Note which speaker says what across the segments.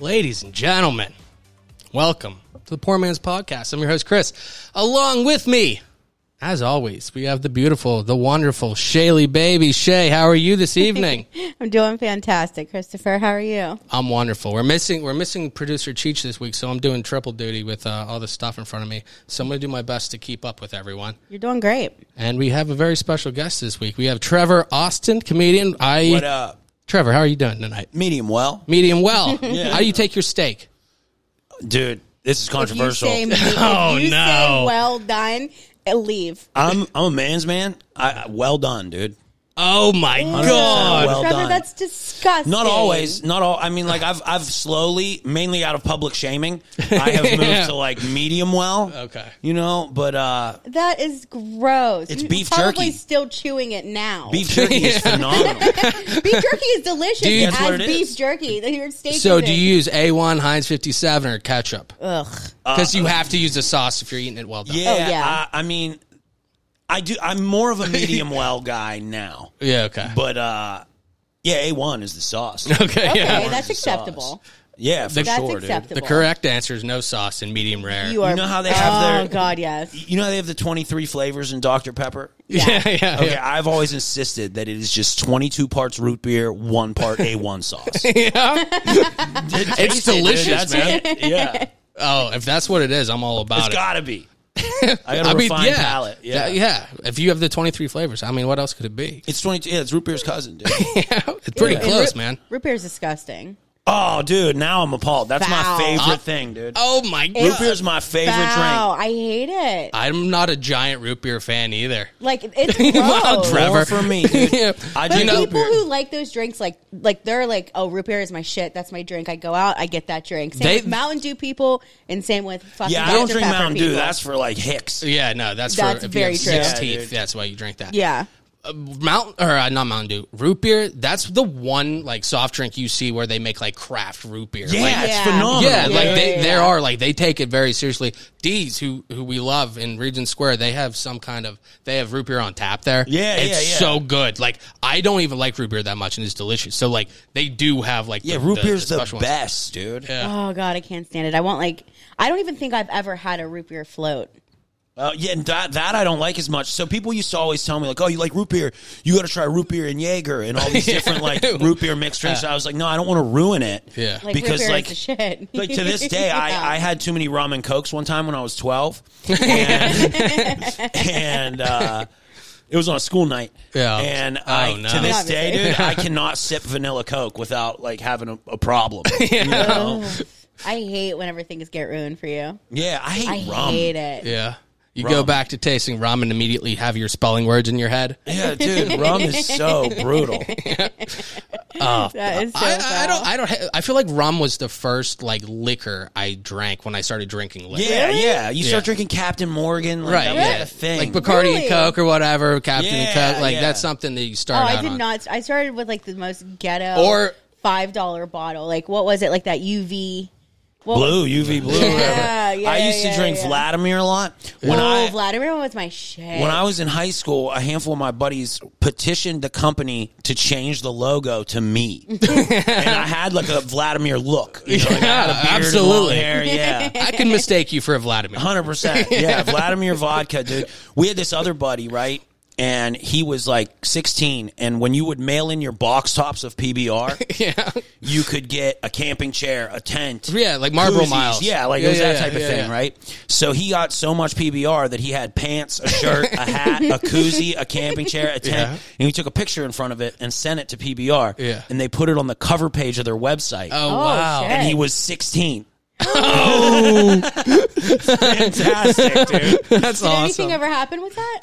Speaker 1: Ladies and gentlemen, welcome to the Poor Man's Podcast. I'm your host, Chris. Along with me, as always, we have the beautiful, the wonderful Shaylee Baby. Shay, how are you this evening?
Speaker 2: I'm doing fantastic, Christopher. How are you?
Speaker 1: I'm wonderful. We're missing we're missing producer Cheech this week, so I'm doing triple duty with uh, all the stuff in front of me. So I'm going to do my best to keep up with everyone.
Speaker 2: You're doing great.
Speaker 1: And we have a very special guest this week. We have Trevor Austin, comedian. I
Speaker 3: What up?
Speaker 1: Trevor, how are you doing tonight?
Speaker 3: Medium well.
Speaker 1: Medium well. How do you take your steak?
Speaker 3: Dude, this is
Speaker 2: If you
Speaker 3: controversial.
Speaker 2: say, if
Speaker 1: Oh,
Speaker 2: you
Speaker 1: no.
Speaker 2: say well done, uh, leave.
Speaker 3: I'm I'm a man's man. I I- well done, dude.
Speaker 1: Oh my god.
Speaker 3: well
Speaker 2: Trevor,
Speaker 3: done.
Speaker 2: that's disgusting.
Speaker 3: Not always, not all. I mean, like I've I've slowly, mainly out of public shaming, I have moved to like medium well.
Speaker 1: Okay.
Speaker 3: you know, but uh
Speaker 2: That is gross.
Speaker 3: It's
Speaker 2: You're
Speaker 3: beef
Speaker 2: probably
Speaker 3: jerky.
Speaker 2: still chewing it now.
Speaker 3: beef jerky is phenomenal.
Speaker 2: beef jerky is delicious
Speaker 1: Do you-
Speaker 2: as
Speaker 1: That's
Speaker 3: what it
Speaker 2: beef
Speaker 3: is.
Speaker 2: jerky. Like your steak
Speaker 1: So,
Speaker 2: is
Speaker 1: do
Speaker 2: it.
Speaker 1: you use A1 Heinz 57 or ketchup?
Speaker 2: Ugh.
Speaker 1: Because you have to use the sauce if you're eating it well done.
Speaker 3: Uh, Yeah,
Speaker 2: Oh, yeah.
Speaker 3: I, I mean, I do. I'm more of a medium well guy now,
Speaker 1: Yeah, okay.
Speaker 3: but uh yeah, a one is the sauce.
Speaker 1: okay,
Speaker 2: Okay,
Speaker 1: yeah.
Speaker 2: that's
Speaker 3: the
Speaker 2: acceptable.
Speaker 3: Yeah, for
Speaker 2: That's
Speaker 3: sure,
Speaker 2: acceptable.
Speaker 1: The correct answer is no sauce and medium rare.
Speaker 2: You are.
Speaker 3: know how they have their-
Speaker 2: Oh God, yes.
Speaker 3: dude. You know how they have the 23 flavors in Dr Pepper.
Speaker 1: yeah, yeah, yeah.
Speaker 3: Okay, I've always insisted that it is just 22 parts root beer, one part A1 sauce.
Speaker 1: It's delicious,
Speaker 3: That's
Speaker 1: man.
Speaker 3: it. Yeah.
Speaker 1: Oh, if that's what it is, I'm all about
Speaker 3: It's
Speaker 1: it.
Speaker 3: got to be. I got a
Speaker 1: I mean,
Speaker 3: refined
Speaker 1: yeah,
Speaker 3: palate. Yeah.
Speaker 1: That- yeah. If you have the 23 flavors, I mean, what else could it be?
Speaker 3: It's 22. Yeah, it's root beer's cousin, dude.
Speaker 1: It's pretty
Speaker 2: And
Speaker 1: close,
Speaker 2: root-
Speaker 1: man.
Speaker 2: Root beer is disgusting.
Speaker 3: oh, dude, now I'm appalled. That's
Speaker 2: Foul.
Speaker 3: my favorite
Speaker 1: Uh,
Speaker 3: thing, dude.
Speaker 1: Oh my
Speaker 3: root
Speaker 1: god.
Speaker 3: beer's my favorite
Speaker 2: Wow, I hate it.
Speaker 1: I'm not a giant root beer fan either.
Speaker 2: Like it's
Speaker 1: Wow,
Speaker 2: gross.
Speaker 1: Trevor.
Speaker 3: drink. More for me, dude.
Speaker 1: Yeah.
Speaker 3: I
Speaker 2: But
Speaker 3: drink root
Speaker 2: people
Speaker 3: beer.
Speaker 2: who like those drinks, like like they're like, oh, root beer is my shit. That's my drink. I go out, I get that drink. Same
Speaker 1: They-
Speaker 2: with Mountain Dew people, and same with fucking
Speaker 3: yeah, I don't
Speaker 2: Dr.
Speaker 3: drink
Speaker 2: Pepper
Speaker 3: Mountain Dew.
Speaker 2: people.
Speaker 3: That's for like hicks.
Speaker 1: Yeah, no, that's,
Speaker 2: That's
Speaker 1: for if
Speaker 2: very
Speaker 1: you have
Speaker 2: true.
Speaker 1: six
Speaker 2: Yeah,
Speaker 1: teeth.
Speaker 3: dude.
Speaker 1: That's why you drink that.
Speaker 2: yeah.
Speaker 1: Mountain or uh, not Mountain Dew, root beer. That's the one like soft drink you see where they make like craft root beer.
Speaker 3: Yeah,
Speaker 1: like,
Speaker 3: it's
Speaker 2: Yeah.
Speaker 3: phenomenal.
Speaker 1: yeah, like
Speaker 2: yeah,
Speaker 1: they,
Speaker 2: yeah,
Speaker 1: there
Speaker 2: yeah.
Speaker 1: are like they take it very seriously. D's who who we love in Regent Square, they have some kind of they have root beer on tap there.
Speaker 3: Yeah,
Speaker 1: it's
Speaker 3: yeah, yeah.
Speaker 1: so good. Like I don't even like root beer that much, and it's delicious. So like they do have like
Speaker 3: yeah, root beer's the,
Speaker 1: special ones.
Speaker 3: best, dude. Yeah.
Speaker 2: Oh god, I can't stand it. I want like I don't even think I've ever had a root beer float.
Speaker 3: Uh, yeah, and that, that I don't like as much. So people used to always tell me like, "Oh, you like root beer? You got to try root beer and Jaeger and all these different like root beer mixed drinks." I was like, "No, I don't want to ruin it."
Speaker 1: Yeah.
Speaker 2: Like root
Speaker 3: because
Speaker 2: beer
Speaker 3: like
Speaker 2: is the shit.
Speaker 3: like to this day,
Speaker 2: Yeah.
Speaker 3: I, I had too many rum and cokes one time when I was twelve, and, and uh, it was on a school night.
Speaker 1: Yeah.
Speaker 3: and
Speaker 1: Oh,
Speaker 3: I
Speaker 1: no.
Speaker 3: to this
Speaker 2: Obviously.
Speaker 3: day, dude, I cannot sip vanilla coke without like having a, a problem. You know?
Speaker 2: I hate whenever things get ruined for you.
Speaker 3: Yeah, I hate
Speaker 2: I
Speaker 3: rum.
Speaker 2: hate it.
Speaker 1: Yeah, you go
Speaker 3: Rum.
Speaker 1: back to tasting ramen immediately. Have your spelling words in your head.
Speaker 3: Yeah, dude, rum is so brutal.
Speaker 2: That is so
Speaker 1: I, I- I
Speaker 2: foul.
Speaker 1: don't. I don't. ha- I feel like rum was the first like liquor I drank when I started drinking liquor.
Speaker 3: Yeah, yeah. You start
Speaker 1: Yeah.
Speaker 3: drinking Captain Morgan, like,
Speaker 1: Right,
Speaker 3: That
Speaker 1: yeah.
Speaker 3: was the thing.
Speaker 1: like Bacardi
Speaker 2: Really?
Speaker 1: and Coke or whatever, Captain
Speaker 3: Yeah,
Speaker 1: and Coke. Like
Speaker 3: yeah.
Speaker 1: that's something that you
Speaker 2: Oh,
Speaker 1: start.
Speaker 2: I
Speaker 1: out
Speaker 2: did
Speaker 1: on.
Speaker 2: not. I started with like the most ghetto
Speaker 1: Or-
Speaker 2: five dollar bottle. Like what was it? Like that UV. What was-
Speaker 3: blue, UV blue. or whatever.
Speaker 2: Yeah, yeah,
Speaker 3: I used
Speaker 2: yeah,
Speaker 3: to drink
Speaker 2: yeah.
Speaker 3: Vladimir a lot when
Speaker 2: oh,
Speaker 3: I
Speaker 2: Vladimir was my shit.
Speaker 3: when I was in high school. A handful of my buddies petitioned the company to change the logo to me, and I had like a Vladimir look. You know, like, I had a
Speaker 1: Yeah,
Speaker 3: beard and long
Speaker 1: absolutely.
Speaker 3: hair, yeah.
Speaker 1: I can mistake you for a Vladimir.
Speaker 3: Hundred percent. Yeah, Vladimir Vodka, dude. We had this other buddy, right? And he was like 16. And when you would mail in your box tops of PBR, you could get a camping chair, a tent,
Speaker 1: Yeah, like Marlboro
Speaker 3: koozies.
Speaker 1: Miles.
Speaker 3: yeah, like
Speaker 1: Yeah,
Speaker 3: it was
Speaker 1: yeah,
Speaker 3: that
Speaker 1: yeah,
Speaker 3: type of
Speaker 1: yeah,
Speaker 3: thing,
Speaker 1: yeah.
Speaker 3: right? So he got so much PBR that he had pants, a shirt, a hat, a koozie, a camping chair, a tent,
Speaker 1: Yeah.
Speaker 3: and he took a picture in front of it and sent it to PBR.
Speaker 1: Yeah.
Speaker 3: and they put it on the cover page of their website.
Speaker 1: Oh,
Speaker 2: Oh,
Speaker 1: wow.
Speaker 2: shit.
Speaker 3: and he was 16. Fantastic, dude.
Speaker 1: That's
Speaker 2: Did
Speaker 1: awesome.
Speaker 2: anything ever happen with that?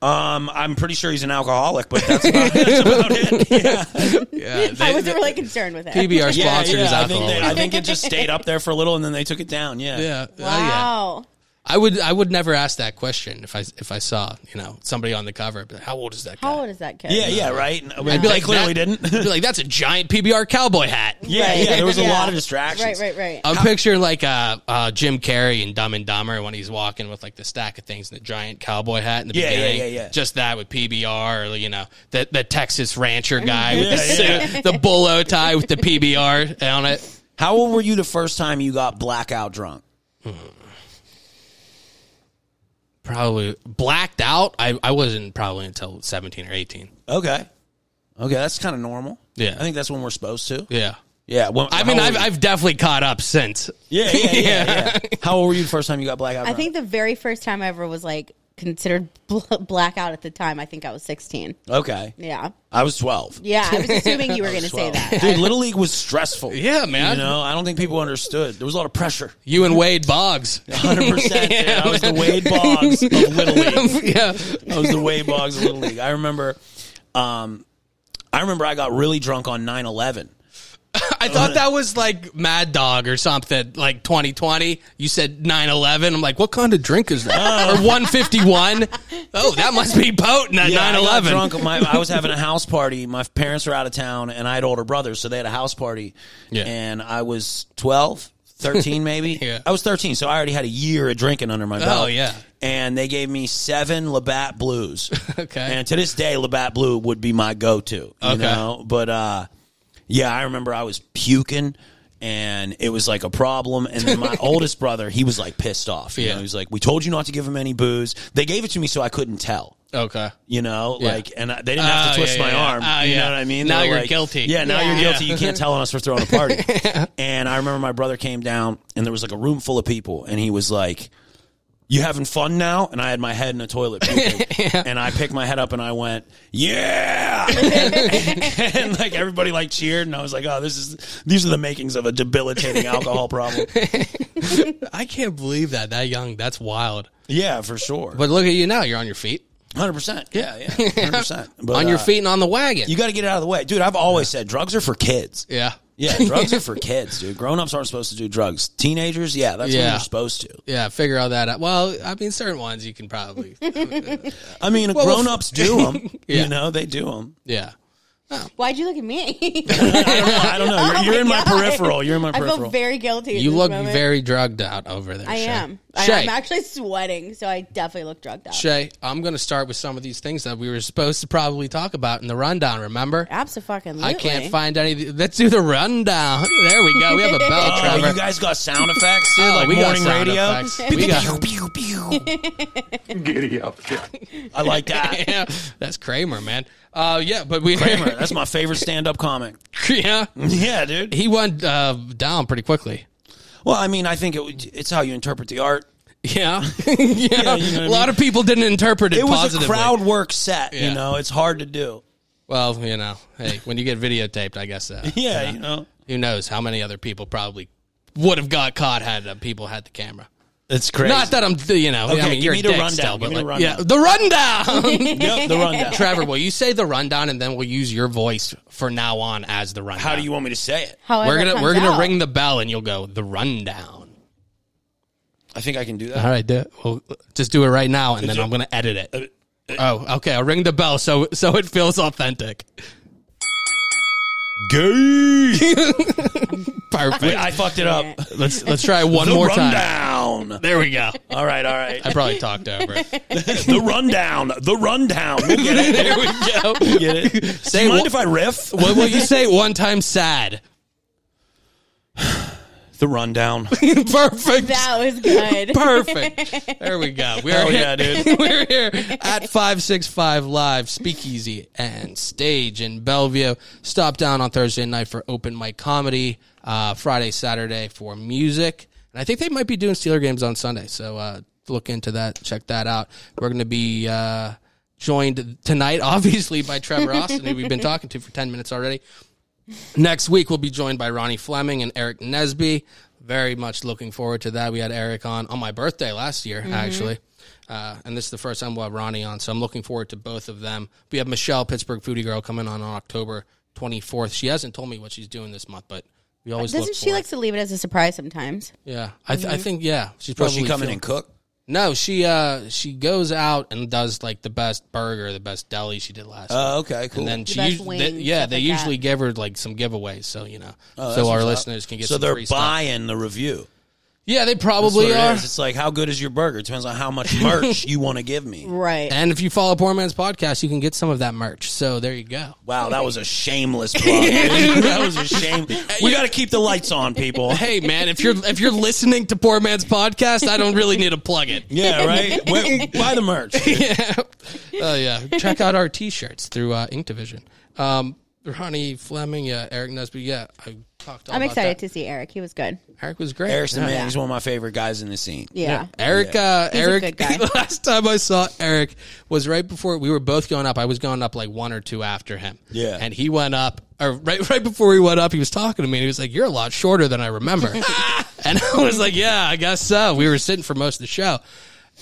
Speaker 3: Um, I'm pretty sure he's an alcoholic, but that's about, that's about it. Yeah,
Speaker 2: I wasn't really concerned with it.
Speaker 1: PBR sponsored is
Speaker 3: I, think
Speaker 1: alcohol.
Speaker 3: that- I think it just stayed up there for a little, and then they took it down. Yeah,
Speaker 1: yeah. Oh, yeah.
Speaker 2: Wow.
Speaker 1: I would I would never ask that question if I if I saw you know somebody on the cover. But how old is that guy?
Speaker 2: How old is that kid?
Speaker 3: yeah, yeah, right. And-
Speaker 1: I'd
Speaker 3: they clearly
Speaker 1: that-
Speaker 3: didn't.
Speaker 1: I'd be like that's a giant PBR cowboy hat.
Speaker 3: yeah,
Speaker 2: Right.
Speaker 3: yeah. There was a
Speaker 2: Yeah.
Speaker 3: lot of distractions.
Speaker 2: Right, right, right.
Speaker 1: I'm picturing like uh, uh, Jim Carrey and Dumb and Dumber when he's walking with like the stack of things and the giant cowboy hat in the
Speaker 3: Yeah, yeah,
Speaker 1: beginning.
Speaker 3: yeah, yeah.
Speaker 1: Just that with PBR or you know the the Texas rancher guy with the
Speaker 3: Yeah,
Speaker 1: suit, the bolo tie with the PBR on it.
Speaker 3: How old were you the first time you got blackout drunk?
Speaker 1: Probably blacked out. I, I wasn't probably until 17 or 18.
Speaker 3: Okay, okay, that's kind of normal.
Speaker 1: Yeah.
Speaker 3: I think that's when we're supposed to.
Speaker 1: Yeah.
Speaker 3: Yeah, when,
Speaker 1: I
Speaker 3: how
Speaker 1: mean,
Speaker 3: old
Speaker 1: I've,
Speaker 3: were you?
Speaker 1: I've definitely caught up since.
Speaker 3: yeah, yeah, yeah, yeah. How old were you the first time you got blackout?
Speaker 2: I
Speaker 3: drunk?
Speaker 2: think the very first time I ever was like considered bl- blackout at the time, I think I was 16.
Speaker 3: Okay,
Speaker 2: Yeah.
Speaker 3: I was twelve.
Speaker 2: Yeah. I was assuming you were going to say
Speaker 3: 12.
Speaker 2: that.
Speaker 3: Dude, Little League was stressful.
Speaker 1: Yeah, man.
Speaker 3: You know, I don't think people understood. There was a lot of pressure.
Speaker 1: You and Wade Boggs.
Speaker 3: 100%. dude. I was the Wade Boggs of Little League.
Speaker 1: yeah.
Speaker 3: I was the Wade Boggs of Little League. I remember, um, I remember I got really drunk on 9 11.
Speaker 1: I thought that was like Mad Dog or something, like 2020. You said 9 11. I'm like, what kind of drink is that? or
Speaker 3: Oh.
Speaker 1: 151. Oh, that must be potent at 9
Speaker 3: I, got
Speaker 1: 11.
Speaker 3: drunk. My, I was having a house party. My parents were out of town, and I had older brothers, so they had a house party.
Speaker 1: Yeah.
Speaker 3: And I was 12, 13 maybe.
Speaker 1: Yeah. Oh,
Speaker 3: I was 13, so I already had a year of drinking under my belt.
Speaker 1: yeah.
Speaker 3: And they gave me seven Labatt Blues.
Speaker 1: Okay.
Speaker 3: And to this day, Labatt Blue would be my go-to. You
Speaker 1: Okay.
Speaker 3: know? But, uh, yeah, I remember I was puking. And it was like a problem. And then my oldest brother, he was like pissed off. You
Speaker 1: Yeah.
Speaker 3: know, he was like, "We told you not to give him any booze. They gave it to me so I couldn't tell."
Speaker 1: Okay.
Speaker 3: you know,
Speaker 1: Yeah.
Speaker 3: like, and I- they didn't have
Speaker 1: Oh,
Speaker 3: to twist
Speaker 1: yeah,
Speaker 3: my
Speaker 1: yeah, yeah.
Speaker 3: arm.
Speaker 1: Oh,
Speaker 3: you
Speaker 1: yeah.
Speaker 3: know what I mean?
Speaker 1: Now
Speaker 3: They were
Speaker 1: you're
Speaker 3: like,
Speaker 1: guilty.
Speaker 3: Yeah, now
Speaker 2: Yeah.
Speaker 3: you're guilty.
Speaker 1: Yeah.
Speaker 3: You can't tell on us for throwing a party. and I remember my brother came down, and there was like a room full of people, and he was like, "You having fun now?" And I had my head in a toilet, puking. and I picked my head up, and I went, "Yeah!" and like everybody like cheered, and I was like, "Oh, this is these are the makings of a debilitating alcohol problem."
Speaker 1: I can't believe that. That young. That's wild.
Speaker 3: yeah, for sure,
Speaker 1: But look at you now. You're on your feet.
Speaker 3: hundred percent. Yeah, yeah, hundred percent. uh,
Speaker 1: on your feet and on the wagon.
Speaker 3: You got to get it out of the way, dude. I've always said drugs are for kids.
Speaker 1: yeah.
Speaker 3: Yeah, drugs are for kids, dude. Grown ups aren't supposed to do drugs. Teenagers, yeah, that's
Speaker 1: Yeah.
Speaker 3: when you're supposed to.
Speaker 1: Yeah. Figure all that out. Well, I mean, certain ones you can probably.
Speaker 3: I mean, grown ups do them.
Speaker 1: Yeah.
Speaker 3: You know, they do them.
Speaker 1: yeah.
Speaker 2: Why'd you look at me? Oh
Speaker 3: I
Speaker 1: Oh
Speaker 3: don't know. You're, you're in my peripheral. You're in my
Speaker 2: I feel
Speaker 3: peripheral.
Speaker 2: very guilty. at
Speaker 1: You
Speaker 2: this
Speaker 1: look
Speaker 2: moment.
Speaker 1: very drugged out over there.
Speaker 2: I
Speaker 1: Shay.
Speaker 2: am. I,
Speaker 1: Shay.
Speaker 2: I'm actually sweating, so I definitely look drugged out.
Speaker 1: Shay, I'm going to start with some of these things that we were supposed to probably talk about in the rundown. Remember,
Speaker 2: Absolutely.
Speaker 1: I can't find any. Let's do the rundown. There we go. We have a bell,
Speaker 3: Oh,
Speaker 1: Trevor.
Speaker 3: you guys got sound effects, dude?
Speaker 1: Oh,
Speaker 3: like
Speaker 1: we got
Speaker 3: morning
Speaker 1: sound
Speaker 3: radio?
Speaker 1: effects. We got-
Speaker 3: Pew, pew, pew.
Speaker 4: Giddy up. Yeah.
Speaker 3: I like that.
Speaker 1: Yeah, that's Kramer, man. Uh, yeah, but we
Speaker 3: Kramer, that's my favorite stand up comic.
Speaker 1: yeah,
Speaker 3: Yeah, dude.
Speaker 1: he went uh, down pretty quickly.
Speaker 3: Well, I mean, I think it, would- it's how you interpret the art.
Speaker 1: Yeah, yeah. a lot of people didn't interpret it,
Speaker 3: It was
Speaker 1: positively.
Speaker 3: a crowd work set.
Speaker 1: Yeah.
Speaker 3: You know, it's hard to do.
Speaker 1: Well, you know, hey, when you get videotaped, I guess uh,
Speaker 3: Yeah, you know.
Speaker 1: who knows how many other people probably would have got caught had uh, people had the camera.
Speaker 3: It's crazy.
Speaker 1: Not that I'm, you know, I
Speaker 3: Okay,
Speaker 1: mean,
Speaker 3: give
Speaker 1: you're
Speaker 3: me
Speaker 1: a
Speaker 3: the
Speaker 1: dick
Speaker 3: rundown.
Speaker 1: still, but
Speaker 3: Give me the
Speaker 1: like, yeah,
Speaker 3: rundown.
Speaker 1: the rundown.
Speaker 3: Yep, the rundown.
Speaker 1: Trevor, will you say the rundown, and then we'll use your voice for now on as the rundown.
Speaker 3: How do you want me to say it?
Speaker 2: However,
Speaker 1: We're
Speaker 2: it
Speaker 1: gonna
Speaker 2: comes
Speaker 1: we're gonna
Speaker 2: out.
Speaker 1: ring the bell, and you'll go the rundown.
Speaker 3: I think I can do that.
Speaker 1: All right, do it. Well, just do it right now, and then I'm gonna edit it. Oh, okay. I'll ring the bell so so it feels authentic.
Speaker 3: Gay.
Speaker 1: Perfect.
Speaker 3: I fucked it up.
Speaker 1: let's let's try it one
Speaker 3: the
Speaker 1: more time.
Speaker 3: rundown.
Speaker 1: There we go.
Speaker 3: All right, all right.
Speaker 1: I probably talked over it.
Speaker 3: the rundown. The rundown. We'll get it.
Speaker 1: There we go.
Speaker 3: We'll get it. Do you mind if I riff?
Speaker 1: What will you say? One time, sad.
Speaker 3: The rundown.
Speaker 1: Perfect.
Speaker 2: That was good.
Speaker 1: Perfect. There we go. We're
Speaker 3: Hell
Speaker 1: here.
Speaker 3: Oh, yeah, dude.
Speaker 1: We're here at 565 Live Speakeasy and Stage in Bellevue. Stop down on Thursday night for open mic comedy, uh, Friday, Saturday for music. And I think they might be doing Steeler games on Sunday. So uh, look into that. Check that out. We're going to be. Uh, Joined tonight, obviously, by Trevor Austin, who we've been talking to for 10 minutes already. Next week, we'll be joined by Ronnie Fleming and Eric
Speaker 2: Mm-hmm.
Speaker 1: Nesby. Very much looking forward to that. We had Eric on on my birthday last year, actually. Uh, and this is the first time we'll have Ronnie on, so I'm looking forward to both of them. We have Michelle, Pittsburgh foodie girl, coming on on October 24th. She hasn't told me what she's doing this month, but we always look
Speaker 2: Doesn't
Speaker 1: for
Speaker 2: she
Speaker 1: it.
Speaker 2: like Mm-hmm. to leave it as a surprise sometimes?
Speaker 1: Yeah, I, th- I think yeah, she's
Speaker 3: Will
Speaker 1: probably
Speaker 3: she come in
Speaker 1: feeling-
Speaker 3: and cook?
Speaker 1: No, she uh she goes out and does like the best burger, the best deli she did last. week.
Speaker 3: Oh, okay, cool.
Speaker 1: And then she
Speaker 2: best
Speaker 1: usually,
Speaker 2: wings,
Speaker 1: yeah,
Speaker 2: stuff
Speaker 1: they
Speaker 2: like
Speaker 1: usually
Speaker 2: that.
Speaker 1: give her like some giveaways, so you know,
Speaker 3: Oh, that's
Speaker 1: so our
Speaker 3: what's up.
Speaker 1: listeners can get
Speaker 3: So
Speaker 1: some
Speaker 3: they're
Speaker 1: free stuff.
Speaker 3: buying the review.
Speaker 1: Yeah, they
Speaker 3: That's what
Speaker 1: probably
Speaker 3: it
Speaker 1: are.
Speaker 3: is. It's like how good is your burger? It depends on how much merch you want to give me.
Speaker 2: Right.
Speaker 1: And if you follow Poor Man's Podcast, you can get some of that merch. So there you go.
Speaker 3: Wow, that was a shameless plug. that was a shame. We got to keep the lights on, people.
Speaker 1: Hey man, if you're if you're listening to Poor Man's Podcast, I don't really need to plug it.
Speaker 3: Yeah, right. Wait, buy the merch.
Speaker 1: Oh yeah, check out our t-shirts through uh, Ink Division. Um, Ronnie Fleming, yeah, Eric Nesby, yeah, I talked. All
Speaker 2: I'm
Speaker 1: about
Speaker 2: excited
Speaker 1: that.
Speaker 2: to see Eric. He was good.
Speaker 1: Eric was great.
Speaker 3: Harrison,
Speaker 1: Yeah.
Speaker 3: man, he's one of my favorite guys in the scene.
Speaker 2: Yeah.
Speaker 1: Eric, uh,
Speaker 2: He's a
Speaker 1: Eric.
Speaker 2: good guy.
Speaker 1: last time I saw Eric was right before we were both going up. I was going up like one or two after him.
Speaker 3: Yeah.
Speaker 1: and he went up, or right, right before he went up, he was talking to me, and he was like, "You're a lot shorter than I remember." and I was like, "Yeah, I guess so." We were sitting for most of the show.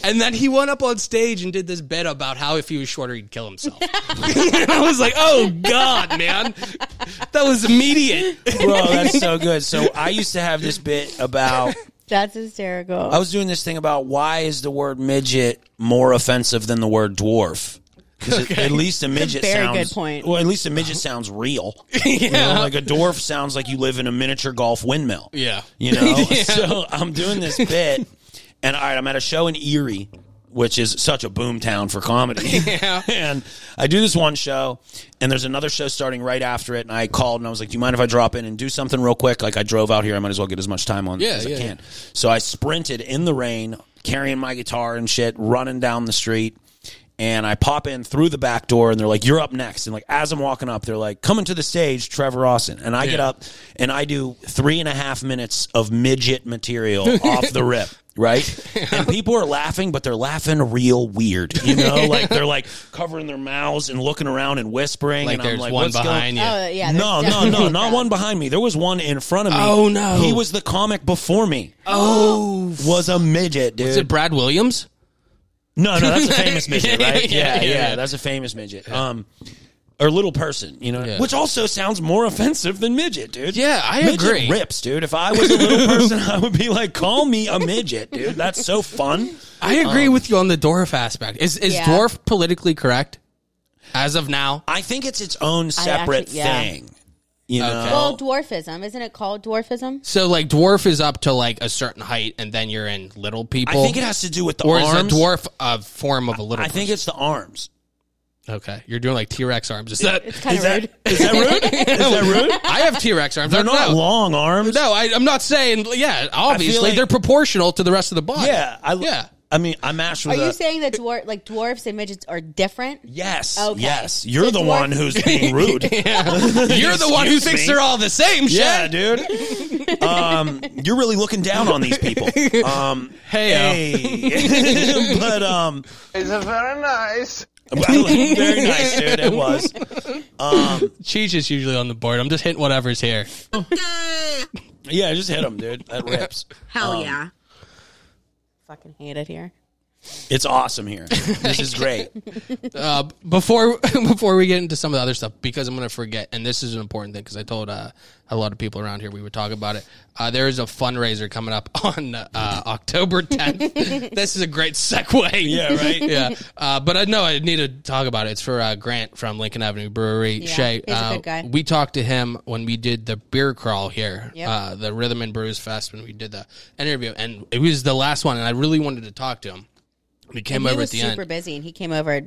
Speaker 1: And then he went up on stage and did this bit about how if he was shorter he'd kill himself. and I was like, "Oh God, man, that was immediate."
Speaker 3: Bro, that's so good. So I used to have this bit about
Speaker 2: That's hysterical.
Speaker 1: Oh,
Speaker 3: I was doing this thing about why is the word midget more offensive than the word dwarf? Because at least a midget
Speaker 2: very
Speaker 3: sounds
Speaker 2: good point.
Speaker 3: Well, at least a midget sounds real. You know, like a dwarf sounds like you live in a miniature golf windmill.
Speaker 1: Yeah.
Speaker 3: you know. So I'm doing this bit, and all right, I'm at a show in Erie, which is such a boom town for comedy.
Speaker 1: Yeah.
Speaker 3: and I do this one show, and there's another show starting right after it. And I called and I was like, "Do you mind if I drop in and do something real quick? Like I drove out here, I might as well get as much time on
Speaker 1: Yeah,
Speaker 3: as
Speaker 1: yeah,
Speaker 3: I can." So I sprinted in the rain, carrying my guitar and shit, running down the street. And I pop in through the back door, and they're like, "You're up next." And like as I'm walking up, they're like, "Coming to the stage, Trevor Austin." And I get
Speaker 1: Yeah.
Speaker 3: up, and I do three and a half minutes of midget material off the rip, right? And people are laughing, but they're laughing real weird, you know? Like they're like covering their mouths and looking around and whispering.
Speaker 1: Like
Speaker 3: and
Speaker 1: there's
Speaker 3: I'm like,
Speaker 1: one
Speaker 3: "What's going-"
Speaker 1: behind you.
Speaker 2: oh yeah.
Speaker 3: No,
Speaker 2: there's
Speaker 3: no, no,
Speaker 2: definitely
Speaker 3: not
Speaker 2: that.
Speaker 3: one behind me. There was one in front of me.
Speaker 1: Oh, no.
Speaker 3: He was the comic before me. Oh, was a midget, dude.
Speaker 1: Is it Brad Williams?
Speaker 3: No, no, that's a famous midget,
Speaker 1: Yeah,
Speaker 3: right?
Speaker 1: yeah,
Speaker 3: Yeah, yeah,
Speaker 1: yeah, yeah.
Speaker 3: that's a famous midget. Um, or little person, you know,
Speaker 1: Yeah.
Speaker 3: which also sounds more offensive than midget, dude.
Speaker 1: Yeah, I
Speaker 3: midget
Speaker 1: agree.
Speaker 3: Rips, dude. If I was a little person, I would be like, "Call me a midget, dude. That's so fun."
Speaker 1: I agree with you on the dwarf aspect. Is is
Speaker 2: Yeah.
Speaker 1: dwarf politically correct as of now?
Speaker 3: I think it's its own separate
Speaker 2: actually- yeah.
Speaker 3: thing. You know,
Speaker 2: Well, dwarfism isn't it called dwarfism?
Speaker 1: So like dwarf is up to like a certain height, and then you're in little people.
Speaker 3: I think it has to do with the
Speaker 1: or is
Speaker 3: arms.
Speaker 1: a dwarf a form of a little?
Speaker 3: I think it's the arms.
Speaker 1: person? okay. You're doing like T Rex arms. Is that?
Speaker 2: It's kind of rude.
Speaker 3: Is that rude? Is that rude?
Speaker 1: I have T Rex arms.
Speaker 3: They're
Speaker 1: I don't
Speaker 3: not
Speaker 1: know.
Speaker 3: long arms.
Speaker 1: No, I, I'm not saying. Yeah, obviously
Speaker 3: like-
Speaker 1: they're proportional to the rest of the body.
Speaker 3: Yeah, I,
Speaker 1: Yeah.
Speaker 3: I mean, I matched
Speaker 2: Are
Speaker 3: with.
Speaker 2: you
Speaker 3: a-
Speaker 2: saying that dwarf like dwarfs and midgets are different?
Speaker 3: Yes.
Speaker 2: Okay.
Speaker 3: Yes. You're
Speaker 2: So
Speaker 3: the
Speaker 2: dwarf-
Speaker 3: one who's being rude.
Speaker 1: You're the one who
Speaker 3: Excuse
Speaker 1: thinks
Speaker 3: me.
Speaker 1: they're all the same. Shit.
Speaker 3: Yeah, dude. Um, you're really looking down on these people. Um,
Speaker 1: Hey-o.
Speaker 3: hey. but um,
Speaker 4: It's very nice.
Speaker 3: very nice, dude. It was.
Speaker 1: Cheech is usually on the board. I'm just hitting whatever's here.
Speaker 3: Yeah, just hit them, dude. That rips.
Speaker 5: Hell
Speaker 1: Um,
Speaker 5: yeah.
Speaker 2: Fucking hate it here.
Speaker 3: It's awesome here. This is great.
Speaker 1: uh, before before we get into some of the other stuff, because I'm going to forget, and this is an important thing because I told uh, a lot of people around here we would talk about it. Uh, there is a fundraiser coming up on uh, October 10th. this is a great segue.
Speaker 3: Yeah, right?
Speaker 1: yeah, uh, but I know I need to talk about it. It's for uh, Grant from Lincoln Avenue Brewery.
Speaker 2: Yeah,
Speaker 1: Shay,
Speaker 2: he's a
Speaker 1: uh,
Speaker 2: good guy.
Speaker 1: we talked to him when we did the beer crawl here,
Speaker 2: Yep.
Speaker 1: uh, the Rhythm and Brews Fest when we did the interview, and it was the last one, and I really wanted to talk to him. We came
Speaker 2: he
Speaker 1: over
Speaker 2: was
Speaker 1: at the
Speaker 2: super
Speaker 1: end,
Speaker 2: busy, and he came over to.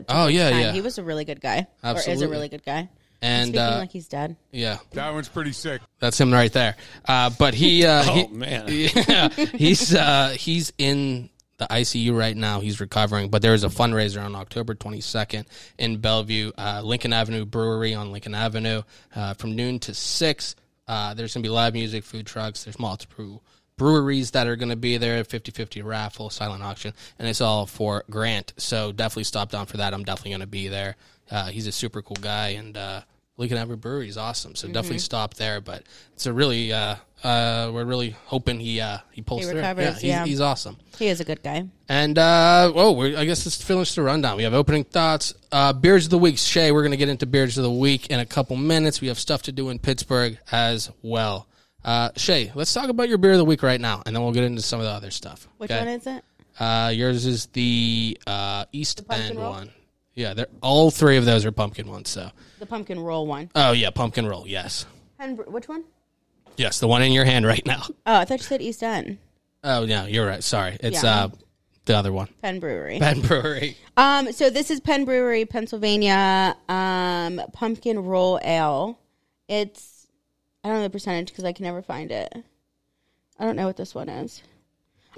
Speaker 2: to
Speaker 1: Oh, yeah,
Speaker 2: time.
Speaker 1: yeah.
Speaker 2: He was a really good guy, or is
Speaker 1: Absolutely.
Speaker 2: a really good guy.
Speaker 1: And,
Speaker 2: He's speaking
Speaker 1: uh,
Speaker 2: like he's dead.
Speaker 1: yeah.
Speaker 6: That one's pretty sick.
Speaker 1: That's him right there. Uh, but he, uh,
Speaker 3: Oh
Speaker 1: he-
Speaker 3: man.
Speaker 1: yeah, he's uh, he's in the ICU right now. He's recovering. But there is a fundraiser on October 22nd in Bellevue, uh, Lincoln Avenue Brewery on Lincoln Avenue, uh, from noon to six. Uh, there's gonna be live music, food trucks. There's multiple breweries that are gonna be there. 50-50 raffle, silent auction, and it's all for Grant. So definitely stop down for that. I'm definitely gonna be there. Uh, he's a super cool guy, and uh, Lincoln Avenue Brewery is awesome. So
Speaker 2: Mm-hmm.
Speaker 1: definitely stop there. But it's a really uh, uh, we're really hoping he uh, he pulls
Speaker 2: He
Speaker 1: through.
Speaker 2: recovers,
Speaker 1: he's,
Speaker 2: yeah.
Speaker 1: he's awesome.
Speaker 2: He is a good guy.
Speaker 1: And uh, oh, we're, I guess let's finish the rundown. We have opening thoughts, uh, beards of the week. Shay, we're going to get into beards of the week in a couple minutes. We have stuff to do in Pittsburgh as well. Uh, Shay, let's talk about your beer of the week right now, and then we'll get into some of the other stuff.
Speaker 2: Which
Speaker 1: okay?
Speaker 2: one is it?
Speaker 1: Uh, yours is the uh, East
Speaker 2: pumpkin
Speaker 1: End
Speaker 2: roll?
Speaker 1: one. Yeah, they're all three of those are pumpkin ones. So,
Speaker 2: The pumpkin roll one.
Speaker 1: oh yeah, pumpkin roll. Yes,
Speaker 2: And br- which one?
Speaker 1: yes, the one in your hand right now.
Speaker 2: Oh, I thought you said East End
Speaker 1: Oh no, you're right. Sorry, it's
Speaker 2: Yeah.
Speaker 1: uh, the other one,
Speaker 2: Penn Brewery.
Speaker 1: Ben Brewery.
Speaker 2: Um, so this is Penn Brewery, Pennsylvania, um, pumpkin roll ale. It's I don't know the percentage because I can never find it. I don't know what this one is.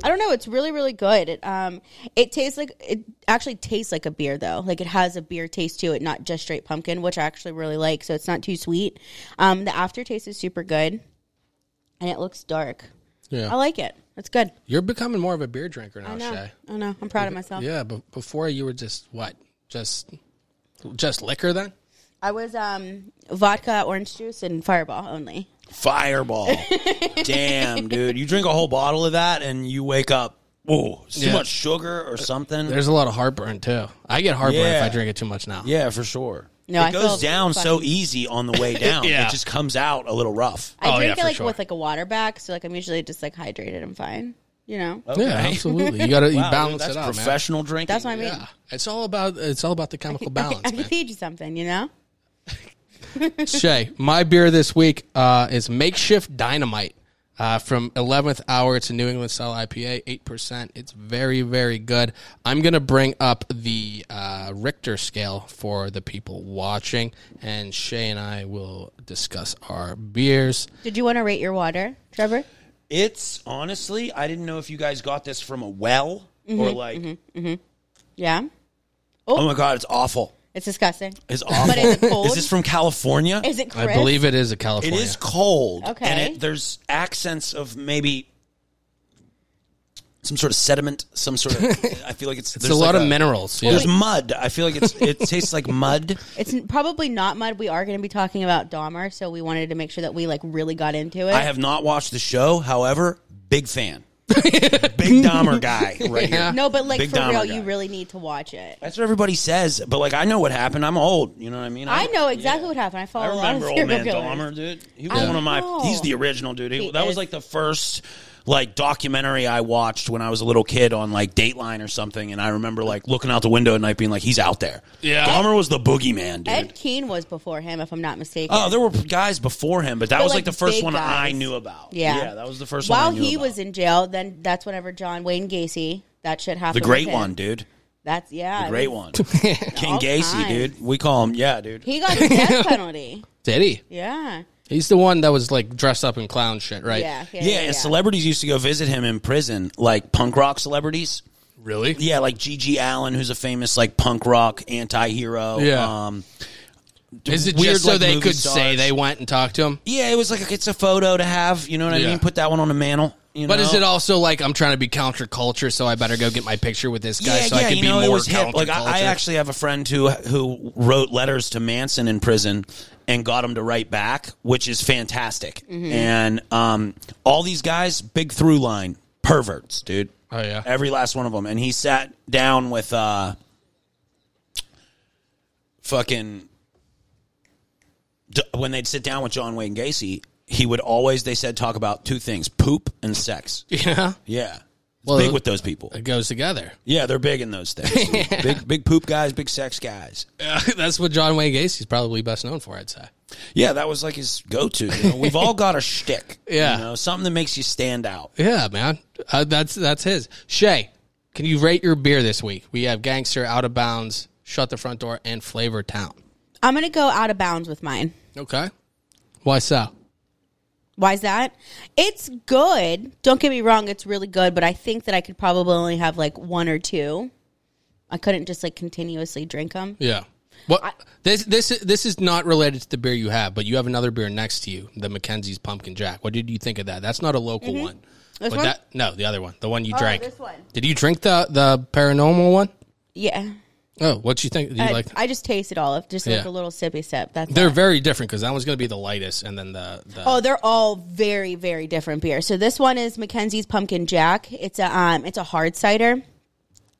Speaker 2: I don't know. It's really really good. It um, it tastes like it actually tastes like a beer though. Like it has a beer taste to it, not just straight pumpkin, which I actually really like. So it's not too sweet. Um, the aftertaste is super good, and it looks dark.
Speaker 1: Yeah,
Speaker 2: I
Speaker 3: Oh.
Speaker 2: like it. It's good.
Speaker 1: you're becoming more of a beer drinker now,
Speaker 2: I know.
Speaker 1: Shay.
Speaker 2: I know. I'm proud of
Speaker 3: Oh.
Speaker 2: myself.
Speaker 1: Yeah, but before you were just what? Just just liquor then?
Speaker 2: I was um, vodka, orange juice, and Fireball only.
Speaker 3: Fireball. Damn, dude. You drink a whole bottle of that and you wake up, whoa, it's too
Speaker 1: Yeah.
Speaker 3: much sugar or something.
Speaker 1: There's a lot of heartburn too. I get heartburn if
Speaker 3: Yeah.
Speaker 1: I drink it too much now.
Speaker 3: yeah, for sure.
Speaker 2: No,
Speaker 3: it
Speaker 2: I feel
Speaker 3: goes down so
Speaker 2: fucking-
Speaker 3: easy on the way down.
Speaker 1: Yeah.
Speaker 3: It just comes out a little rough.
Speaker 2: I
Speaker 1: Oh, yeah,
Speaker 2: drink
Speaker 1: for
Speaker 2: it like
Speaker 1: sure.
Speaker 2: with like a water back, so like I'm usually just like hydrated and fine. You know,
Speaker 1: Yeah, absolutely. You got to you
Speaker 3: Wow, dude,
Speaker 1: balance
Speaker 3: that's
Speaker 1: it out, man.
Speaker 3: professional drinking.
Speaker 2: that's what I mean.
Speaker 1: Yeah. It's all about it's all about the chemical
Speaker 2: I
Speaker 1: balance,
Speaker 2: could
Speaker 1: man.
Speaker 2: feed you something, you know.
Speaker 1: Shay, my beer this week uh, is makeshift dynamite uh, from 11th hour. It's a New England style IPA, eight percent. It's very, very good. I'm gonna bring up the uh, Richter scale for the people watching, and Shay and I will discuss our beers.
Speaker 2: Did you want to rate your water, Trevor?
Speaker 3: It's honestly, I didn't know if you guys got this from a well or
Speaker 2: Mm-hmm,
Speaker 3: like,
Speaker 2: Yeah,
Speaker 3: oh my God, it's awful.
Speaker 2: it's disgusting.
Speaker 3: It's awful.
Speaker 2: But is it cold?
Speaker 3: Is this from California?
Speaker 2: Is it? Crisp?
Speaker 1: I believe it is a
Speaker 3: It
Speaker 1: California.
Speaker 3: is cold.
Speaker 2: Okay.
Speaker 3: And it, there's accents of maybe some sort of sediment, some sort of. I feel like it's.
Speaker 1: It's a lot of minerals. Yeah.
Speaker 3: There's mud. I feel like it's. It tastes like mud.
Speaker 2: It's n- probably not mud. We are going to be talking about Dahmer, so we wanted to make sure that we like really got into it.
Speaker 3: I have not watched the show. However, big fan. big Dahmer guy right here.
Speaker 2: no, but like
Speaker 3: Big
Speaker 2: for
Speaker 3: Dahmer
Speaker 2: real,
Speaker 3: guy.
Speaker 2: you really need to watch it.
Speaker 3: That's what everybody says. But like, I know what happened. I'm old. You know what I mean?
Speaker 2: I know exactly what happened. I
Speaker 3: I
Speaker 2: follow a lot of
Speaker 3: remember old
Speaker 2: serial
Speaker 3: man
Speaker 2: killers.
Speaker 3: Dahmer, dude. He was
Speaker 2: I
Speaker 3: one of my.
Speaker 2: know.
Speaker 3: He's the original dude. He-
Speaker 2: He
Speaker 3: that
Speaker 2: is.
Speaker 3: was like the first like documentary I watched when I was a little kid on like Dateline or something, and I remember like looking out the window at night being like, "He's out there."
Speaker 1: Yeah.
Speaker 3: Dahmer was the boogeyman, dude.
Speaker 2: Ed Keen was before him, if I'm not mistaken.
Speaker 3: Oh, there were guys before him, but that
Speaker 2: But,
Speaker 3: was like,
Speaker 2: like,
Speaker 3: the first
Speaker 2: big
Speaker 3: one I
Speaker 2: guys.
Speaker 3: knew about.
Speaker 2: Yeah.
Speaker 3: that was the first
Speaker 2: While
Speaker 3: one. I knew
Speaker 2: he
Speaker 3: about.
Speaker 2: was in jail, then that's whenever John Wayne Gacy, that shit
Speaker 3: the
Speaker 2: happened.
Speaker 3: great
Speaker 2: with him.
Speaker 3: one, dude.
Speaker 2: That's yeah,
Speaker 3: The
Speaker 2: it
Speaker 3: great
Speaker 2: was-
Speaker 3: one, King
Speaker 2: All
Speaker 3: Gacy,
Speaker 2: kinds.
Speaker 3: dude. We call him, yeah, dude.
Speaker 2: He got the death penalty.
Speaker 1: Did he?
Speaker 2: Yeah,
Speaker 1: He's the one that was like dressed up in clown shit, right?
Speaker 2: yeah, yeah.
Speaker 3: yeah, and celebrities used to go visit him in prison, like punk rock celebrities.
Speaker 1: Really?
Speaker 3: Yeah, like Gigi Allen, who's a famous like punk rock anti-hero.
Speaker 1: Yeah.
Speaker 3: Um,
Speaker 1: Is it
Speaker 3: weird,
Speaker 1: just so
Speaker 3: like,
Speaker 1: they
Speaker 3: movie
Speaker 1: could say
Speaker 3: stars.
Speaker 1: they went and talked to him?
Speaker 3: yeah, it was like it's a photo to have. You know what
Speaker 1: Yeah.
Speaker 3: I mean? Put that one on a mantle. You
Speaker 1: But
Speaker 3: know?
Speaker 1: is it also like I'm trying to be counterculture, so I better go get my picture with this guy
Speaker 3: Yeah,
Speaker 1: so
Speaker 3: yeah,
Speaker 1: I can
Speaker 3: you
Speaker 1: be
Speaker 3: know,
Speaker 1: more
Speaker 3: it was hip.
Speaker 1: counterculture?
Speaker 3: Like I, I actually have a friend who who wrote letters to Manson in prison and got him to write back, which is fantastic.
Speaker 1: Mm-hmm.
Speaker 3: And um, all these guys, big through line perverts, dude.
Speaker 1: Oh, yeah.
Speaker 3: every last one of them. And he sat down with uh, fucking d- when they'd sit down with John Wayne Gacy. He would always, they said, talk about two things: poop and sex.
Speaker 1: yeah,
Speaker 3: Yeah, it's
Speaker 1: Well,
Speaker 3: big with those people.
Speaker 1: it goes together.
Speaker 3: Yeah, they're big in those things. Big big poop guys, big sex guys.
Speaker 1: That's what John Wayne Gacy's probably best known for, I'd say.
Speaker 3: Yeah, that was like his go to. You know? We've all got a shtick.
Speaker 1: Yeah.
Speaker 3: You know, something that makes you stand out.
Speaker 1: Yeah, man, uh, that's that's his. Shay, can you rate your beer this week? We have Gangster, Out of Bounds, Shut the Front Door, and Flavor Town.
Speaker 2: I'm gonna go out of bounds with mine.
Speaker 1: Okay, why so?
Speaker 2: Why is that? It's good. Don't get me wrong; it's really good. But I think that I could probably only have like one or two. I couldn't just like continuously drink them.
Speaker 1: Yeah. What this this is- this is not related to the beer you have, but you have another beer next to you, the Mackenzie's Pumpkin Jack. What did you think of that? That's not a local one.
Speaker 2: Mm-hmm. This
Speaker 1: But
Speaker 2: one? Oh,
Speaker 1: That, no, the other one, the one you drank.
Speaker 2: this one.
Speaker 1: Did you drink the the paranormal one?
Speaker 2: Yeah,
Speaker 1: Oh, what you think? Do you
Speaker 2: Uh, I,
Speaker 1: like?
Speaker 2: I just tasted all of just like
Speaker 1: Yeah.
Speaker 2: a little sippy sip. That's
Speaker 1: They're
Speaker 2: it.
Speaker 1: very different because that one's going to be the lightest, and then the, the
Speaker 2: Oh, they're all very, very different beers. So this one is Mackenzie's Pumpkin Jack. It's a um, it's a hard cider.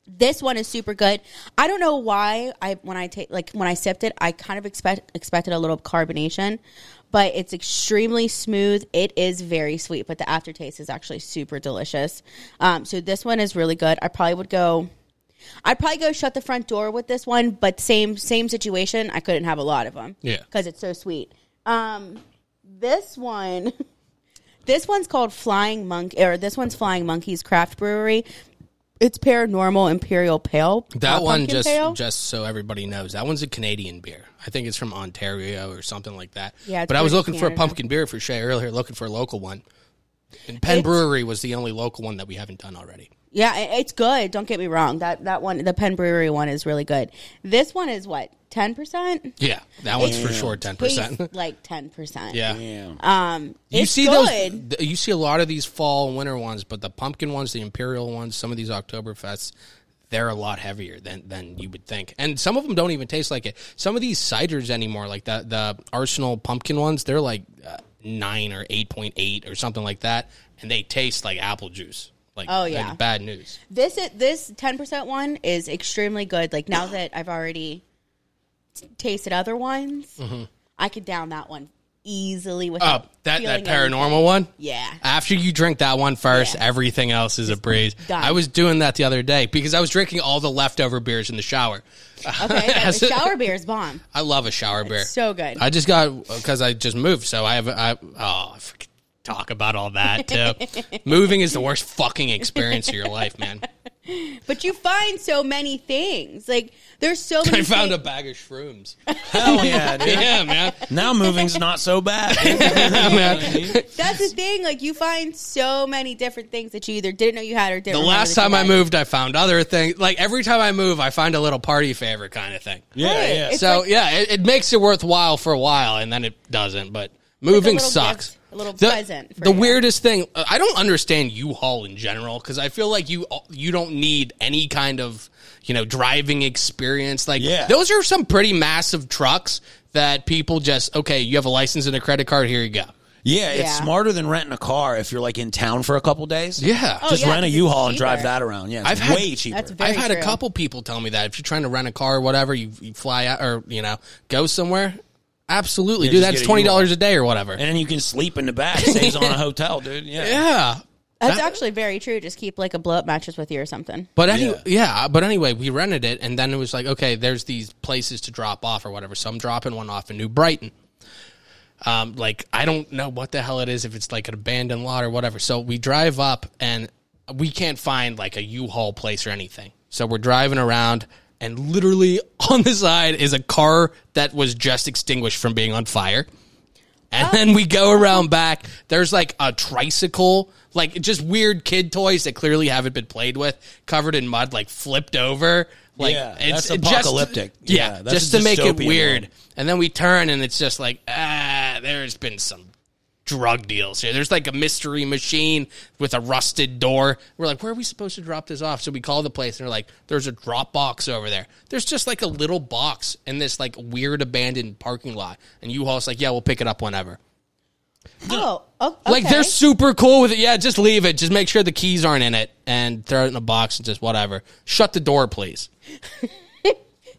Speaker 2: This one is super good. I don't know why I when I take like when I sipped it, I kind of expect expected a little carbonation, but it's extremely smooth. It is very sweet, but the aftertaste is actually super delicious. Um, so this one is really good. I probably would go. I'd probably go shut the front door with this one, but same same situation. I couldn't have a lot of them.
Speaker 1: Yeah.
Speaker 2: because it's so sweet. Um, this one, this one's called Flying Monk, or this one's Flying Monkeys Craft Brewery. It's paranormal imperial pale.
Speaker 1: that
Speaker 2: uh,
Speaker 1: one
Speaker 2: pumpkin
Speaker 1: just
Speaker 2: pale.
Speaker 1: just so everybody knows that one's a Canadian beer. I think it's from Ontario or something like that.
Speaker 2: Yeah, it's
Speaker 1: but I was
Speaker 2: from
Speaker 1: looking for a
Speaker 2: Canada.
Speaker 1: pumpkin beer for Shay earlier, looking for a local one. And Penn
Speaker 2: It's-
Speaker 1: Brewery was the only local one that we haven't done already.
Speaker 2: yeah, i- it's good. Don't get me wrong. That that one, the Penn Brewery one, is really good. This one is what ten percent.
Speaker 1: Yeah, that one's for sure ten percent.
Speaker 2: like ten percent.
Speaker 1: Yeah,
Speaker 2: you
Speaker 1: you
Speaker 2: it's
Speaker 1: see those.
Speaker 2: good.
Speaker 1: th- You see a lot of these fall and winter ones, but the pumpkin ones, the imperial ones, some of these Oktoberfests, they're a lot heavier than than you would think. And some of them don't even taste like it. Some of these ciders anymore, like the the Arsenal pumpkin ones, they're like uh, nine or eight point eight or something like that, and they taste like apple juice. Like,
Speaker 2: Oh,
Speaker 1: like
Speaker 2: yeah.
Speaker 1: bad news.
Speaker 2: This i- this ten percent one is extremely good. Like now that I've already t- tasted other wines, I could down that one easily
Speaker 1: Oh,
Speaker 2: without
Speaker 1: Mm-hmm. that that
Speaker 2: feeling
Speaker 1: paranormal
Speaker 2: anything.
Speaker 1: one.
Speaker 2: Yeah.
Speaker 1: After you drink that one first,
Speaker 2: Yeah.
Speaker 1: everything else is a breeze.
Speaker 2: done.
Speaker 1: I was doing that the other day because I was drinking all the leftover beers in the shower.
Speaker 2: Okay, that- the shower beer is bomb.
Speaker 1: I love a shower beer.
Speaker 2: So good.
Speaker 1: I just got because I just moved, so I have I oh I forget- talk about all that too. Moving is the worst fucking experience of your life, man.
Speaker 2: but you find so many things. Like there's so many.
Speaker 1: I found a
Speaker 2: things-
Speaker 1: bag of shrooms.
Speaker 3: Hell yeah, dude.
Speaker 1: Yeah, man.
Speaker 3: Now moving's not so bad.
Speaker 1: Yeah, man.
Speaker 2: That's the thing. Like you find so many different things that you either didn't know you had or didn't.
Speaker 1: The
Speaker 2: remember
Speaker 1: last
Speaker 2: that you
Speaker 1: time I
Speaker 2: had.
Speaker 1: moved, I found other things. Like every time I move, I find a little party favor kind of thing.
Speaker 3: yeah, yeah.
Speaker 2: It's
Speaker 1: so
Speaker 2: like-
Speaker 1: yeah, it, it makes it worthwhile for a while, and then it doesn't. But moving
Speaker 2: little
Speaker 1: sucks.
Speaker 2: gift, a little
Speaker 1: the,
Speaker 2: present for
Speaker 1: the
Speaker 2: you.
Speaker 1: weirdest thing, uh, I don't understand U-Haul in general because I feel like you uh, you don't need any kind of you know driving experience. Like
Speaker 3: Yeah.
Speaker 1: those are some pretty massive trucks that people just okay. You have a license and a credit card. Here you go.
Speaker 3: Yeah, it's
Speaker 2: Yeah.
Speaker 3: smarter than renting a car if you're like in town for a couple days.
Speaker 1: Yeah.
Speaker 2: Oh,
Speaker 3: Just
Speaker 2: yeah,
Speaker 3: rent a
Speaker 2: 'cause it's
Speaker 3: U-Haul and
Speaker 2: cheaper.
Speaker 3: drive that around. Yeah, it's
Speaker 1: I've had-
Speaker 3: way cheaper.
Speaker 2: That's very
Speaker 1: I've had a
Speaker 2: true.
Speaker 1: couple people tell me that if you're trying to rent a car or whatever, you, you fly out or you know go somewhere. Absolutely,
Speaker 3: Yeah,
Speaker 1: dude.
Speaker 3: just
Speaker 1: That's
Speaker 3: get a
Speaker 1: twenty dollars
Speaker 3: U-Haul.
Speaker 1: a day or whatever.
Speaker 3: and then you can sleep in the back. Saves on a hotel, dude. Yeah.
Speaker 1: Yeah.
Speaker 2: That's actually very true. Just keep like a blow up mattress with you or something.
Speaker 1: But any yeah. but anyway, we rented it, and then it was like, okay, there's these places to drop off or whatever. So I'm dropping one off in New Brighton. Um, like I don't know what the hell it is if it's like an abandoned lot or whatever. So we drive up and we can't find like a U-Haul place or anything. So we're driving around, and literally on the side is a car that was just extinguished from being on fire. And then we go around back. There's like a tricycle, like just weird kid toys that clearly haven't been played with, covered in mud, like flipped over. Like
Speaker 3: Yeah,
Speaker 1: it's
Speaker 3: that's
Speaker 1: it just-
Speaker 3: apocalyptic.
Speaker 1: yeah,
Speaker 3: Yeah, that's
Speaker 1: just
Speaker 3: a
Speaker 1: to make it
Speaker 3: dystopian
Speaker 1: weird.
Speaker 3: one.
Speaker 1: And then we turn, and it's just like ah, there's been some drug deals here. There's like a mystery machine with a rusted door. We're like, where are we supposed to drop this off? So we call the place, and they're like, there's a drop box over there. There's just like a little box in this like weird abandoned parking lot, and U-Haul's like, yeah, we'll pick it up whenever.
Speaker 2: Oh, o- okay.
Speaker 1: Like they're super cool with it. Yeah, just leave it. Just make sure the keys aren't in it and throw it in a box and just whatever. Shut the door, please.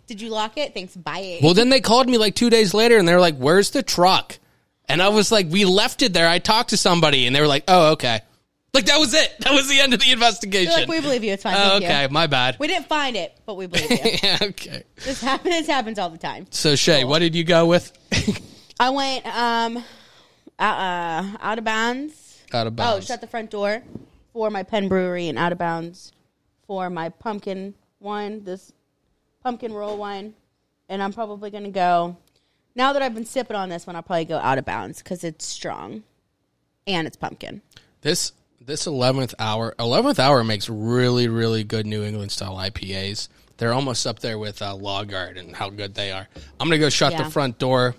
Speaker 2: Did you lock it? Thanks. Bye.
Speaker 1: Well, then they called me like two days later and they're like, "Where's the truck?" And I was like, "We left it there." I talked to somebody and they were like, "Oh, okay." Like that was it. That was the end of the investigation.
Speaker 2: They're like, we believe you. It's fine.
Speaker 1: Oh,
Speaker 2: Thank you."
Speaker 1: okay, my bad.
Speaker 2: We didn't find it, but we believe you.
Speaker 1: yeah, okay.
Speaker 2: this happens. This happens all the time.
Speaker 1: So Shay, what did you go with?
Speaker 2: I went um, uh, uh, out of bounds.
Speaker 1: Out of
Speaker 2: Oh,
Speaker 1: bounds.
Speaker 2: shut the front door for my Penn Brewery and out of bounds for my pumpkin wine. This pumpkin roll wine, and I'm probably gonna go. Now that I've been sipping on this one, I'll probably go out of bounds because it's strong, and it's pumpkin.
Speaker 1: This this eleventh hour eleventh hour makes really really good New England style IPAs. They're almost up there with uh, Lawguard and how good they are. I'm gonna go shut the
Speaker 2: Yeah.
Speaker 1: front door,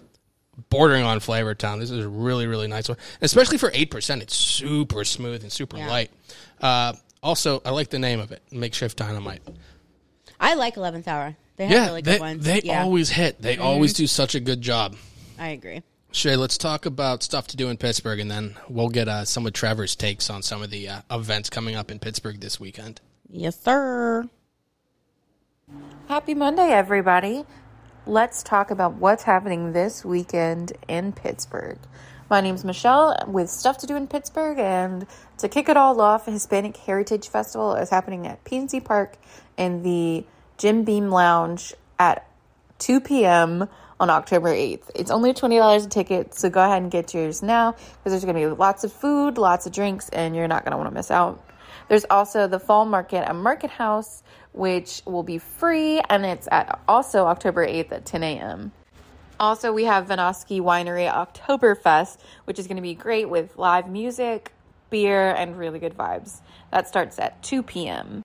Speaker 1: bordering on Flavor Town. This is a really really nice one, especially for eight percent. It's super smooth and super light. Uh, also, I like the name of it, Makeshift Dynamite.
Speaker 2: I like Eleventh Hour. They have
Speaker 1: Yeah,
Speaker 2: really good
Speaker 1: they,
Speaker 2: ones.
Speaker 1: they
Speaker 2: yeah, Mm-hmm.
Speaker 1: always hit. They always do such a good job.
Speaker 2: I agree.
Speaker 1: Shay, let's talk about stuff to do in Pittsburgh, and then we'll get uh, some of Trevor's takes on some of the uh, events coming up in Pittsburgh this weekend.
Speaker 2: Yes, sir.
Speaker 5: Happy Monday, everybody. Let's talk about what's happening this weekend in Pittsburgh. My name's Michelle with Stuff to Do in Pittsburgh, and to kick it all off, Hispanic Heritage Festival is happening at PNC Park in the Jim Beam Lounge at 2 p.m. on October 8th. It's only $20 a ticket, so go ahead and get yours now because there's going to be lots of food, lots of drinks, and you're not going to want to miss out. There's also the fall market at Market House, which will be free, and it's at also October 8th at 10 a.m. Also, we have Venoski Winery Oktoberfest, which is going to be great with live music, beer, and really good vibes. That starts at 2 p.m.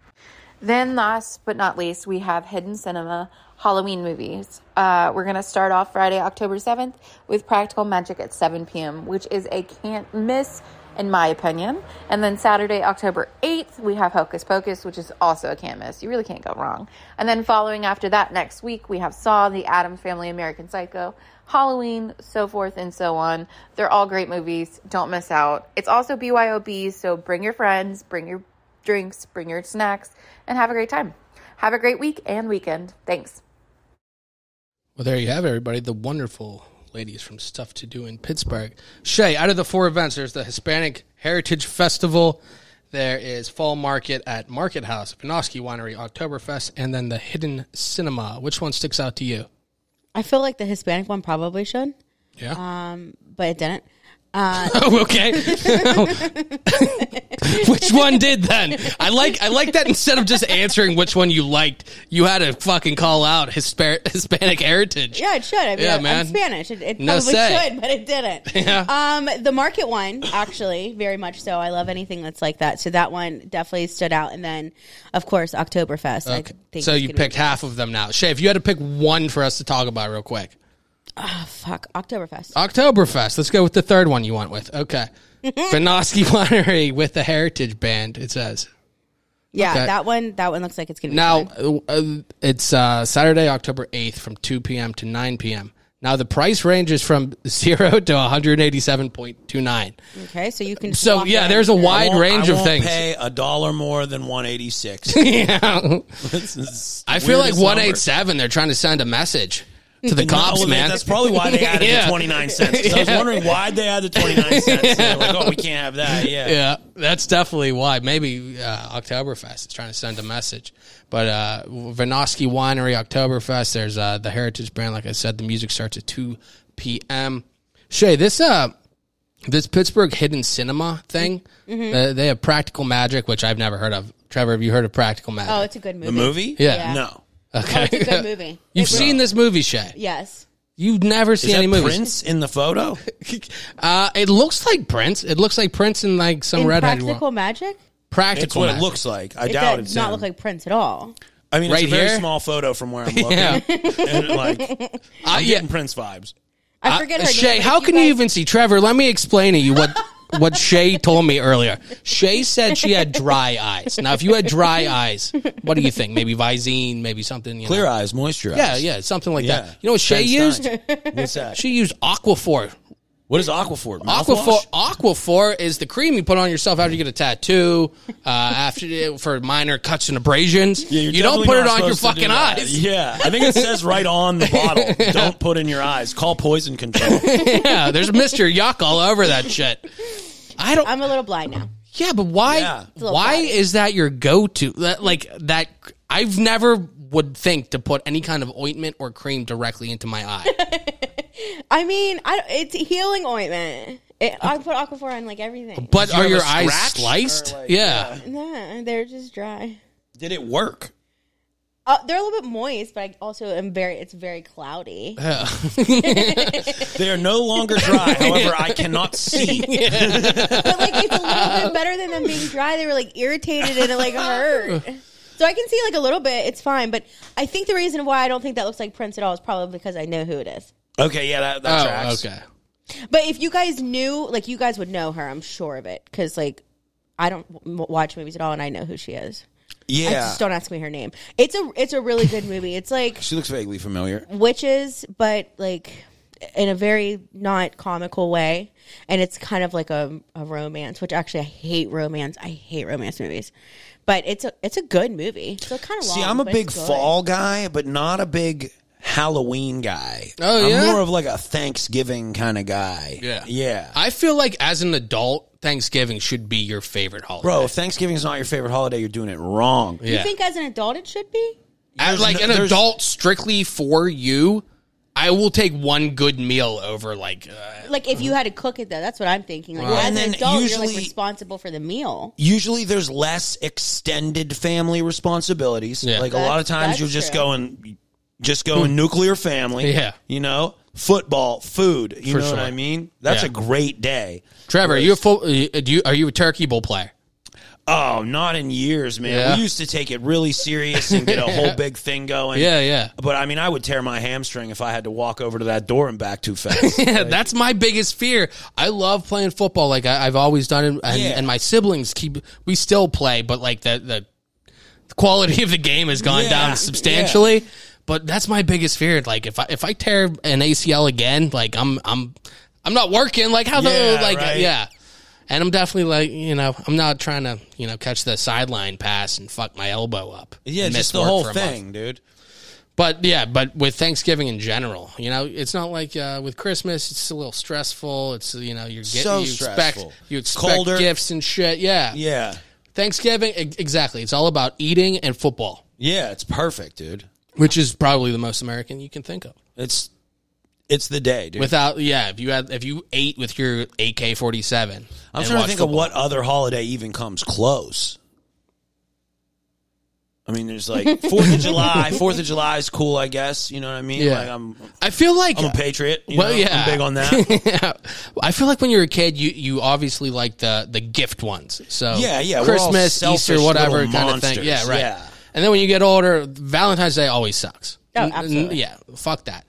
Speaker 5: Then, last but not least, we have Hidden Cinema Halloween movies. Uh, we're going to start off Friday, October 7th with Practical Magic at 7 p.m., which is a can't miss, in my opinion. And then Saturday, October 8th, we have Hocus Pocus, which is also a can't miss. You really can't go wrong. And then following after that, next week, we have Saw, The Adams Family, American Psycho, Halloween, so forth and so on. They're all great movies. Don't miss out. It's also BYOB, so bring your friends, bring your drinks, bring your snacks, and have a great time. Have a great week and weekend. Thanks.
Speaker 1: Well, there you have it, everybody. The wonderful ladies from Stuff to Do in Pittsburgh. Shay, out of the four events, there's the Hispanic Heritage Festival. There is Fall Market at Market House, Pinoski Winery, Oktoberfest, and then the Hidden Cinema. Which one sticks out to you?
Speaker 2: I feel like the Hispanic one probably should,
Speaker 1: Yeah.
Speaker 2: but it didn't. Uh,
Speaker 1: okay. which one did then? I like I like that instead of just answering which one you liked, you had to fucking call out Hispa- Hispanic heritage.
Speaker 2: yeah, it should. I mean,
Speaker 1: Yeah,
Speaker 2: I- I'm
Speaker 1: man.
Speaker 2: Spanish. It, it
Speaker 1: No
Speaker 2: probably
Speaker 1: say.
Speaker 2: should, but it didn't.
Speaker 1: Yeah.
Speaker 2: Um, the market one, actually, very much so. I love anything that's like that. So that one definitely stood out. And then, of course, Oktoberfest. I
Speaker 1: Okay.
Speaker 2: think
Speaker 1: So
Speaker 2: it's
Speaker 1: you
Speaker 2: gonna be-
Speaker 1: picked half of them now. Shay, if you had to pick one for us to talk about real quick.
Speaker 2: fuck
Speaker 1: Oh,
Speaker 2: Oktoberfest.
Speaker 1: Oktoberfest. Let's go with the third one you went with. Okay. Benoski Winery with the Heritage Band, it says.
Speaker 2: yeah,
Speaker 1: okay.
Speaker 2: that one. That one looks like it's gonna be
Speaker 1: Now,
Speaker 2: fun.
Speaker 1: uh, uh, it's uh, Saturday, October 8th from 2 p.m. to 9 p.m. Now, the price ranges from 0 to 187.29.
Speaker 2: Okay, so you can.
Speaker 1: So,
Speaker 2: swap
Speaker 1: yeah,
Speaker 2: in.
Speaker 1: there's a
Speaker 3: I
Speaker 1: wide
Speaker 3: won't-
Speaker 1: range
Speaker 3: I
Speaker 1: of
Speaker 3: won't
Speaker 1: things.
Speaker 3: Pay a dollar more than one eighty six.
Speaker 1: Yeah. I feel like 187, they're trying to send a message to the cops, man.
Speaker 3: Mm-hmm. That's probably why they added
Speaker 1: Yeah.
Speaker 3: the twenty nine cents. 'Cause I was
Speaker 1: Yeah.
Speaker 3: wondering why they added the twenty nine cents. They're like, oh, we can't have that. Yeah.
Speaker 1: yeah, that's definitely why. Maybe uh, Oktoberfest is trying to send a message. But uh, Vinoski Winery, Oktoberfest. There's uh, the Heritage Brand. Like I said, the music starts at two p.m. Shay, this uh, this Pittsburgh Hidden Cinema thing.
Speaker 2: Mm-hmm.
Speaker 1: uh, they have Practical Magic, which I've never heard of. Trevor, have you heard of Practical Magic?
Speaker 2: Oh, it's a good movie. Oh,
Speaker 3: The movie?
Speaker 1: Yeah. Yeah.
Speaker 3: No.
Speaker 1: okay,
Speaker 2: it's a good movie.
Speaker 1: You've seen this movie, Shay.
Speaker 2: Yes.
Speaker 1: You've never
Speaker 3: Is
Speaker 1: seen any
Speaker 3: that
Speaker 1: movies.
Speaker 3: Prince in the photo?
Speaker 1: Uh, it looks like Prince. It looks like Prince and like some
Speaker 2: In
Speaker 1: redhead.
Speaker 2: Practical Magic.
Speaker 1: practical.
Speaker 3: That's what it
Speaker 1: Magic.
Speaker 3: looks like. I
Speaker 2: It
Speaker 3: doubt
Speaker 2: does
Speaker 3: it's
Speaker 2: not
Speaker 3: him.
Speaker 2: look like Prince at all.
Speaker 3: I mean,
Speaker 1: Right
Speaker 3: it's a very
Speaker 1: here?
Speaker 3: small photo from where I'm looking.
Speaker 1: Yeah.
Speaker 3: and like,
Speaker 1: Uh,
Speaker 3: I'm
Speaker 1: yeah.
Speaker 3: getting Prince vibes.
Speaker 2: I forget
Speaker 1: Uh,
Speaker 2: her
Speaker 1: Shay,
Speaker 2: name. but
Speaker 1: how
Speaker 2: if
Speaker 1: can you,
Speaker 2: guys-
Speaker 1: even see Trevor? Let me explain to you what what Shay told me earlier. Shay said she had dry eyes. Now, if you had dry eyes, what do you think? Maybe Visine, maybe something. You
Speaker 3: Clear
Speaker 1: know?
Speaker 3: eyes, moisture
Speaker 1: Yeah,
Speaker 3: eyes.
Speaker 1: yeah, something like
Speaker 3: Yeah.
Speaker 1: that. You know what Shay
Speaker 3: Ben
Speaker 1: used?
Speaker 3: Stein. What's that?
Speaker 1: She used Aquaphor.
Speaker 3: What is
Speaker 1: Aquaphor,
Speaker 3: Aquaphor? Mouthwash?
Speaker 1: Aquaphor is the cream you put on yourself after you get a tattoo, uh, after for minor cuts and abrasions.
Speaker 3: Yeah, you're
Speaker 1: you don't
Speaker 3: definitely
Speaker 1: put it
Speaker 3: not
Speaker 1: on your
Speaker 3: supposed to do
Speaker 1: fucking
Speaker 3: that.
Speaker 1: eyes.
Speaker 3: Yeah, I think it says right on the bottle. Don't put in your eyes. Call poison control.
Speaker 1: yeah, there's Mister Yuck all over that shit. I don't.
Speaker 2: I'm a little blind now.
Speaker 1: Yeah, but why?
Speaker 3: Yeah. It's
Speaker 2: a little
Speaker 1: Why
Speaker 2: crowded.
Speaker 1: is that your go-to? That, like that? I've never would think to put any kind of ointment or cream directly into my eye.
Speaker 2: I mean, I, don't- it's healing ointment. It, I put Aquaphor on like everything.
Speaker 1: But are
Speaker 3: have
Speaker 1: your
Speaker 3: a
Speaker 1: eyes
Speaker 3: scratch?
Speaker 1: sliced?
Speaker 3: Or, like,
Speaker 1: yeah.
Speaker 2: Nah, they're just dry.
Speaker 3: Did it work?
Speaker 2: Uh, they're a little bit moist, but I also am very. It's very cloudy.
Speaker 3: They are no longer dry. However, I cannot see.
Speaker 2: but like, it's a little bit better than them being dry. They were like irritated and it like hurt. So I can see like a little bit. It's fine, but I think the reason why I don't think that looks like Prince at all is probably because I know who it is.
Speaker 3: Okay, yeah, that, that
Speaker 1: Oh,
Speaker 3: tracks.
Speaker 1: okay.
Speaker 2: But if you guys knew, like, you guys would know her. I'm sure of it because like, I don't w- watch movies at all, and I know who she is. I
Speaker 3: Yeah.
Speaker 2: just don't ask me her name. It's a it's a really good movie. It's like
Speaker 3: She looks vaguely familiar.
Speaker 2: witches, but like in a very not comical way. And it's kind of like a, a romance, which actually I hate romance. I hate romance movies, but it's a it's a good movie. So kind of long,
Speaker 3: See, I'm a
Speaker 2: but it's
Speaker 3: big
Speaker 2: good.
Speaker 3: fall guy, but not a big Halloween guy.
Speaker 1: Oh,
Speaker 3: I'm
Speaker 1: yeah?
Speaker 3: more of like a Thanksgiving kind of guy.
Speaker 1: Yeah.
Speaker 3: Yeah.
Speaker 1: I feel like as an adult, Thanksgiving should be your favorite holiday.
Speaker 3: Bro, if Thanksgiving's not your favorite holiday, you're doing it wrong.
Speaker 2: You
Speaker 1: yeah.
Speaker 2: think as an adult it should be?
Speaker 1: As like
Speaker 3: no-
Speaker 1: an
Speaker 3: there's-
Speaker 1: adult strictly for you, I will take one good meal over like uh,
Speaker 2: Like if you had to cook it though, that's what I'm thinking. Like as
Speaker 3: and
Speaker 2: an
Speaker 3: then
Speaker 2: adult, you're
Speaker 3: usually-
Speaker 2: like responsible for the meal.
Speaker 3: Usually there's less extended family responsibilities.
Speaker 1: Yeah.
Speaker 3: Like a
Speaker 2: That-
Speaker 3: lot of times
Speaker 2: that's
Speaker 3: you're just
Speaker 2: true.
Speaker 3: going just going nuclear family.
Speaker 1: Yeah.
Speaker 3: You know? Football, food. You
Speaker 1: For
Speaker 3: know
Speaker 1: sure.
Speaker 3: what I mean? That's
Speaker 1: Yeah.
Speaker 3: a great day.
Speaker 1: Trevor, are you a full, uh, do you, are you a turkey bowl player?
Speaker 3: Oh, not in years, man.
Speaker 1: Yeah.
Speaker 3: We used to take it really serious and get a whole big thing going.
Speaker 1: Yeah, yeah.
Speaker 3: But I mean, I would tear my hamstring if I had to walk over to that door and back too fast.
Speaker 1: Yeah, that's my biggest fear. I love playing football, like I, I've always done, and, and,
Speaker 3: Yeah.
Speaker 1: and my siblings keep. We still play, but like the the, the quality of the game has gone
Speaker 3: Yeah, yeah.
Speaker 1: down substantially. But that's my biggest fear. Like if I if I tear an ACL again, like I'm I'm I'm not working. Like how
Speaker 3: Yeah,
Speaker 1: the like
Speaker 3: right.
Speaker 1: yeah. And I'm definitely like you know I'm not trying to you know catch the sideline pass and fuck my elbow up.
Speaker 3: yeah,
Speaker 1: and miss
Speaker 3: just the
Speaker 1: work
Speaker 3: whole
Speaker 1: for a month.
Speaker 3: thing, dude.
Speaker 1: But yeah, but with Thanksgiving in general, you know, it's not like uh, with Christmas. It's a little stressful. It's you know you're getting
Speaker 3: So
Speaker 1: you expect
Speaker 3: stressful.
Speaker 1: you expect
Speaker 3: Colder.
Speaker 1: gifts and shit. Yeah,
Speaker 3: Yeah.
Speaker 1: Thanksgiving e- exactly. It's all about eating and football,
Speaker 3: Yeah, it's perfect, dude.
Speaker 1: which is probably the most American you can think of.
Speaker 3: It's it's the day, dude.
Speaker 1: Without yeah, if you had if you ate with your AK forty seven,
Speaker 3: I'm trying to think of what other holiday even comes close. I mean, there's like Fourth of July. Fourth of July is cool, I guess. You know what I mean?
Speaker 1: Yeah.
Speaker 3: Like I'm,
Speaker 1: I feel like
Speaker 3: I'm a patriot. you
Speaker 1: well,
Speaker 3: know?
Speaker 1: yeah,
Speaker 3: I'm big on that.
Speaker 1: yeah. I feel like when you're a kid, you you obviously like the the gift ones. So
Speaker 3: Yeah, yeah, we're all
Speaker 1: Christmas,
Speaker 3: selfish
Speaker 1: Easter, whatever
Speaker 3: little
Speaker 1: kind of
Speaker 3: monsters,
Speaker 1: thing. Yeah, right.
Speaker 3: yeah.
Speaker 1: And then when you get older, Valentine's Day always sucks.
Speaker 2: Oh,
Speaker 1: N- n-
Speaker 2: absolutely.
Speaker 1: Yeah, fuck that.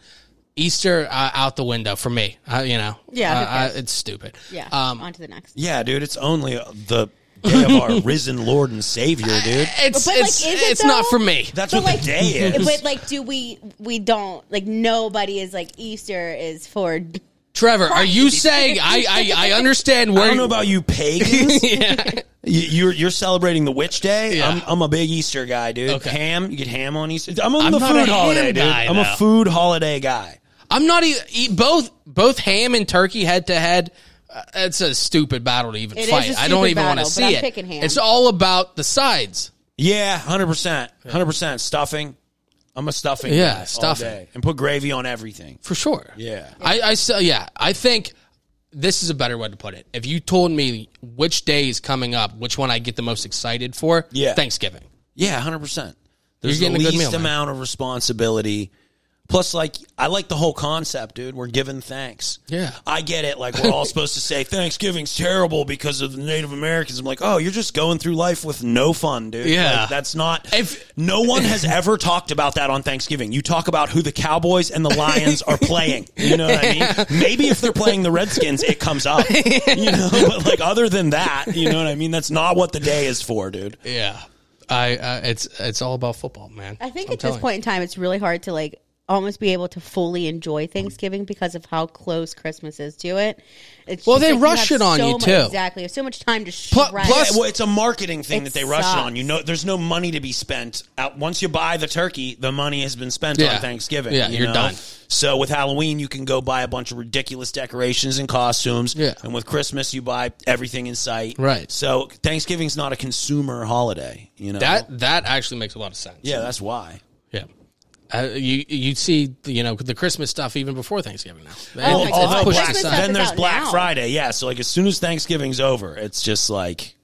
Speaker 1: Easter uh, out the window for me. Uh, you know.
Speaker 2: Yeah, who
Speaker 1: Uh, I-
Speaker 2: cares?
Speaker 1: it's stupid.
Speaker 2: Yeah.
Speaker 1: Um,
Speaker 2: on to the next.
Speaker 3: Yeah, dude, it's only the day of our risen Lord and Savior, dude.
Speaker 1: it's
Speaker 2: But, like,
Speaker 1: it's
Speaker 2: is it,
Speaker 1: it's not for
Speaker 2: though?
Speaker 1: me.
Speaker 3: That's
Speaker 2: But,
Speaker 3: what
Speaker 2: like-
Speaker 3: the day is.
Speaker 2: But like, do we? We don't like. Nobody is like Easter is for.
Speaker 1: Trevor, are you saying I I, I understand where
Speaker 3: I don't know about you pagans.
Speaker 1: yeah.
Speaker 3: You- You're you're celebrating the witch day.
Speaker 1: Yeah.
Speaker 3: I'm I'm a big Easter guy, dude.
Speaker 1: Okay.
Speaker 3: Ham, you get ham on Easter. I'm, on
Speaker 1: I'm
Speaker 3: the
Speaker 1: not
Speaker 3: food
Speaker 1: a ham
Speaker 3: holiday, dude.
Speaker 1: guy,
Speaker 3: I'm
Speaker 1: though.
Speaker 3: a food holiday guy.
Speaker 1: I'm not even eat both both ham and turkey head to head. uh, It's a stupid battle to even
Speaker 2: It is
Speaker 1: fight.
Speaker 2: a
Speaker 1: I don't
Speaker 2: stupid
Speaker 1: even want to
Speaker 2: battle, but
Speaker 1: see
Speaker 2: I'm
Speaker 1: it.
Speaker 2: picking ham.
Speaker 1: It's all about the sides.
Speaker 3: Yeah, hundred percent, hundred percent stuffing. I'm a stuffing.
Speaker 1: Yeah,
Speaker 3: guy all
Speaker 1: stuffing.
Speaker 3: day. and put gravy on everything.
Speaker 1: for sure.
Speaker 3: Yeah.
Speaker 1: I, I so yeah, I think this is a better way to put it. If you told me which day is coming up, which one I get the most excited for,
Speaker 3: Yeah.
Speaker 1: Thanksgiving.
Speaker 3: Yeah, hundred percent. There's
Speaker 1: You're
Speaker 3: the
Speaker 1: getting a
Speaker 3: least
Speaker 1: good meal, man.
Speaker 3: amount of responsibility. Plus, like I like the whole concept, dude. We're giving thanks.
Speaker 1: Yeah.
Speaker 3: I get it. Like we're all supposed to say Thanksgiving's terrible because of the Native Americans. I'm like, oh, you're just going through life with no fun, dude.
Speaker 1: Yeah.
Speaker 3: Like, that's not.
Speaker 1: If-
Speaker 3: no one has ever talked about that on Thanksgiving. You talk about who the Cowboys and the Lions are playing. You know what I mean? Maybe if they're playing the Redskins, it comes up. You know, but like other than that, you know what I mean? That's not what the day is for, dude.
Speaker 1: Yeah. I uh, it's it's all about football, man.
Speaker 2: I think
Speaker 1: I'm
Speaker 2: at this
Speaker 1: telling
Speaker 2: point in time, it's really hard to like almost be able to fully enjoy Thanksgiving because of how close Christmas is to it. It's
Speaker 1: Well,
Speaker 2: just,
Speaker 1: they
Speaker 2: like, you
Speaker 1: rush
Speaker 2: have
Speaker 1: it on
Speaker 2: so
Speaker 1: you,
Speaker 2: much-
Speaker 1: too.
Speaker 2: Exactly. You have so much time to
Speaker 1: Pl-
Speaker 2: shred.
Speaker 1: plus-
Speaker 3: Yeah, well, it's a marketing thing
Speaker 2: It
Speaker 3: that they rush it on.
Speaker 2: sucks.
Speaker 3: You know, there's no money to be spent. Out once you buy the turkey, the money has been spent
Speaker 1: Yeah.
Speaker 3: on Thanksgiving.
Speaker 1: Yeah,
Speaker 3: you
Speaker 1: you're
Speaker 3: know?
Speaker 1: done.
Speaker 3: So with Halloween, you can go buy a bunch of ridiculous decorations and costumes.
Speaker 1: Yeah.
Speaker 3: And with Christmas, you buy everything in sight.
Speaker 1: Right.
Speaker 3: So Thanksgiving's not a consumer holiday. You know
Speaker 1: That that actually makes a lot of sense.
Speaker 3: Yeah, that's why.
Speaker 1: Yeah. Uh, you you see you know the Christmas stuff even before Thanksgiving now.
Speaker 2: Oh
Speaker 1: It's
Speaker 2: my
Speaker 1: pushed aside.
Speaker 2: God. Black- Christmas stuff
Speaker 3: then
Speaker 2: is
Speaker 3: there's
Speaker 2: out
Speaker 3: Black
Speaker 2: now.
Speaker 3: Friday. Yeah. So like as soon as Thanksgiving's over, it's just like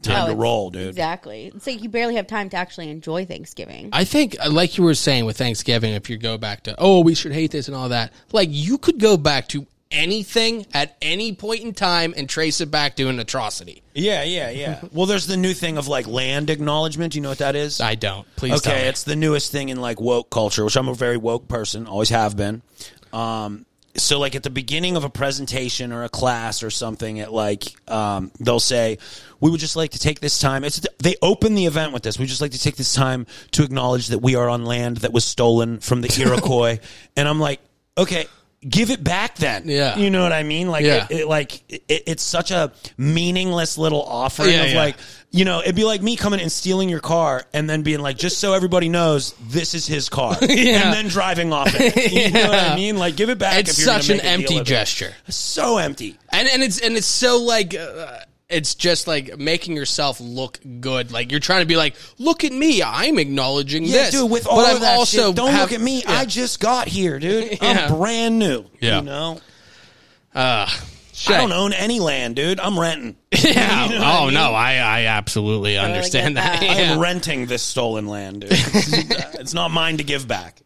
Speaker 2: Oh,
Speaker 3: time to
Speaker 2: it's-
Speaker 3: roll, dude.
Speaker 2: Exactly. It's like you barely have time to actually enjoy Thanksgiving.
Speaker 1: I think, uh, like you were saying with Thanksgiving, if you go back to, oh, we should hate this and all that, like you could go back to anything at any point in time and trace it back to an atrocity.
Speaker 3: Yeah, yeah, yeah. well, there's the new thing of like land acknowledgement. You know what that is?
Speaker 1: I don't. Please
Speaker 3: okay,
Speaker 1: tell me.
Speaker 3: it's the newest thing in like woke culture, which I'm a very woke person, always have been. Um, so like at the beginning of a presentation or a class or something at like um, they'll say we would just like to take this time it's they open the event with this we just like to take this time to acknowledge that we are on land that was stolen from the iroquois and i'm like okay give it back then
Speaker 1: Yeah.
Speaker 3: you know what i mean like
Speaker 1: Yeah.
Speaker 3: it, it- like it, it's such a meaningless little offering
Speaker 1: Yeah,
Speaker 3: of
Speaker 1: yeah.
Speaker 3: like you know it'd be like me coming and stealing your car and then being like just so everybody knows this is his car and then driving off it you know what i
Speaker 1: Yeah.
Speaker 3: mean like give it back
Speaker 1: It's
Speaker 3: if you're gonna
Speaker 1: such an
Speaker 3: make a deal
Speaker 1: empty
Speaker 3: of it.
Speaker 1: gesture.
Speaker 3: So empty.
Speaker 1: and and it's and it's so like uh, it's just like making yourself look good. Like you're trying to be like, look at me, I'm acknowledging
Speaker 3: Yeah,
Speaker 1: this,
Speaker 3: dude. With
Speaker 1: But
Speaker 3: all
Speaker 1: I'm
Speaker 3: of that shit, don't
Speaker 1: have-
Speaker 3: look at me.
Speaker 1: Yeah.
Speaker 3: I just got here, dude.
Speaker 1: Yeah.
Speaker 3: I'm brand new.
Speaker 1: Yeah. Ah,
Speaker 3: You know,
Speaker 1: Shay.
Speaker 3: I don't own any land, dude. I'm renting.
Speaker 1: Yeah.
Speaker 3: You know what
Speaker 1: oh
Speaker 3: I mean?
Speaker 1: no, I I absolutely understand
Speaker 2: get
Speaker 1: that.
Speaker 2: that.
Speaker 3: I am
Speaker 1: Yeah.
Speaker 3: renting this stolen land, dude. it's not mine to give back.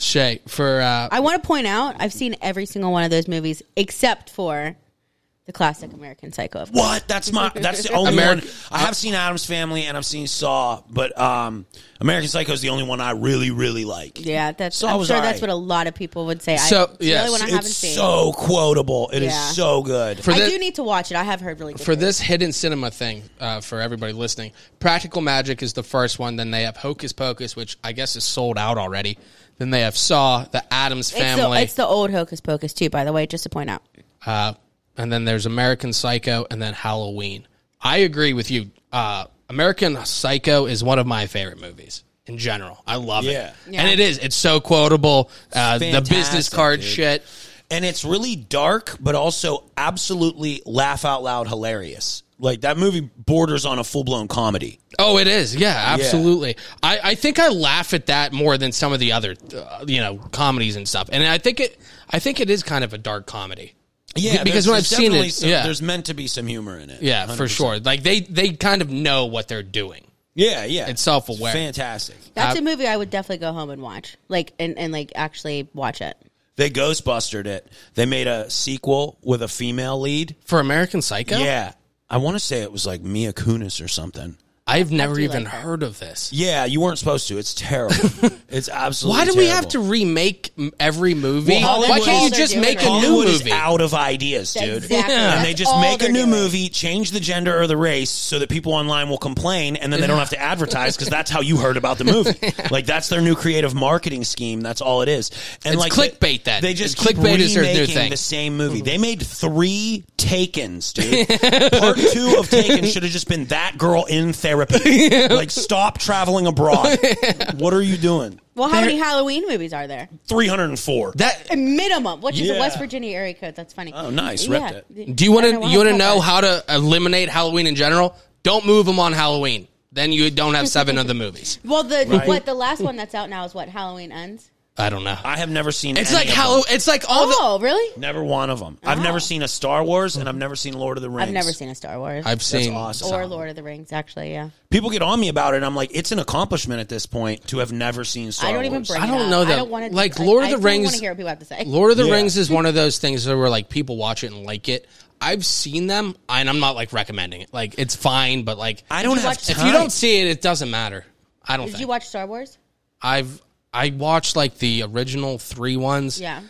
Speaker 1: Shay for uh,
Speaker 2: I want to point out I've seen every single one of those movies except for the classic American Psycho. of course.
Speaker 3: What? That's my. That's the only
Speaker 1: America-
Speaker 3: one. I have seen Adam's Family and I've seen Saw, but um, American Psycho is the only one I really, really like.
Speaker 2: Yeah, that's.
Speaker 3: So I
Speaker 2: I'm
Speaker 3: was
Speaker 2: sure
Speaker 3: all
Speaker 2: that's
Speaker 3: right.
Speaker 2: what a lot of people would say.
Speaker 1: So,
Speaker 2: I, it's the
Speaker 1: yes,
Speaker 2: only one I haven't
Speaker 3: It's
Speaker 2: seen.
Speaker 3: so quotable. It is
Speaker 2: Yeah.
Speaker 3: so good.
Speaker 1: for
Speaker 2: I
Speaker 1: thi-
Speaker 2: do need to watch it. I have heard really good.
Speaker 1: for this hidden cinema thing uh, for everybody listening. Practical Magic is the first one. Then they have Hocus Pocus, which I guess is sold out already. Then they have Saw, The Adams
Speaker 2: it's
Speaker 1: Family.
Speaker 2: the, it's the old Hocus Pocus too, by the way, just to point out.
Speaker 1: Uh, and then there's American Psycho and then Halloween. I agree with you. Uh, American Psycho is one of my favorite movies in general. I love
Speaker 3: Yeah.
Speaker 1: it. And it is. It's so quotable. Uh, the
Speaker 3: fantastic,
Speaker 1: business card
Speaker 3: dude.
Speaker 1: shit.
Speaker 3: and it's really dark, but also absolutely laugh out loud hilarious. Like that movie borders on a full blown comedy.
Speaker 1: Oh, it is. Yeah, absolutely. I, I think I laugh at that more than some of the other, uh, you know, comedies and stuff. And I think it, I think it is kind of a dark comedy. Yeah, because
Speaker 3: there's-
Speaker 1: when
Speaker 3: there's
Speaker 1: I've seen
Speaker 3: definitely
Speaker 1: it-
Speaker 3: some-
Speaker 1: yeah.
Speaker 3: there's meant to be some humor in it.
Speaker 1: Yeah, for
Speaker 3: 100%.
Speaker 1: sure. Like they, they kind of know what they're doing.
Speaker 3: Yeah, yeah,
Speaker 1: It's self-aware.
Speaker 3: fantastic.
Speaker 2: That's
Speaker 1: Uh,
Speaker 2: a movie I would definitely go home and watch, like and, and like actually watch it.
Speaker 3: They Ghostbustered it. They made a sequel with a female lead.
Speaker 1: For American Psycho,
Speaker 3: Yeah, I want to say it was like Mia Kunis or something.
Speaker 1: I've never
Speaker 2: do
Speaker 1: even
Speaker 2: like that.
Speaker 1: heard of this.
Speaker 3: Yeah, you weren't supposed to. It's terrible. it's absolutely.
Speaker 1: Why do we have to
Speaker 3: terrible.
Speaker 1: remake m- every movie?
Speaker 3: Well, Hollywood-
Speaker 1: Why can't you just
Speaker 2: They're
Speaker 1: make a
Speaker 2: doing it.
Speaker 1: new
Speaker 3: Hollywood is
Speaker 1: movie?
Speaker 3: out of ideas, dude.
Speaker 2: Exactly.
Speaker 1: Yeah.
Speaker 3: and
Speaker 2: That's
Speaker 3: they just
Speaker 2: all
Speaker 3: make a
Speaker 2: they're
Speaker 3: new
Speaker 2: doing.
Speaker 3: movie, change the gender or the race, so that people online will complain, and then they don't have to advertise because that's how you heard about the movie. Like that's their new creative marketing scheme. That's all it is. And
Speaker 1: It's
Speaker 3: like
Speaker 1: clickbait
Speaker 3: They,
Speaker 1: then.
Speaker 3: they just keep
Speaker 1: Clickbait is their new
Speaker 3: remaking
Speaker 1: thing. Mm-hmm.
Speaker 3: The same movie. They made three Takens, dude. Part two of Taken should have just been that girl in therapy. like stop traveling abroad. What are you doing?
Speaker 2: Well, how many Halloween movies are there?
Speaker 3: Three hundred and four.
Speaker 1: That
Speaker 2: A minimum, which is
Speaker 3: Yeah.
Speaker 2: a West Virginia area code. That's funny.
Speaker 3: Oh, nice.
Speaker 2: Yeah.
Speaker 3: Ripped
Speaker 1: do you want
Speaker 2: I
Speaker 1: to
Speaker 2: don't
Speaker 1: you want to
Speaker 2: how
Speaker 1: know
Speaker 2: that-
Speaker 1: how to eliminate Halloween in general? Don't move them on Halloween. Then you don't have seven of the movies.
Speaker 2: Well, the
Speaker 3: Right.
Speaker 2: what the last one that's out now is what Halloween ends.
Speaker 1: I don't know.
Speaker 3: I have never seen.
Speaker 1: It's
Speaker 3: any
Speaker 1: like
Speaker 3: of
Speaker 1: Halloween.
Speaker 3: them.
Speaker 1: It's like all the.
Speaker 2: Oh, really?
Speaker 3: Never one of them. I've
Speaker 2: Oh.
Speaker 3: never seen a Star Wars, and I've never seen Lord of the Rings.
Speaker 2: I've never seen a Star Wars
Speaker 1: I've seen.
Speaker 3: awesome.
Speaker 2: or Lord of the Rings. Actually, yeah.
Speaker 3: People get on me about it. and I'm like, it's an accomplishment at this point to have never seen Star
Speaker 2: I don't
Speaker 3: Wars.
Speaker 2: even bring.
Speaker 1: I don't
Speaker 2: it up.
Speaker 1: know
Speaker 2: I
Speaker 1: that-
Speaker 2: don't want to
Speaker 1: like, Lord of the
Speaker 2: I want
Speaker 1: Rings-
Speaker 2: to hear what people have to say.
Speaker 1: Lord of the
Speaker 3: Yeah.
Speaker 1: Rings is one of those things where like people watch it and like it. I've seen them, and I'm not like recommending it. Like it's fine, but like
Speaker 3: I don't
Speaker 2: Did you
Speaker 3: have
Speaker 2: watch-
Speaker 3: time.
Speaker 1: if you don't see it, it doesn't matter. I don't.
Speaker 2: Did
Speaker 1: think.
Speaker 2: you watch Star Wars?
Speaker 1: I've I watched like the original three ones.
Speaker 2: Yeah.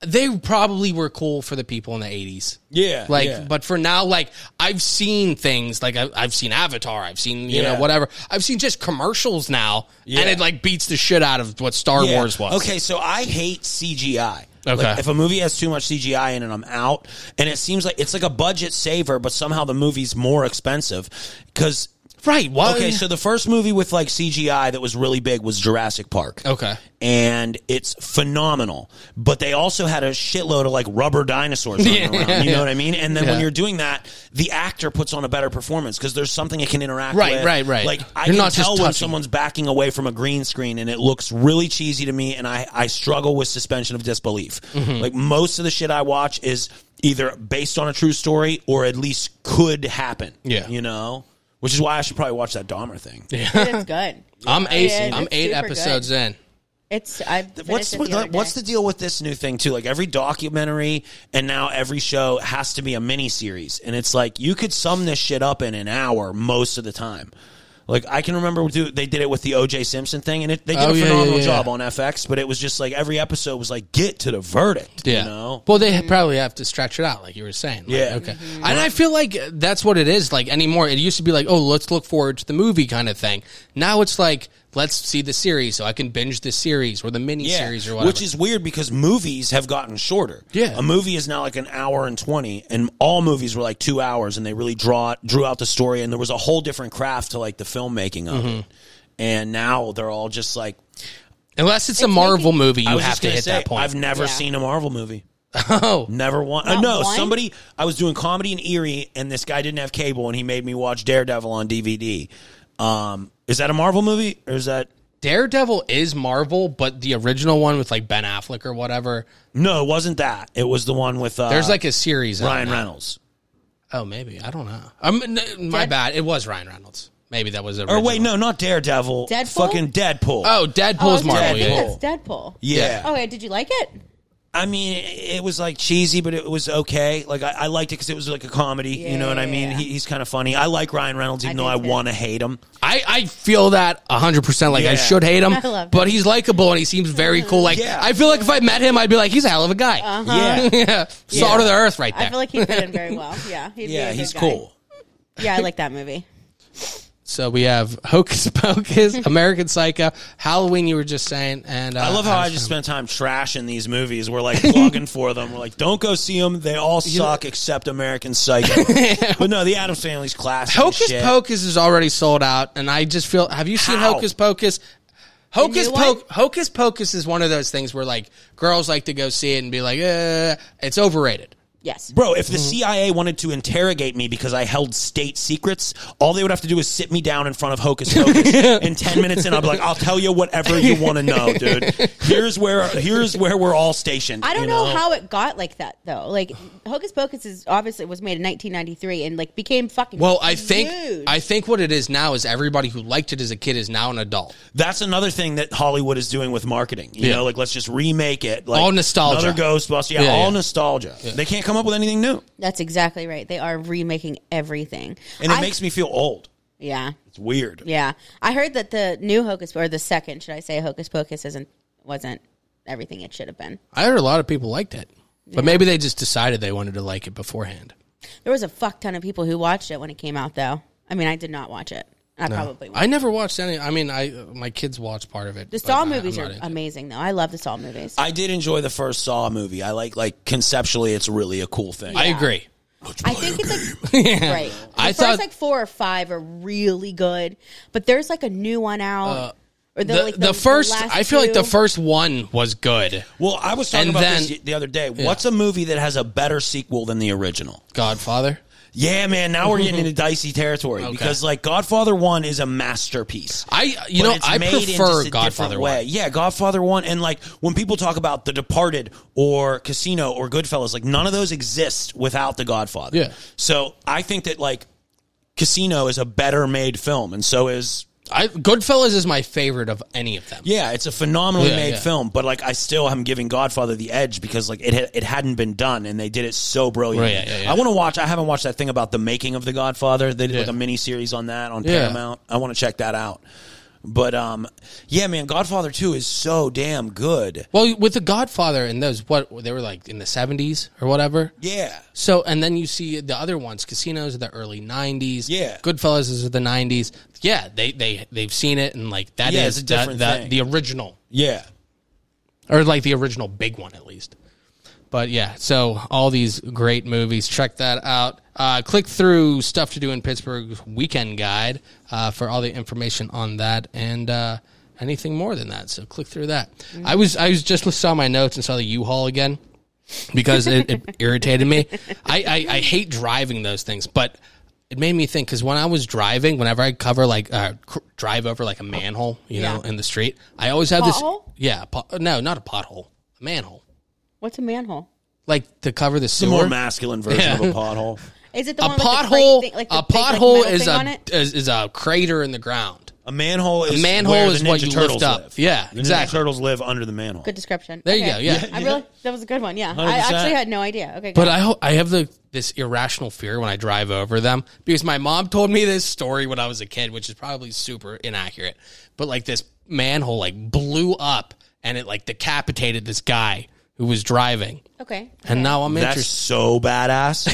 Speaker 1: They probably were cool for the people in the eighties.
Speaker 3: Yeah,
Speaker 1: Like
Speaker 3: yeah.
Speaker 1: but for now, like I've seen things like I have seen Avatar, I've seen, you
Speaker 3: Yeah.
Speaker 1: know, whatever. I've seen just commercials now
Speaker 3: Yeah.
Speaker 1: and it like beats the shit out of what Star
Speaker 3: Yeah.
Speaker 1: Wars was.
Speaker 3: Okay, so I hate CGI.
Speaker 1: Okay.
Speaker 3: Like, if a movie has too much CGI in it, I'm out. And it seems like it's like a budget saver, but somehow the movie's more expensive because.
Speaker 1: Right. Why
Speaker 3: Okay, so the first movie with like CGI that was really big was Jurassic Park.
Speaker 1: Okay.
Speaker 3: And it's phenomenal. But they also had a shitload of like rubber dinosaurs running
Speaker 1: Yeah,
Speaker 3: around.
Speaker 1: yeah,
Speaker 3: you know
Speaker 1: yeah.
Speaker 3: what I mean? And then when
Speaker 1: Yeah.
Speaker 3: you're doing that, the actor puts on a better performance because there's something it can interact
Speaker 1: Right,
Speaker 3: with.
Speaker 1: right, right.
Speaker 3: Like I
Speaker 1: You're
Speaker 3: can
Speaker 1: not just
Speaker 3: tell when
Speaker 1: touching.
Speaker 3: someone's backing away from a green screen and it looks really cheesy to me and I, I struggle with suspension of disbelief.
Speaker 1: Mm-hmm.
Speaker 3: Like most of the shit I watch is either based on a true story or at least could happen.
Speaker 1: Yeah.
Speaker 3: You know? Which is why I should probably watch that Dahmer thing.
Speaker 2: It's good.
Speaker 1: I'm eight
Speaker 2: Yeah,
Speaker 1: I'm
Speaker 2: it's
Speaker 1: eight
Speaker 2: super
Speaker 1: episodes
Speaker 2: good.
Speaker 1: in.
Speaker 2: It's I've finished
Speaker 3: what's
Speaker 2: it
Speaker 3: the,
Speaker 2: the other
Speaker 3: what's
Speaker 2: day.
Speaker 3: the deal with this new thing too? Like every documentary and now every show has to be a mini series, and it's like you could sum this shit up in an hour most of the time. Like I can remember do, they did it with the O.J. Simpson thing, and it, they did
Speaker 1: Oh,
Speaker 3: a
Speaker 1: yeah, yeah,
Speaker 3: phenomenal
Speaker 1: yeah.
Speaker 3: job on FX. But it was just like every episode was like get to the verdict.
Speaker 1: Yeah.
Speaker 3: You know.
Speaker 1: Well, they probably have to stretch it out, like you were saying. Like,
Speaker 3: Yeah.
Speaker 1: Okay.
Speaker 2: Mm-hmm.
Speaker 1: And I feel like that's what it is like anymore. It used to be like, oh, let's look forward to the movie kind of thing. Now it's like, let's see the series so I can binge the series or the mini series or whatever.
Speaker 3: Which is weird because movies have gotten shorter.
Speaker 1: Yeah.
Speaker 3: A movie is now like an hour and 20, and all movies were like two hours, and they really draw drew out the story, and there was a whole different craft to like the filmmaking
Speaker 1: Mm-hmm.
Speaker 3: of it. And now they're all just like,
Speaker 1: Unless it's, a Marvel movie,
Speaker 3: I
Speaker 1: you
Speaker 3: was
Speaker 1: have
Speaker 3: just
Speaker 1: to
Speaker 3: gonna
Speaker 1: hit
Speaker 3: say,
Speaker 1: that point.
Speaker 3: I've never seen a Marvel movie.
Speaker 1: oh,
Speaker 3: Never one. Uh,
Speaker 2: Not
Speaker 3: no,
Speaker 2: one?
Speaker 3: somebody. I was doing comedy in Erie, and this guy didn't have cable, and he made me watch Daredevil on DVD. Um, is that a Marvel movie or is that
Speaker 1: Daredevil is Marvel, but the original one with like Ben Affleck or whatever.
Speaker 3: no? It wasn't that. It was the one with uh,
Speaker 1: There's like a series. on
Speaker 3: Ryan
Speaker 1: that.
Speaker 3: Reynolds.
Speaker 1: Oh, maybe I don't know. Um, n- my
Speaker 2: Dead-
Speaker 1: bad. It was Ryan Reynolds. Maybe that was.
Speaker 3: Or
Speaker 1: Original.
Speaker 3: wait, no, not Daredevil.
Speaker 2: Deadpool?
Speaker 3: Fucking Deadpool.
Speaker 1: Oh,
Speaker 2: Oh, I
Speaker 1: Deadpool's
Speaker 2: was gonna say,
Speaker 1: Marvel.
Speaker 2: I
Speaker 1: Yeah.
Speaker 2: think that's Deadpool.
Speaker 3: yeah.
Speaker 2: Okay, did you like it?
Speaker 3: I mean, it was like cheesy, but it was okay. Like I, I liked it because it was like a comedy. you know what I
Speaker 2: Yeah.
Speaker 3: mean? He, he's kind of funny. I like Ryan Reynolds, even
Speaker 2: I
Speaker 3: though
Speaker 2: do
Speaker 3: I
Speaker 2: too.
Speaker 3: want to hate him.
Speaker 1: I, I feel that 100% like I
Speaker 3: Yeah.
Speaker 1: should hate him,
Speaker 2: I love
Speaker 1: but he's likable and he seems very cool. Like,
Speaker 3: Yeah.
Speaker 1: I feel like if I met him, I'd be like, he's a hell of a guy.
Speaker 3: Yeah,
Speaker 1: yeah. Salt of the earth right there.
Speaker 2: Uh-huh. I feel like he fit in very well. Yeah, he'd be a
Speaker 3: yeah,
Speaker 2: good
Speaker 3: he's
Speaker 2: guy.
Speaker 3: cool.
Speaker 2: Yeah, I like that movie.
Speaker 1: so we have Hocus Pocus, American Psycho, Halloween, you were just saying. and uh,
Speaker 3: I love how I
Speaker 1: was
Speaker 3: just
Speaker 1: trying-
Speaker 3: spent time trashing these movies. We're like plugging for them. We're like, don't go see them. They all suck except American Psycho. but no, the Adams Family's classic.
Speaker 1: Hocus
Speaker 3: as shit.
Speaker 1: Pocus is already sold out, and I just feel. Have you seen
Speaker 3: How?
Speaker 1: Hocus Pocus? Hocus
Speaker 2: new one?
Speaker 1: Pocus. Hocus Pocus is one of those things where like girls like to go see it and be like, uh, it's overrated.
Speaker 2: Yes.
Speaker 3: Bro, if
Speaker 1: Mm-hmm.
Speaker 3: the CIA wanted to interrogate me because I held state secrets, all they would have to do is sit me down in front of Hocus Pocus in ten minutes, and I'll be like, "I'll tell you whatever you want to know, dude. Here's where here's where we're all stationed."
Speaker 2: I don't
Speaker 3: you
Speaker 2: know, how it got like that though. Like Hocus Pocus is obviously was made in 1993 and like became fucking
Speaker 1: Well, I think
Speaker 2: huge.
Speaker 1: I think what it is now is everybody who liked it as a kid is now an adult.
Speaker 3: That's another thing that Hollywood is doing with marketing. You
Speaker 1: Yeah.
Speaker 3: know, like let's just remake it. Like,
Speaker 1: All nostalgia.
Speaker 3: another Ghostbusters. Yeah,
Speaker 1: Yeah,
Speaker 3: all
Speaker 1: yeah.
Speaker 3: nostalgia. They can't come up with anything new,
Speaker 2: That's exactly right. They are remaking everything.
Speaker 3: and it
Speaker 2: I-
Speaker 3: makes me feel old.
Speaker 2: yeah,
Speaker 3: It's weird.
Speaker 2: yeah. I heard that the new Hocus or the second, should I say, Hocus Pocus isn't wasn't everything it should have been.
Speaker 1: I heard a lot of people liked it, but maybe they just decided they wanted to like it beforehand.
Speaker 2: There was a fuck ton of people who watched it when it came out though. I mean, I did not watch it. I probably won't.
Speaker 1: I never watched any. I mean, I my kids watched part of it.
Speaker 2: the
Speaker 1: but
Speaker 2: Saw
Speaker 1: I-
Speaker 2: movies
Speaker 1: I'm
Speaker 2: are
Speaker 1: not into it.
Speaker 2: amazing though. I love the Saw movies.
Speaker 3: I did enjoy the first Saw movie. I like like conceptually, it's really a cool thing.
Speaker 1: I agree.
Speaker 2: I think it's like right.
Speaker 1: I
Speaker 2: I first,
Speaker 1: thought-
Speaker 2: like four or five are really good, but there's like a new one out. or
Speaker 1: Uh, The, the, first,
Speaker 2: last
Speaker 1: I feel like the
Speaker 2: two.
Speaker 1: first one was good.
Speaker 3: Well, I was talking
Speaker 1: And
Speaker 3: about
Speaker 1: then-
Speaker 3: this the other day. What's a movie that has a better sequel than the original?
Speaker 1: Godfather.
Speaker 3: Yeah, man. Now we're getting into dicey territory because, like, Godfather One is a masterpiece.
Speaker 1: I you
Speaker 3: But
Speaker 1: know
Speaker 3: it's
Speaker 1: I
Speaker 3: made in just a
Speaker 1: prefer
Speaker 3: different
Speaker 1: Godfather
Speaker 3: way.
Speaker 1: way.
Speaker 3: Yeah, Godfather One, and like when people talk about The Departed or Casino or Goodfellas, like none of those exist without The Godfather.
Speaker 1: Yeah.
Speaker 3: So I think that like Casino is a better made film, and so is
Speaker 1: I Goodfellas is my favorite of any of them.
Speaker 3: yeah, it's a phenomenally
Speaker 1: Yeah,
Speaker 3: made
Speaker 1: yeah.
Speaker 3: film, but like I still am giving Godfather the edge because like it had, it hadn't been done and they did it so brilliantly.
Speaker 1: Right, yeah, yeah, yeah.
Speaker 3: I want to watch. I haven't watched that thing about the making of the Godfather. They did like
Speaker 1: Yeah.
Speaker 3: a mini series on that on
Speaker 1: Yeah.
Speaker 3: Paramount. I want to check that out. But um, yeah, man, Godfather Two is so damn good.
Speaker 1: Well, with the Godfather and those what they were like in the seventies or whatever.
Speaker 3: Yeah,
Speaker 1: So and then you see the other ones, casinos of the early nineties.
Speaker 3: Yeah.
Speaker 1: Goodfellas is of the nineties. Yeah, they they they've seen it and like that is
Speaker 3: Yeah, it's a
Speaker 1: the-
Speaker 3: different
Speaker 1: the,
Speaker 3: thing.
Speaker 1: the original
Speaker 3: yeah.
Speaker 1: or like the original big one at least. But yeah, so all these great movies. Check that out. Uh, click through stuff to do in Pittsburgh weekend guide uh, for all the information on that and uh, anything more than that. So click through that.
Speaker 2: Mm-hmm.
Speaker 1: I was I was just saw my notes and saw the U-Haul again because it, it irritated me. I, I, I hate driving those things, but it made me think because when I was driving, whenever I cover like uh, cr- drive over like a manhole, you know,
Speaker 2: Yeah.
Speaker 1: in the street, I always have
Speaker 2: Pothole?
Speaker 1: this. Yeah, po- no, not a pothole, a manhole,
Speaker 2: What's a manhole?
Speaker 1: like to cover the
Speaker 3: The more
Speaker 1: sewer.
Speaker 3: masculine version of a pothole.
Speaker 2: Is it the
Speaker 1: a
Speaker 2: one with the
Speaker 1: pothole,
Speaker 2: crate thing- like the
Speaker 1: a
Speaker 2: big, like,
Speaker 1: pothole
Speaker 2: metal
Speaker 1: is
Speaker 2: thing on
Speaker 1: a
Speaker 2: it?
Speaker 1: is, is a crater in the ground.
Speaker 3: A manhole is
Speaker 1: manhole
Speaker 3: where
Speaker 1: is
Speaker 3: the Ninja
Speaker 1: what you
Speaker 3: Turtles
Speaker 1: lift up.
Speaker 3: Live.
Speaker 1: Yeah,
Speaker 3: the
Speaker 1: exactly.
Speaker 3: Ninja Turtles live under the manhole.
Speaker 2: Good description.
Speaker 1: There you
Speaker 2: Okay.
Speaker 1: go, yeah.
Speaker 2: I really that was a good one. Yeah, I
Speaker 3: 100%.
Speaker 2: actually had no idea. Okay,
Speaker 1: But
Speaker 2: good.
Speaker 1: I ho- I have the this irrational fear when I drive over them because my mom told me this story when I was a kid, which is probably super inaccurate. But like this manhole like blew up and it like decapitated this guy who was driving,
Speaker 2: okay.
Speaker 1: and now I'm
Speaker 3: That's
Speaker 1: interested.
Speaker 3: so badass.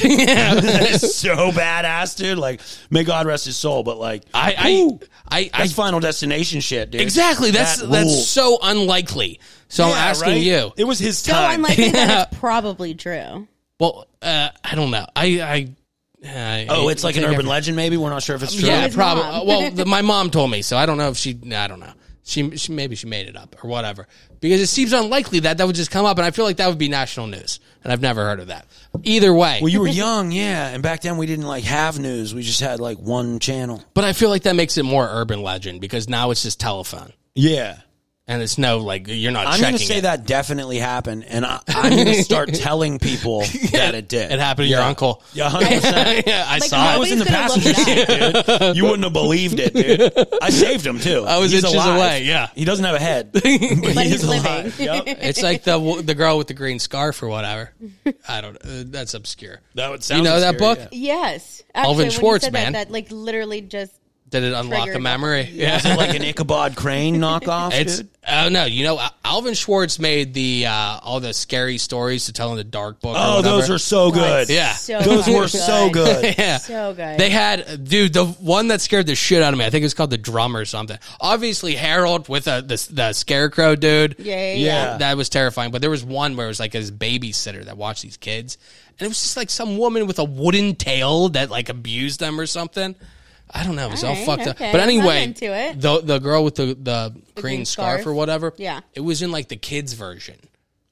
Speaker 3: That's so badass, dude. Like, may God rest his soul. But like,
Speaker 1: I
Speaker 3: whew,
Speaker 1: I I, I
Speaker 3: that's Final Destination shit, dude.
Speaker 1: exactly that's
Speaker 3: That
Speaker 1: that's
Speaker 3: rules.
Speaker 1: so unlikely. So I'm
Speaker 3: Yeah,
Speaker 1: asking
Speaker 3: right?
Speaker 1: you.
Speaker 3: It was his
Speaker 2: So
Speaker 3: time.
Speaker 2: unlikely that it's probably true.
Speaker 1: Well, uh, I don't know. I I, uh, I
Speaker 3: oh, it's like an
Speaker 1: I think I-
Speaker 3: urban legend. Maybe we're not sure if it's true.
Speaker 1: Yeah,
Speaker 2: his
Speaker 1: probably.
Speaker 2: mom.
Speaker 1: uh, Well, the, my mom told me, so I don't know if she. I don't know. She, she maybe she made it up or whatever because it seems unlikely that that would just come up, and I feel like that would be national news, and I've never heard of that. Either way,
Speaker 3: Well, you were young, yeah, and back then we didn't like have news. We just had like one channel.
Speaker 1: but I feel like that makes it more urban legend because now it's just telephone,
Speaker 3: Yeah,
Speaker 1: and it's no like you're not.
Speaker 3: I'm
Speaker 1: checking
Speaker 3: going to say
Speaker 1: it.
Speaker 3: that definitely happened, and I, I'm going to start telling people that it did.
Speaker 1: it happened to your
Speaker 3: Yeah.
Speaker 1: uncle.
Speaker 3: Yeah, 100%.
Speaker 1: yeah, I
Speaker 2: Like,
Speaker 1: saw.
Speaker 3: I
Speaker 1: it.
Speaker 3: was in the
Speaker 2: Nobody's
Speaker 3: passenger
Speaker 2: gonna look
Speaker 3: seat, dude. You wouldn't have believed it, dude. I saved him too.
Speaker 1: I was inches away, yeah.
Speaker 3: he doesn't have a head, but, he's,
Speaker 2: he's living.
Speaker 3: alive. Yep.
Speaker 1: It's like the w- the girl with the green scarf or whatever. I don't. Uh, that's obscure.
Speaker 3: That would sound
Speaker 1: You know that
Speaker 3: scary,
Speaker 1: book?
Speaker 3: yeah.
Speaker 2: Yes,
Speaker 1: Alvin
Speaker 2: Actually, when you
Speaker 1: Schwartz,
Speaker 2: said
Speaker 1: man.
Speaker 2: That, that like literally just
Speaker 1: Did it unlock
Speaker 2: Triggered.
Speaker 1: a memory? Yeah.
Speaker 3: Is it like an Ichabod Crane knockoff?
Speaker 1: It's
Speaker 3: dude?
Speaker 1: oh no, you know Al- Alvin Schwartz made the uh, all the scary stories to tell in the dark book. or
Speaker 3: oh, those
Speaker 1: whatever.
Speaker 3: are so good.
Speaker 1: Yeah.
Speaker 2: so
Speaker 3: those
Speaker 2: fucking
Speaker 3: were so good.
Speaker 1: yeah.
Speaker 2: So good.
Speaker 1: They had dude the one that scared the shit out of me. I think it was called the drum or something. Obviously Harold with a, the the scarecrow dude.
Speaker 2: Yeah, yeah,
Speaker 3: Yeah.
Speaker 2: yeah.
Speaker 1: That was terrifying. But there was one where it was like his babysitter that watched these kids, and it was just like some woman with a wooden tail that like abused them or something. I don't know. It was all,
Speaker 2: Alright,
Speaker 1: fucked up.
Speaker 2: okay.
Speaker 1: But
Speaker 2: I'm
Speaker 1: anyway,
Speaker 2: into it.
Speaker 1: the the girl with the, the, green,
Speaker 2: green
Speaker 1: scarf,
Speaker 2: scarf.
Speaker 1: or whatever,
Speaker 2: Yeah.
Speaker 1: it was in like the kids version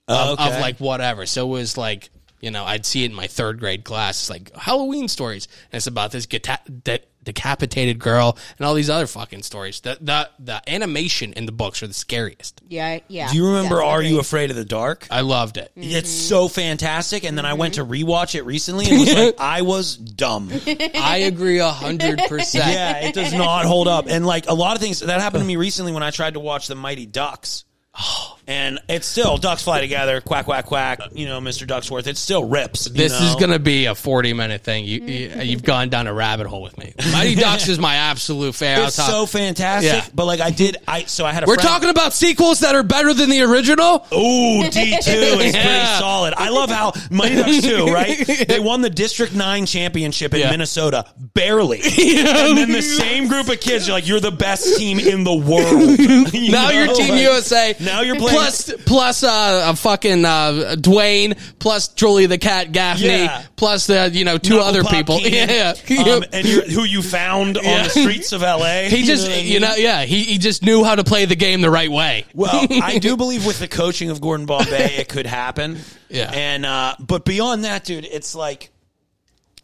Speaker 3: Oh,
Speaker 1: of
Speaker 3: okay.
Speaker 1: like whatever. So it was like you know I'd see it in my third grade class, like Halloween stories, and it's about this geta- de- decapitated girl and all these other fucking stories. The the the animation in the books are the scariest.
Speaker 2: yeah, yeah.
Speaker 3: Do you remember
Speaker 2: Yeah,
Speaker 3: Are You
Speaker 2: agreed.
Speaker 3: Afraid of the Dark?
Speaker 2: Mm-hmm.
Speaker 1: I loved it.
Speaker 3: It's so fantastic. And then I went to rewatch it recently and was like, I was dumb.
Speaker 1: I agree a hundred percent.
Speaker 3: Yeah, it does not hold up. And like a lot of things that happened to me recently when I tried to watch the Mighty Ducks.
Speaker 1: Oh.
Speaker 3: And it's still ducks fly together, quack quack quack. You know, Mr. Ducksworth. It still rips. you
Speaker 1: This is
Speaker 3: know?
Speaker 1: gonna be a forty-minute thing. You, you you've gone down a rabbit hole with me. Mighty Ducks is my absolute favorite.
Speaker 3: It's so fantastic.
Speaker 1: Yeah.
Speaker 3: But like I did, I so I had a.
Speaker 1: We're
Speaker 3: friend-
Speaker 1: talking about sequels that are better than the original.
Speaker 3: Ooh, D two is pretty
Speaker 1: Yeah.
Speaker 3: solid. I love how Mighty Ducks two, right? They won the District Nine championship in
Speaker 1: Yeah.
Speaker 3: Minnesota barely, and then the same group of kids are like, "You're the best team in the world." You
Speaker 1: Now
Speaker 3: know,
Speaker 1: you're Team
Speaker 3: like-
Speaker 1: USA.
Speaker 3: Now you're playing-
Speaker 1: plus plus uh, a fucking uh, Dwayne plus Julie the Cat Gaffney
Speaker 3: Yeah.
Speaker 1: plus the you know two
Speaker 3: Knuckle
Speaker 1: other
Speaker 3: Pop
Speaker 1: people.
Speaker 3: Keenan,
Speaker 1: Yeah,
Speaker 3: um, and you're, who you found on
Speaker 1: Yeah.
Speaker 3: the streets of LA.
Speaker 1: he just
Speaker 3: what I
Speaker 1: you
Speaker 3: mean?
Speaker 1: know yeah he he just knew how to play the game the right way.
Speaker 3: Well, I do believe with the coaching of Gordon Bombay, it could happen.
Speaker 1: Yeah.
Speaker 3: And uh, but beyond that, dude, it's like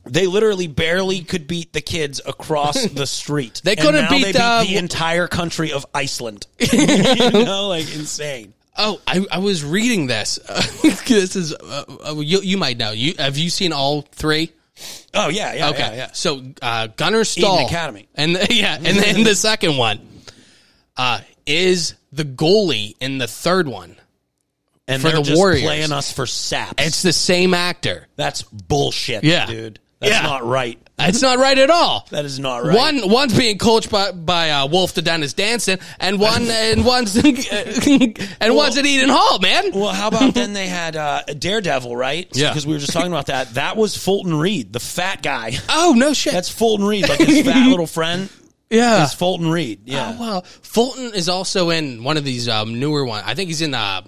Speaker 3: they literally barely could beat the kids across the street.
Speaker 1: They
Speaker 3: And
Speaker 1: couldn't
Speaker 3: now
Speaker 1: beat
Speaker 3: they
Speaker 1: the- uh,
Speaker 3: beat the entire country of Iceland. you know, like insane.
Speaker 1: Oh, I, I was reading this. this is uh, uh, you, you might know. You have you seen all three?
Speaker 3: Oh yeah, yeah,
Speaker 1: Okay,
Speaker 3: yeah, yeah.
Speaker 1: So uh, Gunnar Stahl,
Speaker 3: Academy.
Speaker 1: and yeah, and then the second one uh, is the goalie in the third one.
Speaker 3: And
Speaker 1: For
Speaker 3: they're
Speaker 1: the
Speaker 3: just
Speaker 1: Warriors.
Speaker 3: playing us for saps.
Speaker 1: It's the same actor.
Speaker 3: That's bullshit,
Speaker 1: Yeah.
Speaker 3: dude. That's
Speaker 1: Yeah.
Speaker 3: not right.
Speaker 1: It's not right at all.
Speaker 3: That is not right.
Speaker 1: One one's being coached by by uh, Wolf the Dennis Danson, and one and one's and one's at Eden Hall, man.
Speaker 3: Well, how about then they had uh, Daredevil, right?
Speaker 1: Yeah.
Speaker 3: Because we were just talking about that. That was Fulton Reed, the fat guy.
Speaker 1: oh no shit.
Speaker 3: That's Fulton Reed, like his fat little friend.
Speaker 1: yeah.
Speaker 3: It's Fulton Reed. Yeah.
Speaker 1: Oh, wow. Fulton is also in one of these um, newer ones. I think he's in uh,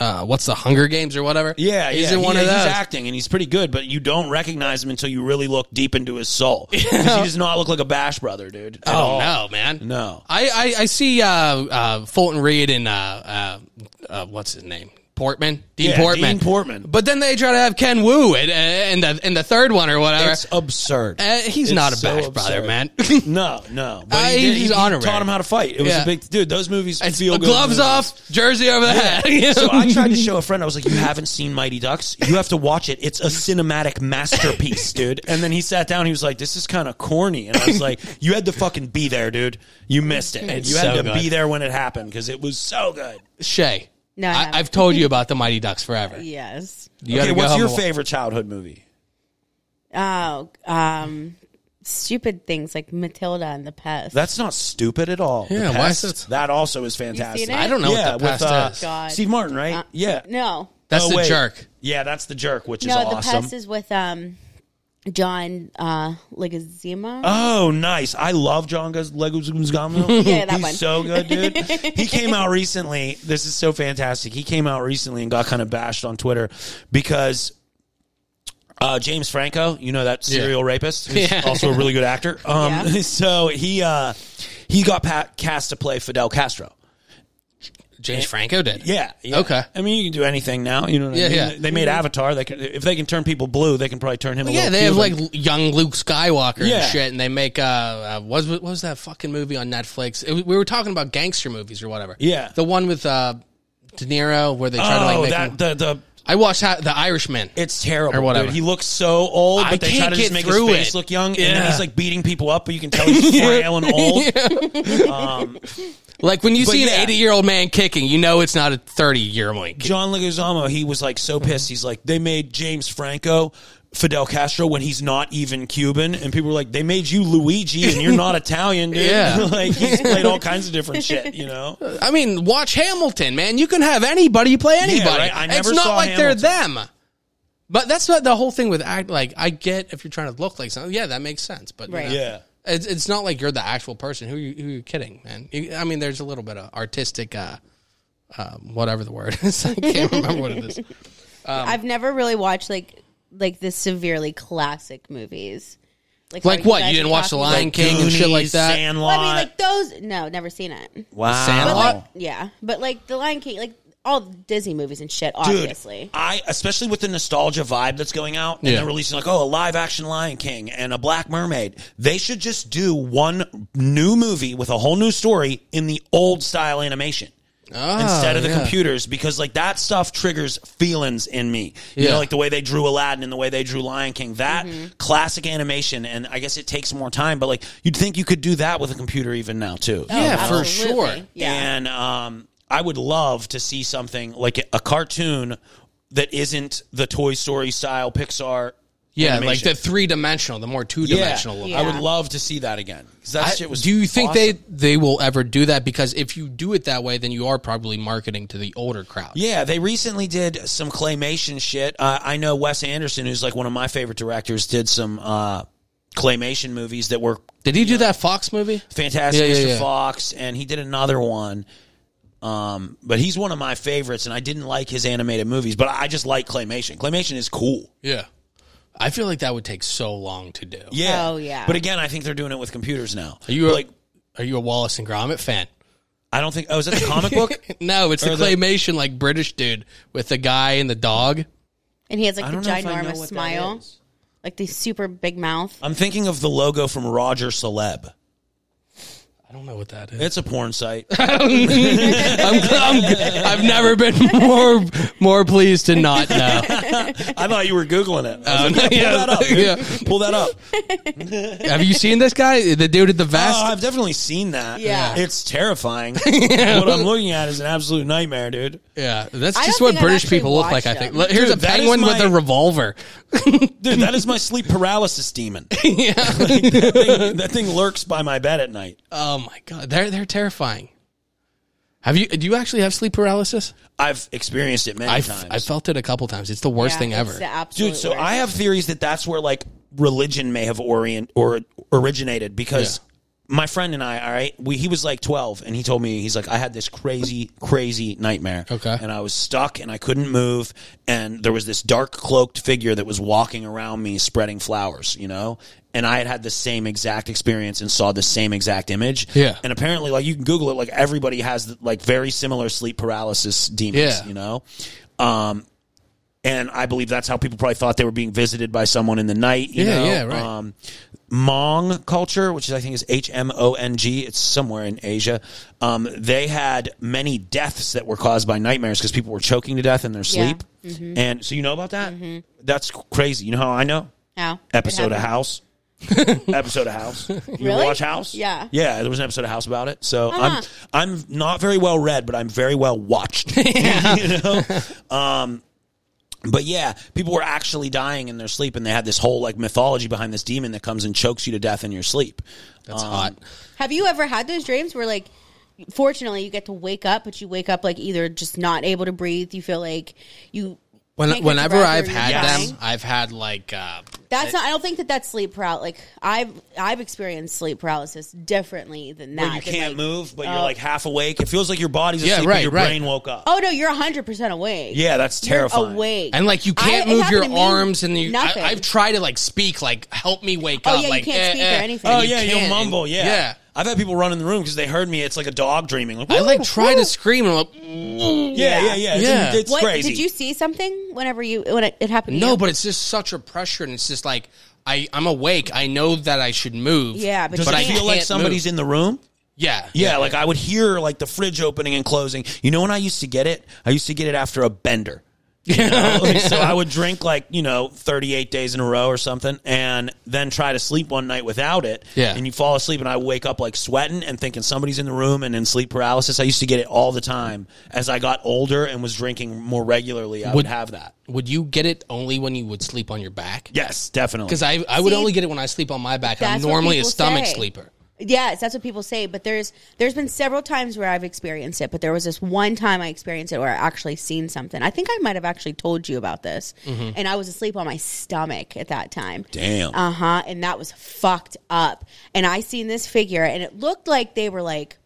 Speaker 1: uh, what's the Hunger Games or whatever.
Speaker 3: Yeah,
Speaker 1: he's
Speaker 3: yeah.
Speaker 1: in one
Speaker 3: He-
Speaker 1: of those.
Speaker 3: He's acting and he's pretty good, but you don't recognize him until you really look deep into his soul. 'Cause He does not look like a Bash brother, dude.
Speaker 1: Oh
Speaker 3: at all.
Speaker 1: no, man!
Speaker 3: No.
Speaker 1: I I, I see uh, uh, Fulton Reed and uh, uh, uh, what's his name? Portman, Dean
Speaker 3: Yeah,
Speaker 1: Portman,
Speaker 3: Dean Portman.
Speaker 1: But then they try to have Ken Wu in, uh, in the in the third one or whatever.
Speaker 3: It's absurd.
Speaker 1: Uh, he's
Speaker 3: It's
Speaker 1: not a Bash
Speaker 3: so
Speaker 1: brother,
Speaker 3: absurd.
Speaker 1: man.
Speaker 3: No, no. But
Speaker 1: Uh,
Speaker 3: he, did,
Speaker 1: he's
Speaker 3: he
Speaker 1: honorary.
Speaker 3: taught him how to fight. It was
Speaker 1: Yeah.
Speaker 3: a big dude. Those movies
Speaker 1: It's
Speaker 3: feel good.
Speaker 1: gloves
Speaker 3: movies.
Speaker 1: off, jersey over the head. you
Speaker 3: So
Speaker 1: know?
Speaker 3: I tried to show a friend. I was like, "You haven't seen Mighty Ducks? You have to watch it. It's a cinematic masterpiece, dude." And then he sat down. He was like, "This is kind of corny." And I was like, "You had to fucking be there, dude. You missed it.
Speaker 1: It's
Speaker 3: you had
Speaker 1: so
Speaker 3: to
Speaker 1: good.
Speaker 3: be there when it happened because it was so good."
Speaker 1: Shay,
Speaker 2: No, I
Speaker 1: I,
Speaker 2: haven't.
Speaker 1: I've told you about the Mighty Ducks forever.
Speaker 2: Yes.
Speaker 1: You
Speaker 3: okay,
Speaker 1: gotta go
Speaker 3: what's
Speaker 1: home
Speaker 3: your
Speaker 1: and wa-
Speaker 3: favorite childhood movie?
Speaker 2: Oh, um, stupid things like Matilda and the Pest.
Speaker 3: That's not stupid at all. The
Speaker 1: Yeah, why is
Speaker 3: Pest,
Speaker 1: it-
Speaker 3: that also is fantastic.
Speaker 2: it?
Speaker 1: I don't know
Speaker 3: yeah,
Speaker 1: what the past
Speaker 3: with uh,
Speaker 1: is.
Speaker 2: God.
Speaker 3: Steve Martin, right?
Speaker 2: Uh,
Speaker 3: yeah,
Speaker 2: No.
Speaker 1: That's
Speaker 3: Oh,
Speaker 1: the
Speaker 3: wait.
Speaker 1: jerk.
Speaker 3: Yeah, that's the jerk, which
Speaker 2: No,
Speaker 3: is
Speaker 2: the
Speaker 3: awesome.
Speaker 2: Pest is with um John uh Leguizamo.
Speaker 1: Uh,
Speaker 3: Oh, nice! I love John Gus Leguizamo.
Speaker 2: Yeah, that
Speaker 3: he's
Speaker 2: one.
Speaker 3: so good, dude. he came out recently. This is so fantastic. He came out recently and got kind of bashed on Twitter because uh, James Franco, you know that serial rapist, who's
Speaker 1: Yeah.
Speaker 3: also a really good actor. Um,
Speaker 2: Yeah.
Speaker 3: So he uh, he got pa- cast to play Fidel Castro.
Speaker 1: James Franco did.
Speaker 3: Eh, Yeah, yeah.
Speaker 1: Okay.
Speaker 3: I mean, you can do anything now. You know what
Speaker 1: Yeah,
Speaker 3: I mean?
Speaker 1: yeah.
Speaker 3: They made Avatar. They can, if they can turn people blue, they can probably turn him. a
Speaker 1: Yeah,
Speaker 3: little
Speaker 1: they have like
Speaker 3: Cuban.
Speaker 1: l- young Luke Skywalker and
Speaker 3: Yeah.
Speaker 1: shit, and they make uh, uh what was what was that fucking movie on Netflix? It, was- we were talking about gangster movies or whatever.
Speaker 3: Yeah.
Speaker 1: the one with uh, De Niro where they try to like
Speaker 3: Oh,
Speaker 1: make. him-
Speaker 3: that the the
Speaker 1: I watched how, the Irishman.
Speaker 3: It's terrible.
Speaker 1: Or whatever.
Speaker 3: Dude. He looks so old,
Speaker 1: I
Speaker 3: but they try
Speaker 1: can't
Speaker 3: to just
Speaker 1: get
Speaker 3: make his
Speaker 1: through
Speaker 3: face
Speaker 1: it.
Speaker 3: look young. And
Speaker 1: Yeah.
Speaker 3: then he's like beating people up, but you can tell he's frail and old.
Speaker 1: Um, like when you see an
Speaker 3: yeah.
Speaker 1: eighty-year-old man kicking, you know it's not a thirty-year-old kid.
Speaker 3: John Leguizamo, he was like so pissed. He's like, they made James Franco Fidel Castro when he's not even Cuban, and people were like, they made you Luigi and you're not Italian, dude.
Speaker 1: Yeah.
Speaker 3: like he's played all kinds of different shit, you know.
Speaker 1: I mean, watch Hamilton, man. You can have anybody play anybody.
Speaker 3: right. I
Speaker 1: it's
Speaker 3: never
Speaker 1: not
Speaker 3: saw
Speaker 1: like
Speaker 3: Hamilton.
Speaker 1: they're them. But that's what the whole thing with act. Like, I get if you're trying to look like something. Yeah, that makes sense. But you
Speaker 2: Right.
Speaker 1: know,
Speaker 3: Yeah.
Speaker 1: it's, it's not like you're the actual person. Who are you, who are you kidding, man? You, I mean, there's a little bit of artistic, uh, uh, whatever the word is. I can't remember what it is. um,
Speaker 2: I've never really watched like like the severely classic movies.
Speaker 1: Like
Speaker 2: how
Speaker 1: what?
Speaker 2: guys
Speaker 1: You didn't
Speaker 2: are
Speaker 1: watch The
Speaker 2: talking
Speaker 1: Lion
Speaker 2: about-
Speaker 1: King and shit like
Speaker 3: Goonies,
Speaker 1: that?
Speaker 3: Sandlot.
Speaker 2: Well, I mean, like those. No, never seen it.
Speaker 3: wow.
Speaker 2: But
Speaker 1: Sandlot?
Speaker 2: like, yeah, but like the Lion King, like all Disney movies and shit. Obviously,
Speaker 3: I especially with the nostalgia vibe that's going out, and
Speaker 1: Yeah.
Speaker 3: they're releasing like, oh, a live action Lion King and a Black Mermaid. They should just do one new movie with a whole new story in the old style animation. instead of the
Speaker 1: Ah, yeah.
Speaker 3: computers because like that stuff triggers feelings in me you
Speaker 1: Yeah.
Speaker 3: know like the way they drew aladdin and the way they drew lion king that classic animation and i guess it takes more time but like you'd think you could do that with a computer even now too
Speaker 1: yeah, for
Speaker 2: Absolutely.
Speaker 1: sure.
Speaker 2: Yeah,
Speaker 3: and um, I would love to see something like a cartoon that isn't the Toy Story style Pixar.
Speaker 1: Yeah,
Speaker 3: animation.
Speaker 1: like the three dimensional, the more two
Speaker 3: Yeah.
Speaker 1: dimensional look.
Speaker 2: Yeah.
Speaker 3: I would love to see that again. 'Cause That
Speaker 1: I-
Speaker 3: shit was
Speaker 1: do you think
Speaker 3: awesome.
Speaker 1: they they will ever do that? Because if you do it that way, then you are probably marketing to the older crowd.
Speaker 3: Yeah, they recently did some claymation shit. Uh, I know Wes Anderson, who's like one of my favorite directors, did some uh, claymation movies that were
Speaker 1: Did he do that Fox movie?
Speaker 3: Fantastic
Speaker 1: Yeah, yeah,
Speaker 3: Mr.
Speaker 1: yeah.
Speaker 3: Fox, and he did another one. Um, but he's one of my favorites, and I didn't like his animated movies, but I just like claymation. Claymation is cool.
Speaker 1: Yeah. I feel like that would take so long to do.
Speaker 3: Yeah.
Speaker 2: Oh, yeah.
Speaker 3: But again, I think they're doing it with computers now.
Speaker 1: Are you a,
Speaker 3: like?
Speaker 1: Are you a Wallace and Gromit fan?
Speaker 3: I don't think. Oh, is that the comic book?
Speaker 1: no, it's the
Speaker 3: Or the-
Speaker 1: claymation like British dude with the guy and the dog.
Speaker 2: and he has
Speaker 3: I
Speaker 2: like the
Speaker 3: don't know. if I know what
Speaker 2: ginormous
Speaker 3: that
Speaker 2: smile,
Speaker 3: is.
Speaker 2: like the super big mouth.
Speaker 3: I'm thinking of the logo from Roger Celeb.
Speaker 1: I don't know what that is.
Speaker 3: It's a porn site.
Speaker 1: I'm, I'm, I've never been more more pleased to not know.
Speaker 3: I thought you were googling it. I was like,
Speaker 1: yeah.
Speaker 3: Pull that up. dude.
Speaker 1: Yeah.
Speaker 3: Pull that up.
Speaker 1: Have you seen this guy, the dude at the vest?
Speaker 3: Oh, I've definitely seen that.
Speaker 2: Yeah.
Speaker 3: It's terrifying. what I'm looking at is an absolute nightmare, dude.
Speaker 1: yeah, that's
Speaker 2: I
Speaker 1: just
Speaker 2: don't
Speaker 1: what
Speaker 2: think I've
Speaker 1: British
Speaker 2: actually
Speaker 1: people look like.
Speaker 2: watched
Speaker 1: I think.
Speaker 2: him.
Speaker 1: Look, Here's
Speaker 3: Dude,
Speaker 1: a
Speaker 3: that is
Speaker 1: penguin with
Speaker 3: my-
Speaker 1: a revolver.
Speaker 3: Dude, that is my sleep paralysis demon. Yeah. that, thing, that thing lurks by my bed at night.
Speaker 1: Oh my god, they're they're terrifying. Have you? Do you actually have sleep paralysis?
Speaker 3: I've experienced it many
Speaker 1: I
Speaker 3: times.
Speaker 1: f- I felt it a couple times. It's the worst
Speaker 2: Yeah,
Speaker 1: thing
Speaker 2: it's
Speaker 1: ever.
Speaker 2: the absolute
Speaker 3: dude so
Speaker 2: worst.
Speaker 3: i have theories that that's where like religion may have orient or originated because my friend and I, all right, we, he was like 12, and he told me, he's like, I had this crazy, crazy nightmare.
Speaker 1: Okay.
Speaker 3: And I was stuck and I couldn't move, and there was this dark cloaked figure that was walking around me spreading flowers, you know? And I had had the same exact experience and saw the same exact image.
Speaker 1: Yeah.
Speaker 3: And apparently, like, you can Google it, like, everybody has, like, very similar sleep paralysis demons,
Speaker 1: Yeah.
Speaker 3: you know? Um, and I believe that's how people probably thought they were being visited by someone in the night. You
Speaker 1: Yeah,
Speaker 3: know?
Speaker 1: yeah, right.
Speaker 3: Um, Mong culture, which is I think is H M O N G, it's somewhere in Asia. Um, they had many deaths that were caused by nightmares because people were choking to death in their
Speaker 2: Yeah.
Speaker 3: sleep. And so you know about that? That's crazy. You know how I know?
Speaker 2: How? It
Speaker 3: episode of
Speaker 2: happened.
Speaker 3: House. episode of House. You
Speaker 2: Really?
Speaker 3: watch House?
Speaker 2: Yeah.
Speaker 3: Yeah, there was an episode of House about it. So
Speaker 2: Uh-huh.
Speaker 3: I'm I'm not very well read, but I'm very well watched. you know? Um but yeah, people were actually dying in their sleep and they had this whole like mythology behind this demon that comes and chokes you to death in your sleep. Um,
Speaker 1: That's
Speaker 2: Um,
Speaker 1: hot.
Speaker 2: Have you ever had those dreams where, like, fortunately, you get to wake up, but you wake up like either just not able to breathe, you feel like you.
Speaker 1: When,
Speaker 2: can't get your
Speaker 1: whenever
Speaker 2: breath or
Speaker 1: I've
Speaker 2: you're
Speaker 1: had
Speaker 2: dying?
Speaker 1: them, I've had like uh,
Speaker 2: that's not. I don't think that that's sleep paralysis. Like I've I've experienced sleep paralysis differently than that.
Speaker 3: Where you
Speaker 2: than,
Speaker 3: can't
Speaker 2: like-
Speaker 3: move, but
Speaker 2: oh.
Speaker 3: you're like half awake. It feels like your body's
Speaker 1: Yeah,
Speaker 3: asleep, but
Speaker 1: right,
Speaker 3: your
Speaker 1: right.
Speaker 3: brain woke up.
Speaker 2: Oh no, you're 100 percent awake.
Speaker 3: Yeah, that's
Speaker 2: You're
Speaker 3: terrifying.
Speaker 2: awake,
Speaker 1: and like you can't
Speaker 2: I- it
Speaker 1: move your
Speaker 2: happened to me,
Speaker 1: arms and you. I,
Speaker 2: nothing.
Speaker 1: I've tried to like speak, like help me wake
Speaker 2: Oh,
Speaker 1: up.
Speaker 2: yeah, you
Speaker 1: like,
Speaker 2: can't
Speaker 1: eh,
Speaker 2: speak or
Speaker 1: eh,
Speaker 2: anything.
Speaker 1: and
Speaker 3: Oh
Speaker 1: you
Speaker 3: yeah,
Speaker 1: can't,
Speaker 3: you'll
Speaker 1: and-
Speaker 3: mumble. Yeah,
Speaker 1: yeah.
Speaker 3: I've had people run in the room because they heard me. It's like a dog dreaming. Like,
Speaker 1: I like
Speaker 3: "Woo,
Speaker 1: try
Speaker 3: woo."
Speaker 1: to scream and I'm like
Speaker 3: Yeah, yeah, yeah.
Speaker 1: Yeah.
Speaker 3: It's, it's
Speaker 2: what
Speaker 3: crazy.
Speaker 2: did you see something whenever you when it, it happened? to
Speaker 1: no,
Speaker 2: you?
Speaker 1: but it's just such a pressure, and it's just like I I'm awake. I know that I should move.
Speaker 2: Yeah, but
Speaker 3: Does
Speaker 2: But
Speaker 3: it
Speaker 2: I
Speaker 3: feel like
Speaker 1: can't
Speaker 3: somebody's
Speaker 1: move.
Speaker 3: in the room?
Speaker 1: Yeah,
Speaker 3: Yeah, like I would hear like the fridge opening and closing. You know when I used to get it? I used to get it after a bender. You know? so I would drink like, you know, 38 days in a row or something and then try to sleep one night without it.
Speaker 1: Yeah.
Speaker 3: And you fall asleep and I wake up like sweating and thinking somebody's in the room and in sleep paralysis. I used to get it all the time. As I got older and was drinking more regularly, I would,
Speaker 1: Would-
Speaker 3: have that.
Speaker 1: Would you get it only when you would sleep on your back?
Speaker 3: Yes, definitely.
Speaker 1: Because I, I would
Speaker 2: See,
Speaker 1: only get it when I sleep on my back. and I'm
Speaker 2: that's what
Speaker 1: normally a
Speaker 2: people
Speaker 1: stomach
Speaker 2: say.
Speaker 1: sleeper.
Speaker 2: Yes, that's what people say. But there's there's been several times where I've experienced it, but there was this one time I experienced it where I actually seen something. I think I might have actually told you about this, and I was asleep on my stomach at that time.
Speaker 3: Damn.
Speaker 2: Uh huh. And that was fucked up. And I seen this figure, and it looked like they were like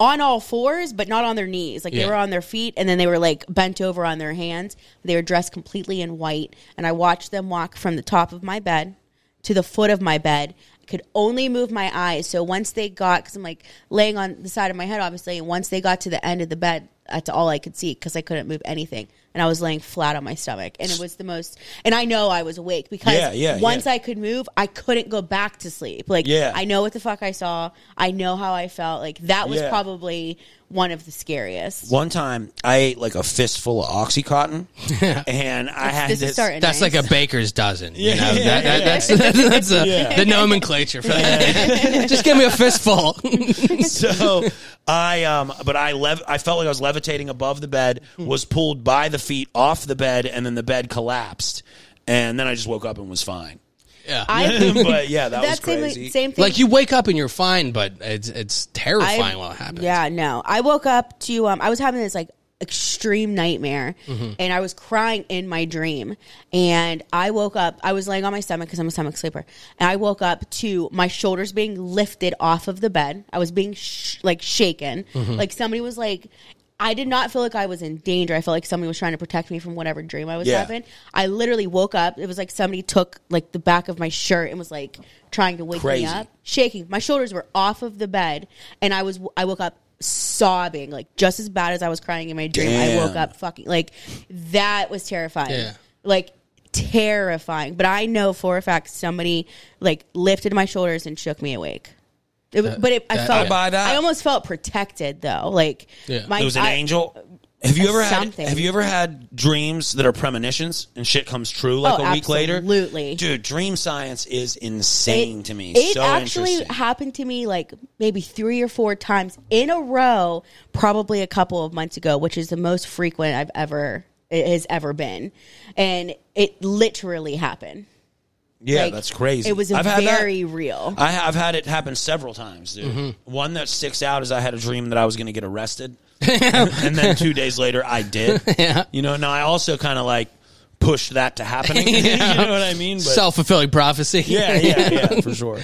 Speaker 2: on all fours, but not on their knees. Like
Speaker 1: Yeah.
Speaker 2: they were on their feet, and then they were like bent over on their hands. They were dressed completely in white, and I watched them walk from the top of my bed to the foot of my bed. I could only move my eyes. So once they got, because I'm like laying on the side of my head, obviously, and once they got to the end of the bed, that's all I could see because I couldn't move anything. And I was laying flat on my stomach. And it was the most, and I know I was awake because
Speaker 3: Yeah, yeah,
Speaker 2: once
Speaker 3: yeah.
Speaker 2: I could move, I couldn't go back to sleep. Like,
Speaker 3: Yeah.
Speaker 2: I know what the fuck I saw. I know how I felt. Like, that was
Speaker 3: Yeah.
Speaker 2: probably one of the scariest.
Speaker 3: One time, I ate like a fistful of OxyContin, and I had
Speaker 2: This
Speaker 3: this.
Speaker 2: is starting
Speaker 1: That's
Speaker 2: nice.
Speaker 1: like a baker's dozen. You
Speaker 3: Yeah,
Speaker 1: know?
Speaker 3: yeah,
Speaker 1: that, that,
Speaker 3: yeah.
Speaker 1: That's, that's a, the nomenclature for that. Just give me a fistful.
Speaker 3: so I, um, but I lev- I felt like I was levitating above the bed, was pulled by the feet off the bed, and then the bed collapsed, and then I just woke up and was fine.
Speaker 1: yeah.
Speaker 2: I,
Speaker 3: but yeah, that, was
Speaker 2: that same,
Speaker 3: crazy.
Speaker 2: same thing.
Speaker 1: like you wake up and you're fine, but it's it's
Speaker 2: I-
Speaker 1: terrifying while it happens.
Speaker 2: Yeah, no. I woke up to um I was having this like extreme nightmare
Speaker 1: Mm-hmm.
Speaker 2: and I was crying in my dream and I woke up I was laying on my stomach cuz I'm a stomach sleeper and I woke up to my shoulders being lifted off of the bed. I was being sh- like shaken.
Speaker 1: Mm-hmm.
Speaker 2: Like somebody was like I did not feel like I was in danger. I felt like somebody was trying to protect me from whatever dream I was
Speaker 3: Yeah.
Speaker 2: having. I literally woke up. It was like somebody took like the back of my shirt and was like trying to wake
Speaker 3: Crazy.
Speaker 2: me up shaking. My shoulders were off of the bed, and I was I woke up sobbing, like just as bad as I was crying in my dream.
Speaker 3: Damn.
Speaker 2: I woke up fucking like that was terrifying.
Speaker 1: Yeah.
Speaker 2: Like terrifying. But I know for a fact somebody like lifted my shoulders and shook me awake. It, was but it, I
Speaker 1: that-
Speaker 2: felt
Speaker 1: I
Speaker 3: buy that.
Speaker 2: I almost felt protected though. Like
Speaker 1: Yeah.
Speaker 2: my,
Speaker 3: it was an
Speaker 2: I-
Speaker 3: angel. Have you ever
Speaker 2: Something.
Speaker 3: had? Have you ever had dreams that are premonitions and shit comes true like
Speaker 2: Oh,
Speaker 3: a week later?
Speaker 2: absolutely.
Speaker 3: dude. Dream science is insane to me.
Speaker 2: It
Speaker 3: so
Speaker 2: actually
Speaker 3: interesting.
Speaker 2: happened to me like maybe three or four times in a row, probably a couple of months ago, which is the most frequent I've ever it has ever been, and it literally happened.
Speaker 3: yeah,
Speaker 2: Like,
Speaker 3: that's crazy.
Speaker 2: It was
Speaker 3: I've had that.
Speaker 2: very real.
Speaker 3: I, have had it happen several times, dude.
Speaker 1: Mm-hmm.
Speaker 3: One that sticks out is I had a dream that I was going to get arrested, and then two days later I did. You know, now I also kind of like pushed that to happening. you know what I mean? But
Speaker 1: Self fulfilling prophecy.
Speaker 3: yeah, yeah, yeah, for sure.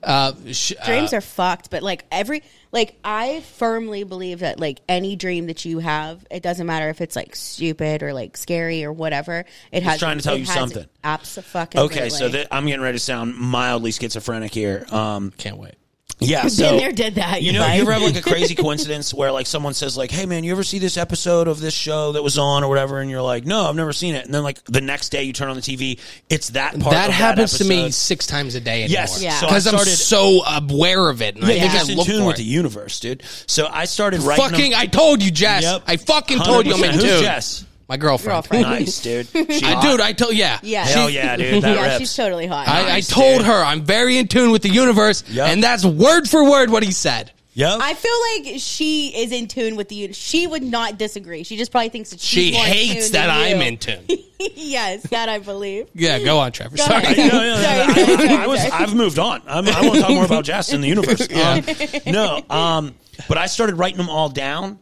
Speaker 1: Uh, sh- uh,
Speaker 2: dreams are fucked but like every like i firmly believe that like any dream that you have it doesn't matter if it's like stupid or like scary or whatever it has
Speaker 3: trying to tell
Speaker 2: it
Speaker 3: you
Speaker 2: has
Speaker 3: something.
Speaker 2: absolutely
Speaker 3: Okay, so that I'm getting ready to sound mildly schizophrenic here. Um,
Speaker 1: can't wait.
Speaker 3: yeah, so
Speaker 2: been there did that
Speaker 3: you know,
Speaker 2: guys.
Speaker 3: you ever have like a crazy coincidence where like someone says like, "Hey man, you ever see this episode of this show that was on or whatever?" And you're like, "No, I've never seen it." And then like the next day you turn on the TV, it's that part.
Speaker 1: That
Speaker 3: of
Speaker 1: happens to me
Speaker 3: episode.
Speaker 1: six times a day. Anymore.
Speaker 3: Yes,
Speaker 2: Yeah.
Speaker 3: so I
Speaker 1: because I'm
Speaker 3: started-
Speaker 1: so aware of it. And I
Speaker 3: Yeah,
Speaker 1: think
Speaker 3: just
Speaker 1: I
Speaker 3: in
Speaker 1: look
Speaker 3: tune
Speaker 1: for
Speaker 3: with
Speaker 1: it.
Speaker 3: the universe, dude. So I started writing. them-
Speaker 1: Fucking, I told you, Jess.
Speaker 3: Yep.
Speaker 1: I fucking told you I'm in
Speaker 3: 100%.
Speaker 1: tune.
Speaker 3: Who's Jess?
Speaker 1: My girlfriend.
Speaker 2: Girlfriend.
Speaker 3: Nice, dude. She
Speaker 1: I,
Speaker 3: hot.
Speaker 1: dude, I told, yeah.
Speaker 2: yeah
Speaker 3: Hell
Speaker 2: she's-
Speaker 3: yeah, dude. That
Speaker 2: yeah
Speaker 3: rips.
Speaker 2: she's totally hot
Speaker 1: I, I
Speaker 3: Nice,
Speaker 1: told
Speaker 3: dude.
Speaker 1: her I'm very in tune with the universe,
Speaker 3: Yep.
Speaker 1: and that's word for word what he said.
Speaker 3: Yep.
Speaker 2: I feel like she is in tune with the. She would not disagree. She just probably thinks that
Speaker 1: She
Speaker 2: she's more in
Speaker 1: hates
Speaker 2: tune
Speaker 1: that
Speaker 2: than you.
Speaker 1: I'm in tune.
Speaker 2: yes, that I believe.
Speaker 1: Yeah, go on, Trevor.
Speaker 2: Go
Speaker 1: Sorry.
Speaker 3: I-
Speaker 2: ahead.
Speaker 3: no, no, no,
Speaker 2: Sorry,
Speaker 3: no,
Speaker 2: sorry,
Speaker 3: I-
Speaker 2: sorry,
Speaker 3: I was,
Speaker 2: sorry.
Speaker 3: I've moved on. I'm, I want to talk more about Jess in the universe. Um, no, um, but I started writing them all down.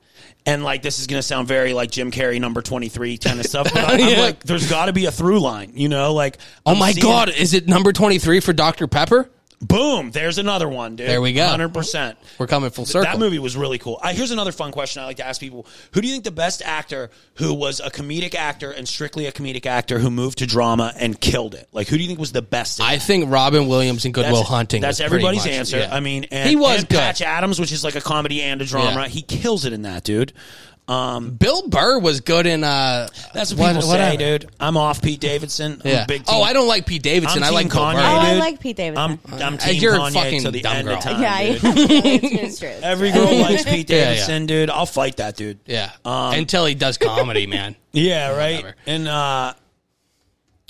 Speaker 3: And like this is gonna sound very like Jim Carrey number twenty three kind of stuff. But I, am
Speaker 1: Yeah.
Speaker 3: like, there's got to be a through line, you know? Like,
Speaker 1: Oh
Speaker 3: I'm
Speaker 1: my
Speaker 3: seeing-
Speaker 1: God, is it number 23 for Dr. Pepper?
Speaker 3: boom! There's another one, dude.
Speaker 1: There we go.
Speaker 3: Hundred percent.
Speaker 1: We're coming full circle.
Speaker 3: That movie was really cool. Uh, here's another fun question I like to ask people: Who do you think the best actor who was a comedic actor and strictly a comedic actor who moved to drama and killed it? Like, who do you think was the best? at
Speaker 1: I think Robin Williams and Goodwill
Speaker 3: that's,
Speaker 1: Hunting.
Speaker 3: That's
Speaker 1: was pretty
Speaker 3: everybody's
Speaker 1: much-
Speaker 3: answer.
Speaker 1: yeah.
Speaker 3: I mean, and,
Speaker 1: he was
Speaker 3: and
Speaker 1: good.
Speaker 3: Patch Adams, which is like a comedy and a drama.
Speaker 1: Yeah.
Speaker 3: He kills it in that, dude. Um,
Speaker 1: Bill Burr was good in. Uh,
Speaker 3: that's what,
Speaker 1: what-
Speaker 3: people
Speaker 1: whatever.
Speaker 3: say, dude. I'm off Pete Davidson. I'm
Speaker 1: Yeah.
Speaker 3: a big team.
Speaker 1: oh, I don't like Pete Davidson.
Speaker 3: I'm
Speaker 1: I like
Speaker 3: team
Speaker 1: Bill
Speaker 3: Kanye,
Speaker 1: Burr.
Speaker 2: Oh, I
Speaker 3: dude.
Speaker 2: like Pete Davidson.
Speaker 3: I'm, I'm
Speaker 1: Uh,
Speaker 3: team
Speaker 1: you're a
Speaker 3: Kanye
Speaker 1: fucking
Speaker 3: till the
Speaker 1: dumb
Speaker 3: end
Speaker 1: girl.
Speaker 3: of time.
Speaker 2: yeah, yeah.
Speaker 3: dude.
Speaker 2: it's, it's true.
Speaker 3: Every girl likes Pete
Speaker 1: Yeah, yeah.
Speaker 3: Davidson, dude. I'll fight that dude.
Speaker 1: Yeah.
Speaker 3: Um,
Speaker 1: Until he does comedy, man.
Speaker 3: yeah, right.
Speaker 1: Whatever.
Speaker 3: And uh,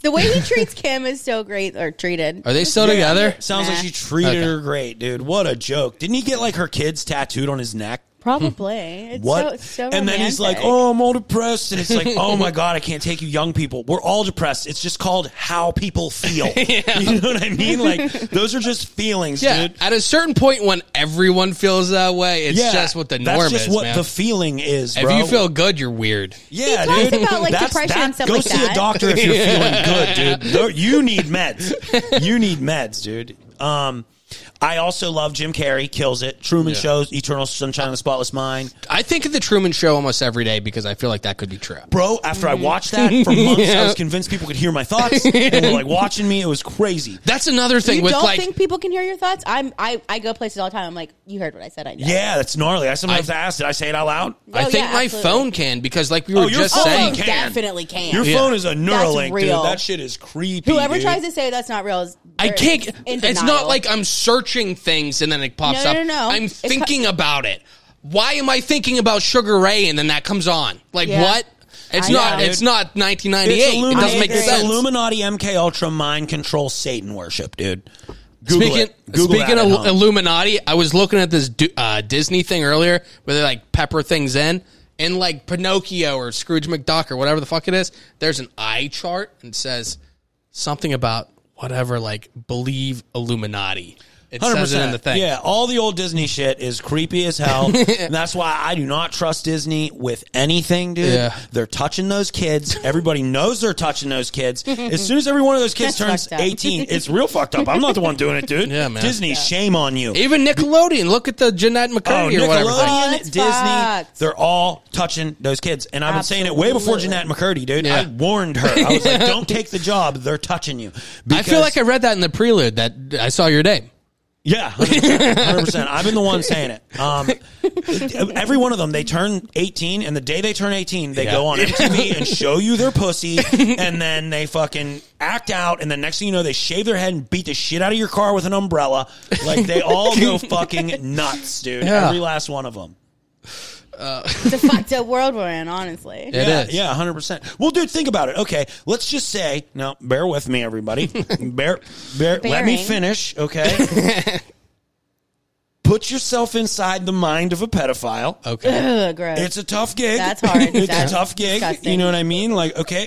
Speaker 2: the way he treats Kim is so great or treated.
Speaker 1: Are they still together?
Speaker 3: sounds
Speaker 2: Nah.
Speaker 3: like she treated
Speaker 1: Okay.
Speaker 3: her great, dude. What a joke! Didn't he get like her kids tattooed on his neck?
Speaker 1: hmm.
Speaker 2: Probably. It's So,
Speaker 3: what?
Speaker 2: it's so
Speaker 3: and then he's like,
Speaker 2: romantic.
Speaker 3: "Oh, I'm all depressed," and it's like, "Oh my god, I can't take you, young people. We're all depressed. It's just called how people feel. You know what I mean? Like those are just feelings,
Speaker 1: Yeah.
Speaker 3: dude.
Speaker 1: At a certain point when everyone feels that way, it's
Speaker 3: yeah,
Speaker 1: just what the norm
Speaker 3: That's just
Speaker 1: is,
Speaker 3: what
Speaker 1: man.
Speaker 3: the feeling is.
Speaker 1: if
Speaker 3: bro.
Speaker 1: you feel good, you're weird.
Speaker 3: yeah,
Speaker 2: He talks
Speaker 3: dude.
Speaker 2: about, like,
Speaker 3: That's-
Speaker 2: depression
Speaker 3: that-
Speaker 2: and stuff
Speaker 3: Go
Speaker 2: like
Speaker 3: see a
Speaker 2: that.
Speaker 3: doctor if you're feeling good, dude. Though- You need meds. You need meds, dude. Um. I also love Jim Carrey, kills it. Truman
Speaker 1: Yeah.
Speaker 3: shows Eternal Sunshine of the Spotless Mind.
Speaker 1: I think of the Truman Show almost every day because I feel like that could be true.
Speaker 3: bro. After I
Speaker 2: Mm.
Speaker 3: watched that for months, I was convinced people could hear my thoughts and were like watching me. It was crazy.
Speaker 1: That's another
Speaker 3: "Oh,
Speaker 1: thing
Speaker 2: You
Speaker 1: with
Speaker 2: don't
Speaker 1: like
Speaker 2: think people can hear your thoughts? I'm. I, I go places all the time. I'm like, you heard what I said. I know.
Speaker 3: Yeah, that's gnarly. I sometimes
Speaker 1: I-
Speaker 3: ask, did I say it out loud?
Speaker 1: I
Speaker 2: Oh,
Speaker 1: think
Speaker 2: yeah,
Speaker 1: my
Speaker 2: absolutely.
Speaker 1: phone can because like we were
Speaker 3: Oh, your
Speaker 1: just
Speaker 3: phone
Speaker 1: saying.
Speaker 3: can.
Speaker 2: definitely can.
Speaker 3: Your
Speaker 1: Yeah.
Speaker 3: phone is a Neuralink, dude.
Speaker 2: real.
Speaker 3: That shit is creepy.
Speaker 2: Whoever
Speaker 3: dude.
Speaker 2: tries to say that's not real is
Speaker 1: I
Speaker 2: they're
Speaker 1: can't.
Speaker 2: in
Speaker 1: It's not
Speaker 2: denial.
Speaker 1: like I'm searching things and then it pops
Speaker 2: No,
Speaker 1: up.
Speaker 2: no, no, no.
Speaker 1: I'm
Speaker 2: It's
Speaker 1: thinking about it. Why am I thinking about Sugar Ray and then that comes on? Like
Speaker 2: Yeah.
Speaker 1: what? It's
Speaker 2: I
Speaker 1: not.
Speaker 2: know.
Speaker 1: It's not
Speaker 3: it's
Speaker 1: 1998. It
Speaker 3: Illuminati,
Speaker 1: doesn't make
Speaker 3: it's
Speaker 1: sense.
Speaker 3: Illuminati, MK Ultra, mind control, Satan worship, dude. Google
Speaker 1: Speaking,
Speaker 3: it. Google
Speaker 1: speaking
Speaker 3: that at
Speaker 1: of
Speaker 3: home.
Speaker 1: Illuminati, I was looking at this du- uh, Disney thing earlier where they like pepper things in, and like Pinocchio or Scrooge McDuck or whatever the fuck it is. There's an eye chart and it says something about whatever, like believe Illuminati. It says it in the thing.
Speaker 3: Yeah, all the old Disney shit is creepy as hell. and that's why I do not trust Disney with anything, dude.
Speaker 1: Yeah.
Speaker 3: They're touching those kids. Everybody knows they're touching those kids. As soon as every one of those kids
Speaker 2: That's
Speaker 3: turns
Speaker 2: fucked up.
Speaker 3: 18, it's real fucked up. I'm not the one doing it, dude.
Speaker 1: Yeah, man.
Speaker 3: Disney, shame on you.
Speaker 1: Even Nickelodeon. Look at the Jeanette
Speaker 3: Oh,
Speaker 1: McCurdy or whatever. thing.
Speaker 3: Nickelodeon,
Speaker 2: that's
Speaker 3: Disney,
Speaker 2: fucked.
Speaker 3: they're all touching those kids. And I've been saying it way before
Speaker 2: Absolutely.
Speaker 3: Jeanette McCurdy, dude.
Speaker 1: Yeah.
Speaker 3: I warned her. I was like, don't take the job. They're touching you.
Speaker 1: I feel
Speaker 3: Because-
Speaker 1: like I read that in the prelude that I saw your name.
Speaker 3: Yeah, hundred percent. I've been the one saying it. Um, every one of them, they turn eighteen, and the day they turn eighteen, they
Speaker 1: Yeah.
Speaker 3: go on MTV and show you their pussy, and then they fucking act out, and the next thing you know, they shave their head and beat the shit out of your car with an umbrella. Like they all go fucking nuts, dude.
Speaker 1: Yeah.
Speaker 3: Every last one of them.
Speaker 2: it's a fucked up world we're in. Honestly,
Speaker 1: It is.
Speaker 3: yeah, yeah, hundred percent. Well, dude, think about it. Okay, let's just say now. Bear with me, everybody. bear, bear. Let me
Speaker 2: Bearing.
Speaker 3: finish. Okay. Put yourself inside the mind of a pedophile.
Speaker 1: Okay.
Speaker 2: Ugh, gross.
Speaker 3: It's a tough gig.
Speaker 2: That's hard.
Speaker 3: It's
Speaker 2: That's
Speaker 3: a tough gig.
Speaker 2: disgusting.
Speaker 3: You know what I mean? Like, okay,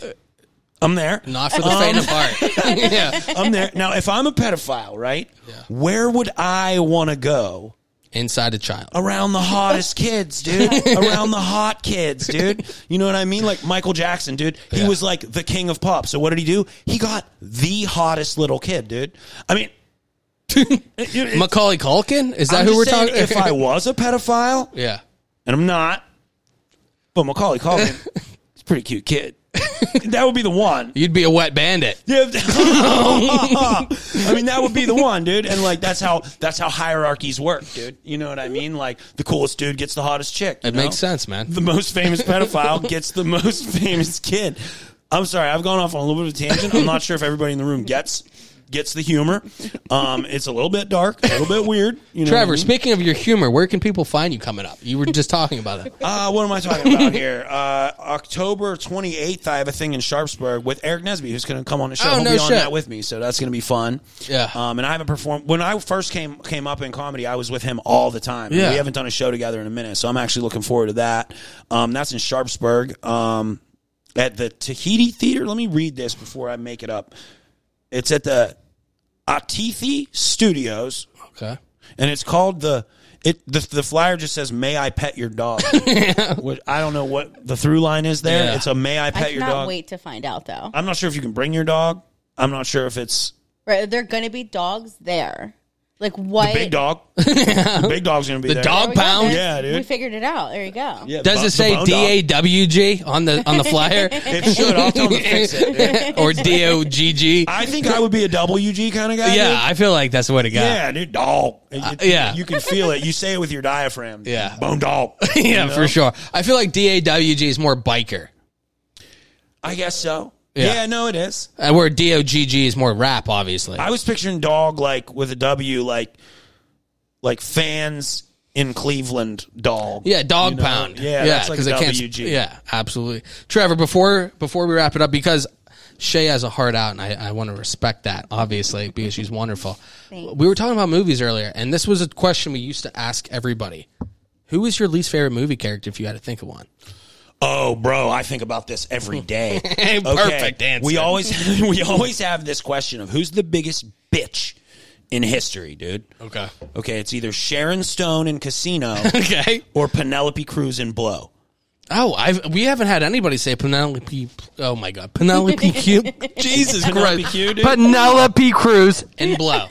Speaker 3: I'm there. Um,
Speaker 1: Not for the faint of heart. yeah.
Speaker 3: I'm there. Now, if I'm a pedophile, right? Where would I want to go?
Speaker 1: Inside a child.
Speaker 3: around the hottest kids, dude. around the hot kids, dude. You know what I mean? Like Michael Jackson, dude. He
Speaker 1: Yeah.
Speaker 3: was like the king of pop. So what did he do? He got the hottest little kid, dude. I mean,
Speaker 1: Macaulay Culkin? Is that
Speaker 3: I'm
Speaker 1: who
Speaker 3: just
Speaker 1: we're
Speaker 3: saying,
Speaker 1: talking?
Speaker 3: If I was a pedophile,
Speaker 1: yeah.
Speaker 3: and I'm not, but Macaulay Culkin, he's a pretty cute kid. that would be the one.
Speaker 1: You'd be a wet bandit.
Speaker 3: Yeah. I mean, that would be the one, dude. And like, that's how that's how hierarchies work, dude. You know what I mean? Like, the coolest dude gets the hottest chick. you
Speaker 1: It makes
Speaker 3: know?
Speaker 1: sense, man.
Speaker 3: The most famous pedophile gets the most famous kid. I'm sorry, I've gone off on a little bit of a tangent. I'm not sure if everybody in the room gets gets the humor. Um, it's a little bit dark, a little bit weird. You know, what I
Speaker 1: Trevor,
Speaker 3: mean?
Speaker 1: speaking of your humor, where can people find you coming up? You were just talking about it.
Speaker 3: Uh, what am I talking about here? Uh, October 28th, I have a thing in Sharpsburg with Eric Nesby, who's going to come on the show.
Speaker 1: Oh,
Speaker 3: He'll
Speaker 1: no
Speaker 3: be on
Speaker 1: shit.
Speaker 3: that with me, so that's going to be fun.
Speaker 1: Yeah.
Speaker 3: Um, and I haven't performed. When I first came came up in comedy, I was with him all the time.
Speaker 1: Yeah.
Speaker 3: We haven't done a show together in a minute, so I'm actually looking forward to that. Um, that's in Sharpsburg um, at the Tahiti Theater. Let me read this before I make it up. It's at the Atithi Studios,
Speaker 1: Okay.
Speaker 3: and it's called the it the, the flyer just says may i pet your dog Which i don't know what the through line is there
Speaker 1: Yeah.
Speaker 3: it's a may i pet
Speaker 2: I
Speaker 3: your
Speaker 2: cannot
Speaker 3: dog
Speaker 2: wait to find out though.
Speaker 3: i'm not sure if you can bring your dog i'm not sure if it's
Speaker 2: Right, there are gonna be dogs there. Like what?
Speaker 3: big dog the big dog's gonna be
Speaker 1: The
Speaker 3: there.
Speaker 2: There
Speaker 1: dog
Speaker 2: we go,
Speaker 1: pound.
Speaker 2: man.
Speaker 3: Yeah, dude.
Speaker 2: We figured it out. There you go.
Speaker 3: Yeah, the
Speaker 1: Does
Speaker 3: bo-
Speaker 1: it say
Speaker 3: the bone
Speaker 1: D A
Speaker 3: dog.
Speaker 1: W G on the on the flyer?
Speaker 3: it should i'll tell him to fix it dude.
Speaker 1: or D O G G?
Speaker 3: i think i would be a wg kind of guy
Speaker 1: Yeah,
Speaker 3: dude.
Speaker 1: I feel like that's what it got.
Speaker 3: yeah, dude, dog. It-
Speaker 1: yeah.
Speaker 3: you can feel it. You say it with your diaphragm. dude.
Speaker 1: Yeah.
Speaker 3: bone dog.
Speaker 1: yeah, for sure. I feel like DAWG is more biker,
Speaker 3: I guess so.
Speaker 1: Yeah.
Speaker 3: yeah, no, it is.
Speaker 1: uh, where DOGG is more rap, obviously.
Speaker 3: I was picturing dog like with a W, like like fans in Cleveland dog.
Speaker 1: yeah, dog
Speaker 3: You know?
Speaker 1: pound.
Speaker 3: Yeah, that's like a
Speaker 1: I can't.
Speaker 3: WG.
Speaker 1: Yeah, absolutely. Trevor, before before we wrap it up, because Shay has a heart out, and I, I want to respect that, obviously, because she's wonderful. We were talking about movies earlier, and this was a question we used to ask everybody: Who is your least favorite movie character? If you had to think of one,
Speaker 3: Oh, bro, I think about this every day. Okay,
Speaker 1: Perfect answer.
Speaker 3: We always we always have this question of who's the biggest bitch in history, dude.
Speaker 1: okay,
Speaker 3: Okay, it's either Sharon Stone in Casino
Speaker 1: okay.
Speaker 3: or Penelope Cruz in Blow.
Speaker 1: Oh, I've we haven't had anybody say Penelope. Oh my God, Penelope Q. Jesus
Speaker 3: Penelope
Speaker 1: Christ,
Speaker 3: Q, dude.
Speaker 1: Penelope Cruz and blow.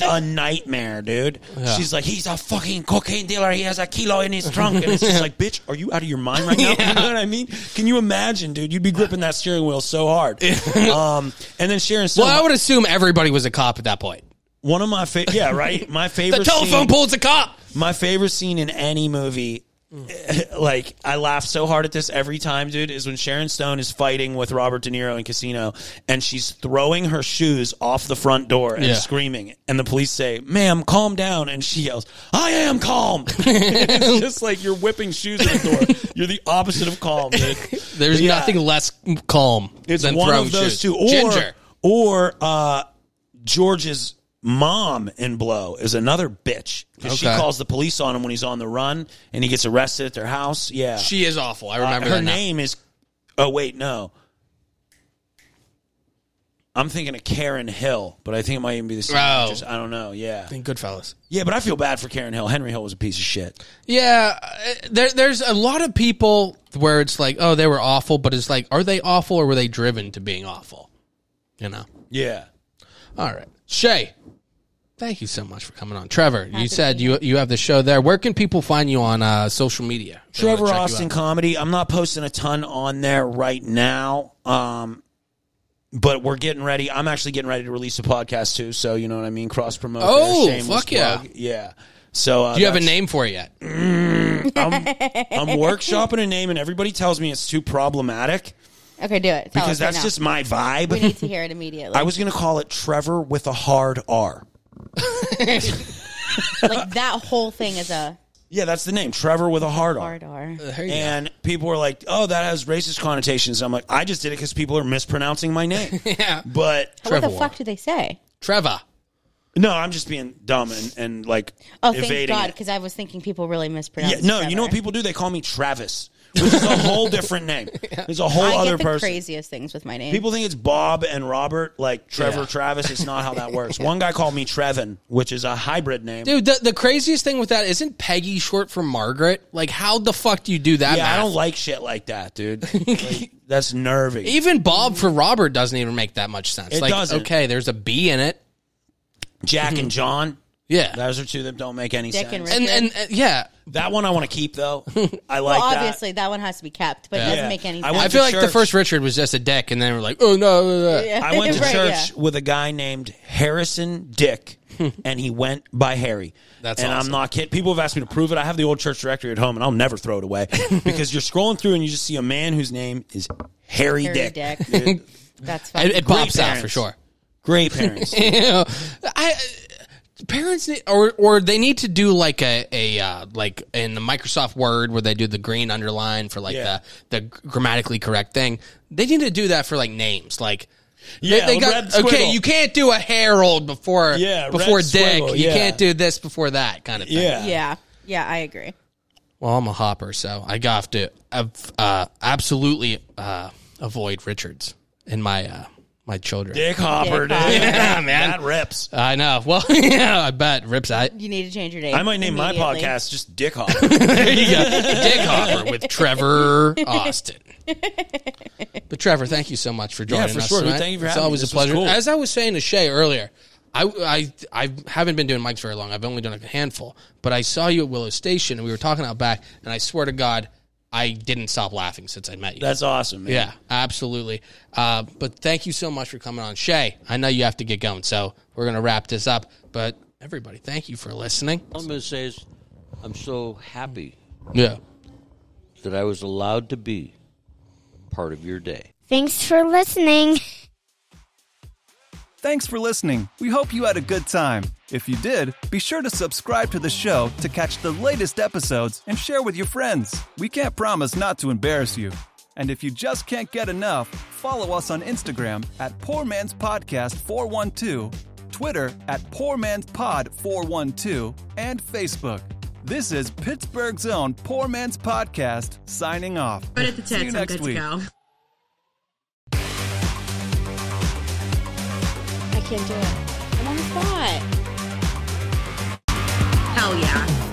Speaker 3: a nightmare, dude. She's like, he's a fucking cocaine dealer. He has a kilo in his trunk. And it's just like, bitch, are you out of your mind right now? You know what I mean? Can you imagine, dude? You'd be gripping that steering wheel so hard. um, and then Sharon Stone,
Speaker 1: well, I would assume everybody was a cop at that point.
Speaker 3: one of my favorite, yeah, right? My favorite
Speaker 1: The telephone
Speaker 3: scene,
Speaker 1: pole's a cop.
Speaker 3: My favorite scene in any movie. Like I laugh so hard at this every time, dude. Is when Sharon Stone is fighting with Robert De Niro in Casino, and she's throwing her shoes off the front door and
Speaker 1: Yeah.
Speaker 3: screaming. And the police say, "Ma'am, calm down." And she yells, "I am calm." it's just like you're whipping shoes at the door. You're the opposite of calm, dude.
Speaker 1: There's
Speaker 3: Yeah.
Speaker 1: nothing less calm
Speaker 3: It's
Speaker 1: than
Speaker 3: one
Speaker 1: throwing
Speaker 3: of
Speaker 1: shoes.
Speaker 3: those two, or
Speaker 1: Ginger.
Speaker 3: or uh, George's mom in Blow is another bitch 'Cause she
Speaker 1: Okay.
Speaker 3: calls the police on him when he's on the run and he gets arrested at their house. Yeah,
Speaker 1: She is awful. I
Speaker 3: Uh,
Speaker 1: remember
Speaker 3: her
Speaker 1: that now.
Speaker 3: name is. Oh wait, no. I'm thinking of Karen Hill, but I think it might even be the same.
Speaker 1: Oh.
Speaker 3: actress. I don't know. Yeah,
Speaker 1: In Goodfellas.
Speaker 3: yeah, but I feel bad for Karen Hill. Henry Hill was a piece of shit.
Speaker 1: Yeah, uh, there, there's a lot of people where it's like, oh, they were awful, but it's like, are they awful or were they driven to being awful? You know.
Speaker 3: Yeah.
Speaker 1: All right. Shay, thank you so much for coming on. Trevor, you said you you have the show there. Where can people find you on uh, social media? They wanna
Speaker 3: Trevor
Speaker 1: check you
Speaker 3: Austin
Speaker 1: out.
Speaker 3: comedy. I'm not posting a ton on there right now. Um, but we're getting ready. I'm actually getting ready to release a podcast too. So you know what I mean. Cross promote. there,
Speaker 1: Oh,
Speaker 3: shameless
Speaker 1: fuck yeah.
Speaker 3: plug. yeah. So uh,
Speaker 1: Do you have a
Speaker 3: that's-
Speaker 1: name for it yet?
Speaker 3: I'm workshopping a name, and everybody tells me it's too problematic
Speaker 2: Okay, do it. Tell us
Speaker 3: because
Speaker 2: right
Speaker 3: that's
Speaker 2: now.
Speaker 3: just my
Speaker 2: Oh, We
Speaker 3: vibe.
Speaker 2: need to hear it immediately.
Speaker 3: I was gonna call it Trevor with a hard R.
Speaker 2: like that whole thing is a
Speaker 3: Yeah, that's the name, Trevor with a hard R.
Speaker 2: hard R.
Speaker 1: There you go.
Speaker 3: And people were like, "Oh, that has racist connotations." I'm like, I just did it because people are mispronouncing my name.
Speaker 1: Yeah.
Speaker 3: But
Speaker 2: What the
Speaker 1: Trevor.
Speaker 2: fuck do they say?
Speaker 1: Trevor.
Speaker 3: No, I'm just being dumb and, and like
Speaker 2: Oh,
Speaker 3: evading.
Speaker 2: thank God,
Speaker 3: it.
Speaker 2: because I was thinking people really
Speaker 3: yeah,
Speaker 2: mispronounced.
Speaker 3: no, you know what
Speaker 2: Trevor.
Speaker 3: people do? They call me Travis, which is a whole different name. There's a whole
Speaker 2: I
Speaker 3: other
Speaker 2: get the
Speaker 3: person.
Speaker 2: craziest things with my name.
Speaker 3: People think it's Bob and Robert, like Trevor,
Speaker 1: Yeah.
Speaker 3: Travis. It's not how that works. One guy called me Trevin, which is a hybrid name.
Speaker 1: Dude, the, the craziest thing with that isn't Peggy short for Margaret? Like, how the fuck do you do that?
Speaker 3: yeah, I
Speaker 1: math?
Speaker 3: don't like shit like that, dude. Like, that's nervy.
Speaker 1: Even Bob for Robert doesn't even make that much sense.
Speaker 3: It
Speaker 1: like,
Speaker 3: doesn't.
Speaker 1: okay, there's a B in it.
Speaker 3: Jack and John.
Speaker 1: Yeah.
Speaker 3: Those are two that don't make any
Speaker 2: Dick and
Speaker 3: sense.
Speaker 2: Rick.
Speaker 1: and, and and yeah,
Speaker 3: That one I want to keep though. I like
Speaker 2: well,
Speaker 3: that.
Speaker 2: obviously that one has to be kept, but it
Speaker 3: Yeah.
Speaker 2: doesn't make any
Speaker 3: I
Speaker 2: sense.
Speaker 3: went
Speaker 1: I feel
Speaker 3: to
Speaker 1: like the
Speaker 3: church.
Speaker 1: first Richard was just a dick, and then we're like, oh no, no, no.
Speaker 2: Yeah.
Speaker 3: I went to
Speaker 2: Right,
Speaker 3: church
Speaker 2: yeah.
Speaker 3: with a guy named Harrison Dick, and he went by Harry.
Speaker 1: That's
Speaker 3: and
Speaker 1: awesome.
Speaker 3: I'm not kidding. People have asked me to prove it. I have the old church directory at home, and I'll never throw it away because you're scrolling through and you just see a man whose name is Harry,
Speaker 2: Harry
Speaker 3: Dick.
Speaker 2: Dick.
Speaker 3: Dude,
Speaker 2: That's
Speaker 1: It,
Speaker 2: fine.
Speaker 1: it pops out for
Speaker 3: parents.
Speaker 1: sure.
Speaker 3: Great parents.
Speaker 1: You know, I parents need, or or they need to do like a a uh, like in the Microsoft Word where they do the green underline for like
Speaker 3: Yeah.
Speaker 1: the the grammatically correct thing. They need to do that for like names, like. they-
Speaker 3: Yeah,
Speaker 1: they,
Speaker 3: a
Speaker 1: got
Speaker 3: red
Speaker 1: okay.
Speaker 3: squiggle.
Speaker 1: You can't do a Harold before
Speaker 3: Yeah, red
Speaker 1: before Dick.
Speaker 3: squiggle,
Speaker 1: You
Speaker 3: yeah.
Speaker 1: can't do this before that kind of thing.
Speaker 3: Yeah.
Speaker 2: yeah, yeah, I agree.
Speaker 1: Well, I'm a hopper, so I have to uh, uh, absolutely uh, avoid Richards and my uh, my children.
Speaker 3: Dick Hopper,
Speaker 2: Dick Hopper.
Speaker 3: dude.
Speaker 1: Yeah, man.
Speaker 3: That rips.
Speaker 1: I know. Well, yeah, I bet rips. I
Speaker 2: You need to change your name.
Speaker 3: I might name my
Speaker 2: immediately.
Speaker 3: podcast just Dick Hopper.
Speaker 1: There you go. Dick Hopper with Trevor Austin. But Trevor, thank you so much for joining
Speaker 3: for
Speaker 1: us.
Speaker 3: sure.
Speaker 1: tonight.
Speaker 3: Thank you for
Speaker 1: it's
Speaker 3: having me.
Speaker 1: always
Speaker 3: This
Speaker 1: a
Speaker 3: was
Speaker 1: pleasure.
Speaker 3: cool.
Speaker 1: As I was saying to Shay earlier, I, I I haven't been doing mics very long. I've only done a handful, but I saw you at Willow Station and we were talking out back, and I swear to God, I didn't stop laughing since I met you.
Speaker 3: That's awesome, man.
Speaker 1: yeah, absolutely. Uh, but thank you so much for coming on, Shay. I know you have to get going, so we're gonna wrap this up. But everybody, thank you for listening.
Speaker 6: All I'm going to say is, I'm so happy
Speaker 1: Yeah.
Speaker 6: that I was allowed to be part of your day.
Speaker 7: Thanks for listening.
Speaker 8: Thanks for listening. We hope you had a good time. If you did, be sure to subscribe to the show to catch the latest episodes and share with your friends. We can't promise not to embarrass you. And if you just can't get enough, follow us on Instagram at Poor Man's Podcast 412, Twitter at Poor Man's Pod 412, and Facebook. This is Pittsburgh's own Poor Man's Podcast signing off.
Speaker 9: But at the
Speaker 8: See you
Speaker 9: text, I'm
Speaker 8: next
Speaker 9: good
Speaker 8: week.
Speaker 9: to go.
Speaker 2: I can't do it. I'm on the spot.
Speaker 9: Hell yeah.